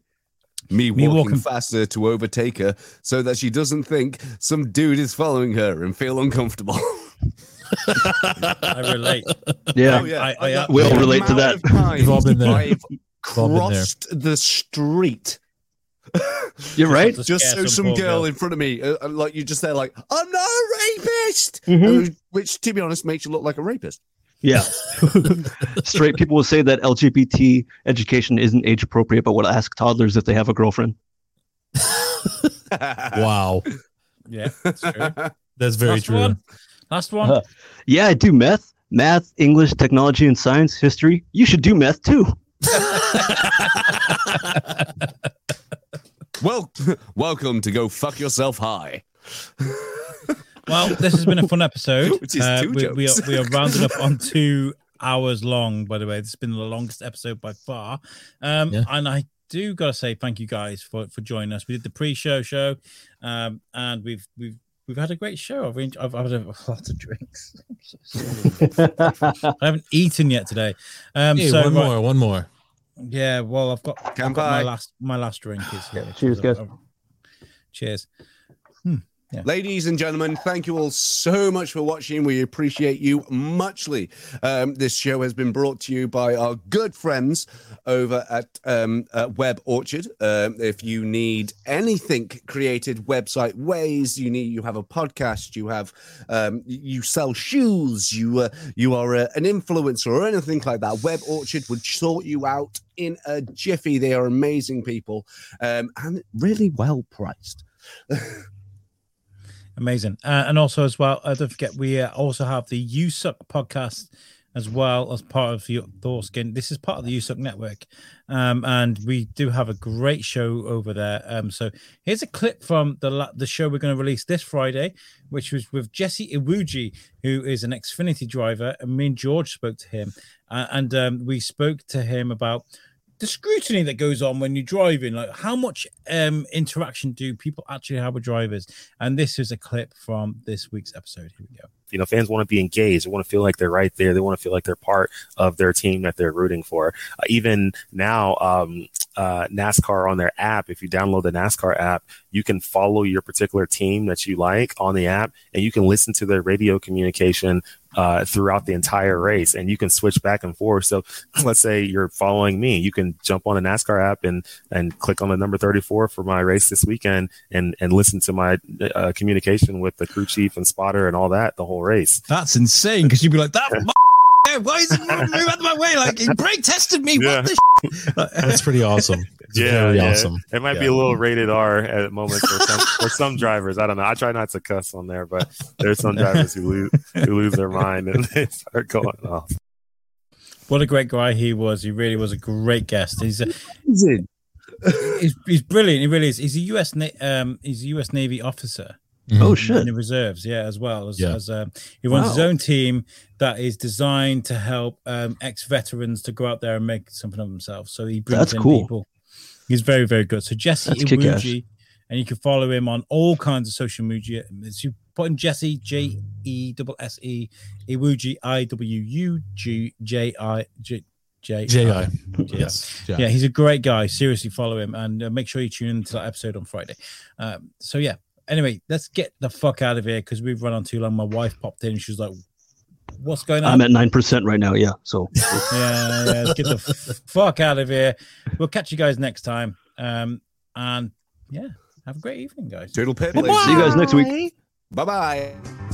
A: Me
C: Me
A: walking,
C: walking-
A: faster to overtake her so that she doesn't think some dude is following her and feel uncomfortable. *laughs*
C: I relate.
D: Yeah.
A: Oh, yeah.
C: I- I-
A: That-
D: We'll
A: the
D: relate to
A: amount of
D: that.
A: times
B: We've all been there.
A: I've
B: all been there.
A: crossed the street
D: *laughs* You're right.
C: To
A: just
C: scare
A: so some
C: poor
A: girl in front of me, uh, uh, like you're just there, like I'm not a rapist,
D: Mhm.
A: Uh, which to be honest makes you look like a rapist. *laughs*
D: Yeah. Straight people will say that LGBT education isn't age appropriate, but will ask toddlers if they have a girlfriend.
A: Uh,
B: Wow.
C: Yeah, that's true.
B: That's very
C: Last
B: true.
C: one. Last one.
D: Huh. Yeah, I do math, math, English, technology, and science, history. You should do math too.
A: well, *laughs* welcome to go fuck yourself high.
C: Well, this has been a fun episode.
A: *laughs*
C: Uh,
A: Which is two
C: we, we are
A: jokes.
C: we are rounded up
A: *laughs*
C: on two hours long. By the way, this has been the longest episode by far. Um,
B: Yeah.
C: and I do gotta say thank you guys for for joining us. We did the pre-show show, um, and we've we've we've had a great show. I've enj- I've, I've had a lot
B: *laughs*
C: of drinks. I'm so sorry. I haven't eaten yet today. Um,
B: Hey,
C: so
B: one
C: right-
B: more, one more.
C: yeah, well, I've got, I've got my
A: Kanpai.
C: last my last drink is here.
D: Cheers, guys.
C: Cheers.
A: Ladies and gentlemen, thank you all so much for watching. We appreciate you muchly. Um, this show has been brought to you by our good friends over at, um, at Web Orchard. Um, if you need anything created, website ways, you need you have a podcast, you have um, you sell shoes, you uh, you are uh, an influencer or anything like that. Web Orchard would sort you out in a jiffy. They are amazing people um, and really well priced.
C: Amazing. Uh, and also, as well, uh, don't forget, we uh, also have the You Suck podcast as well as part of the Thorskin. This is part of the You Suck network. Um, and we do have a great show over there. Um, so here's a clip from the la- the show we're going to release this Friday, which was with Jesse Iwuji, who is an Xfinity driver. And me and George spoke to him. Uh, and um, we spoke to him about the scrutiny that goes on when you're driving like how much um interaction do people actually have with drivers and this is a clip from this week's episode here we go
J: you know fans want to be engaged they want to feel like they're right there they want to feel like they're part of their team that they're rooting for uh, even now um, uh, nascar on their app if you download the nascar app you can follow your particular team that you like on the app and you can listen to their radio communication uh, throughout the entire race and you can switch back and forth so *clears throat* let's say you're following me you can jump on the nascar app and and click on the number 34 for my race this weekend and and listen to my uh, communication with the crew chief and spotter and all that the whole race
G: That's insane because you'd be like, that. m- yeah, Why is it move out of my way? Like he brake tested me.
J: Yeah.
G: What the?
B: That's pretty *laughs* awesome. It's very awesome.
J: It might be
B: Yeah.
J: a little rated R at moments for some, for some drivers. I don't know. I try not to cuss on there, but there's some drivers who lose who lose their mind and *laughs* they start going off.
C: *laughs* what a great guy he was he really was a great guest he's a, he's, he's brilliant he really is he's a u.s Na- um he's a u.s navy officer
D: Oh
C: in
D: shit.
C: the reserves yeah as well as,
B: Yeah.
C: as um, he runs his
A: Wow.
C: own team that is designed to help um ex-veterans to go out there and make something of themselves so he brings
D: That's
C: in
D: cool.
C: people he's very very good so jesse
D: That's kick-ass.
C: Iwuji, and you can follow him on all kinds of social media It's- you put in jesse j e s e iwuji i w u g j i j j
B: Ji, yes,
C: yeah. he's a great guy. Seriously, follow him and uh, make sure you tune into that episode on Friday. Um, so yeah. Anyway, let's get the fuck out of here because we've run on too long. My wife popped in. She was like, "What's going on?"
D: I'm at nine percent right now. Yeah. So
C: yeah, yeah, let's get the f- fuck out of here. We'll catch you guys next time. Um, and yeah, have a great evening, guys.
A: Doodle pip.
D: see you guys next week.
A: Bye bye.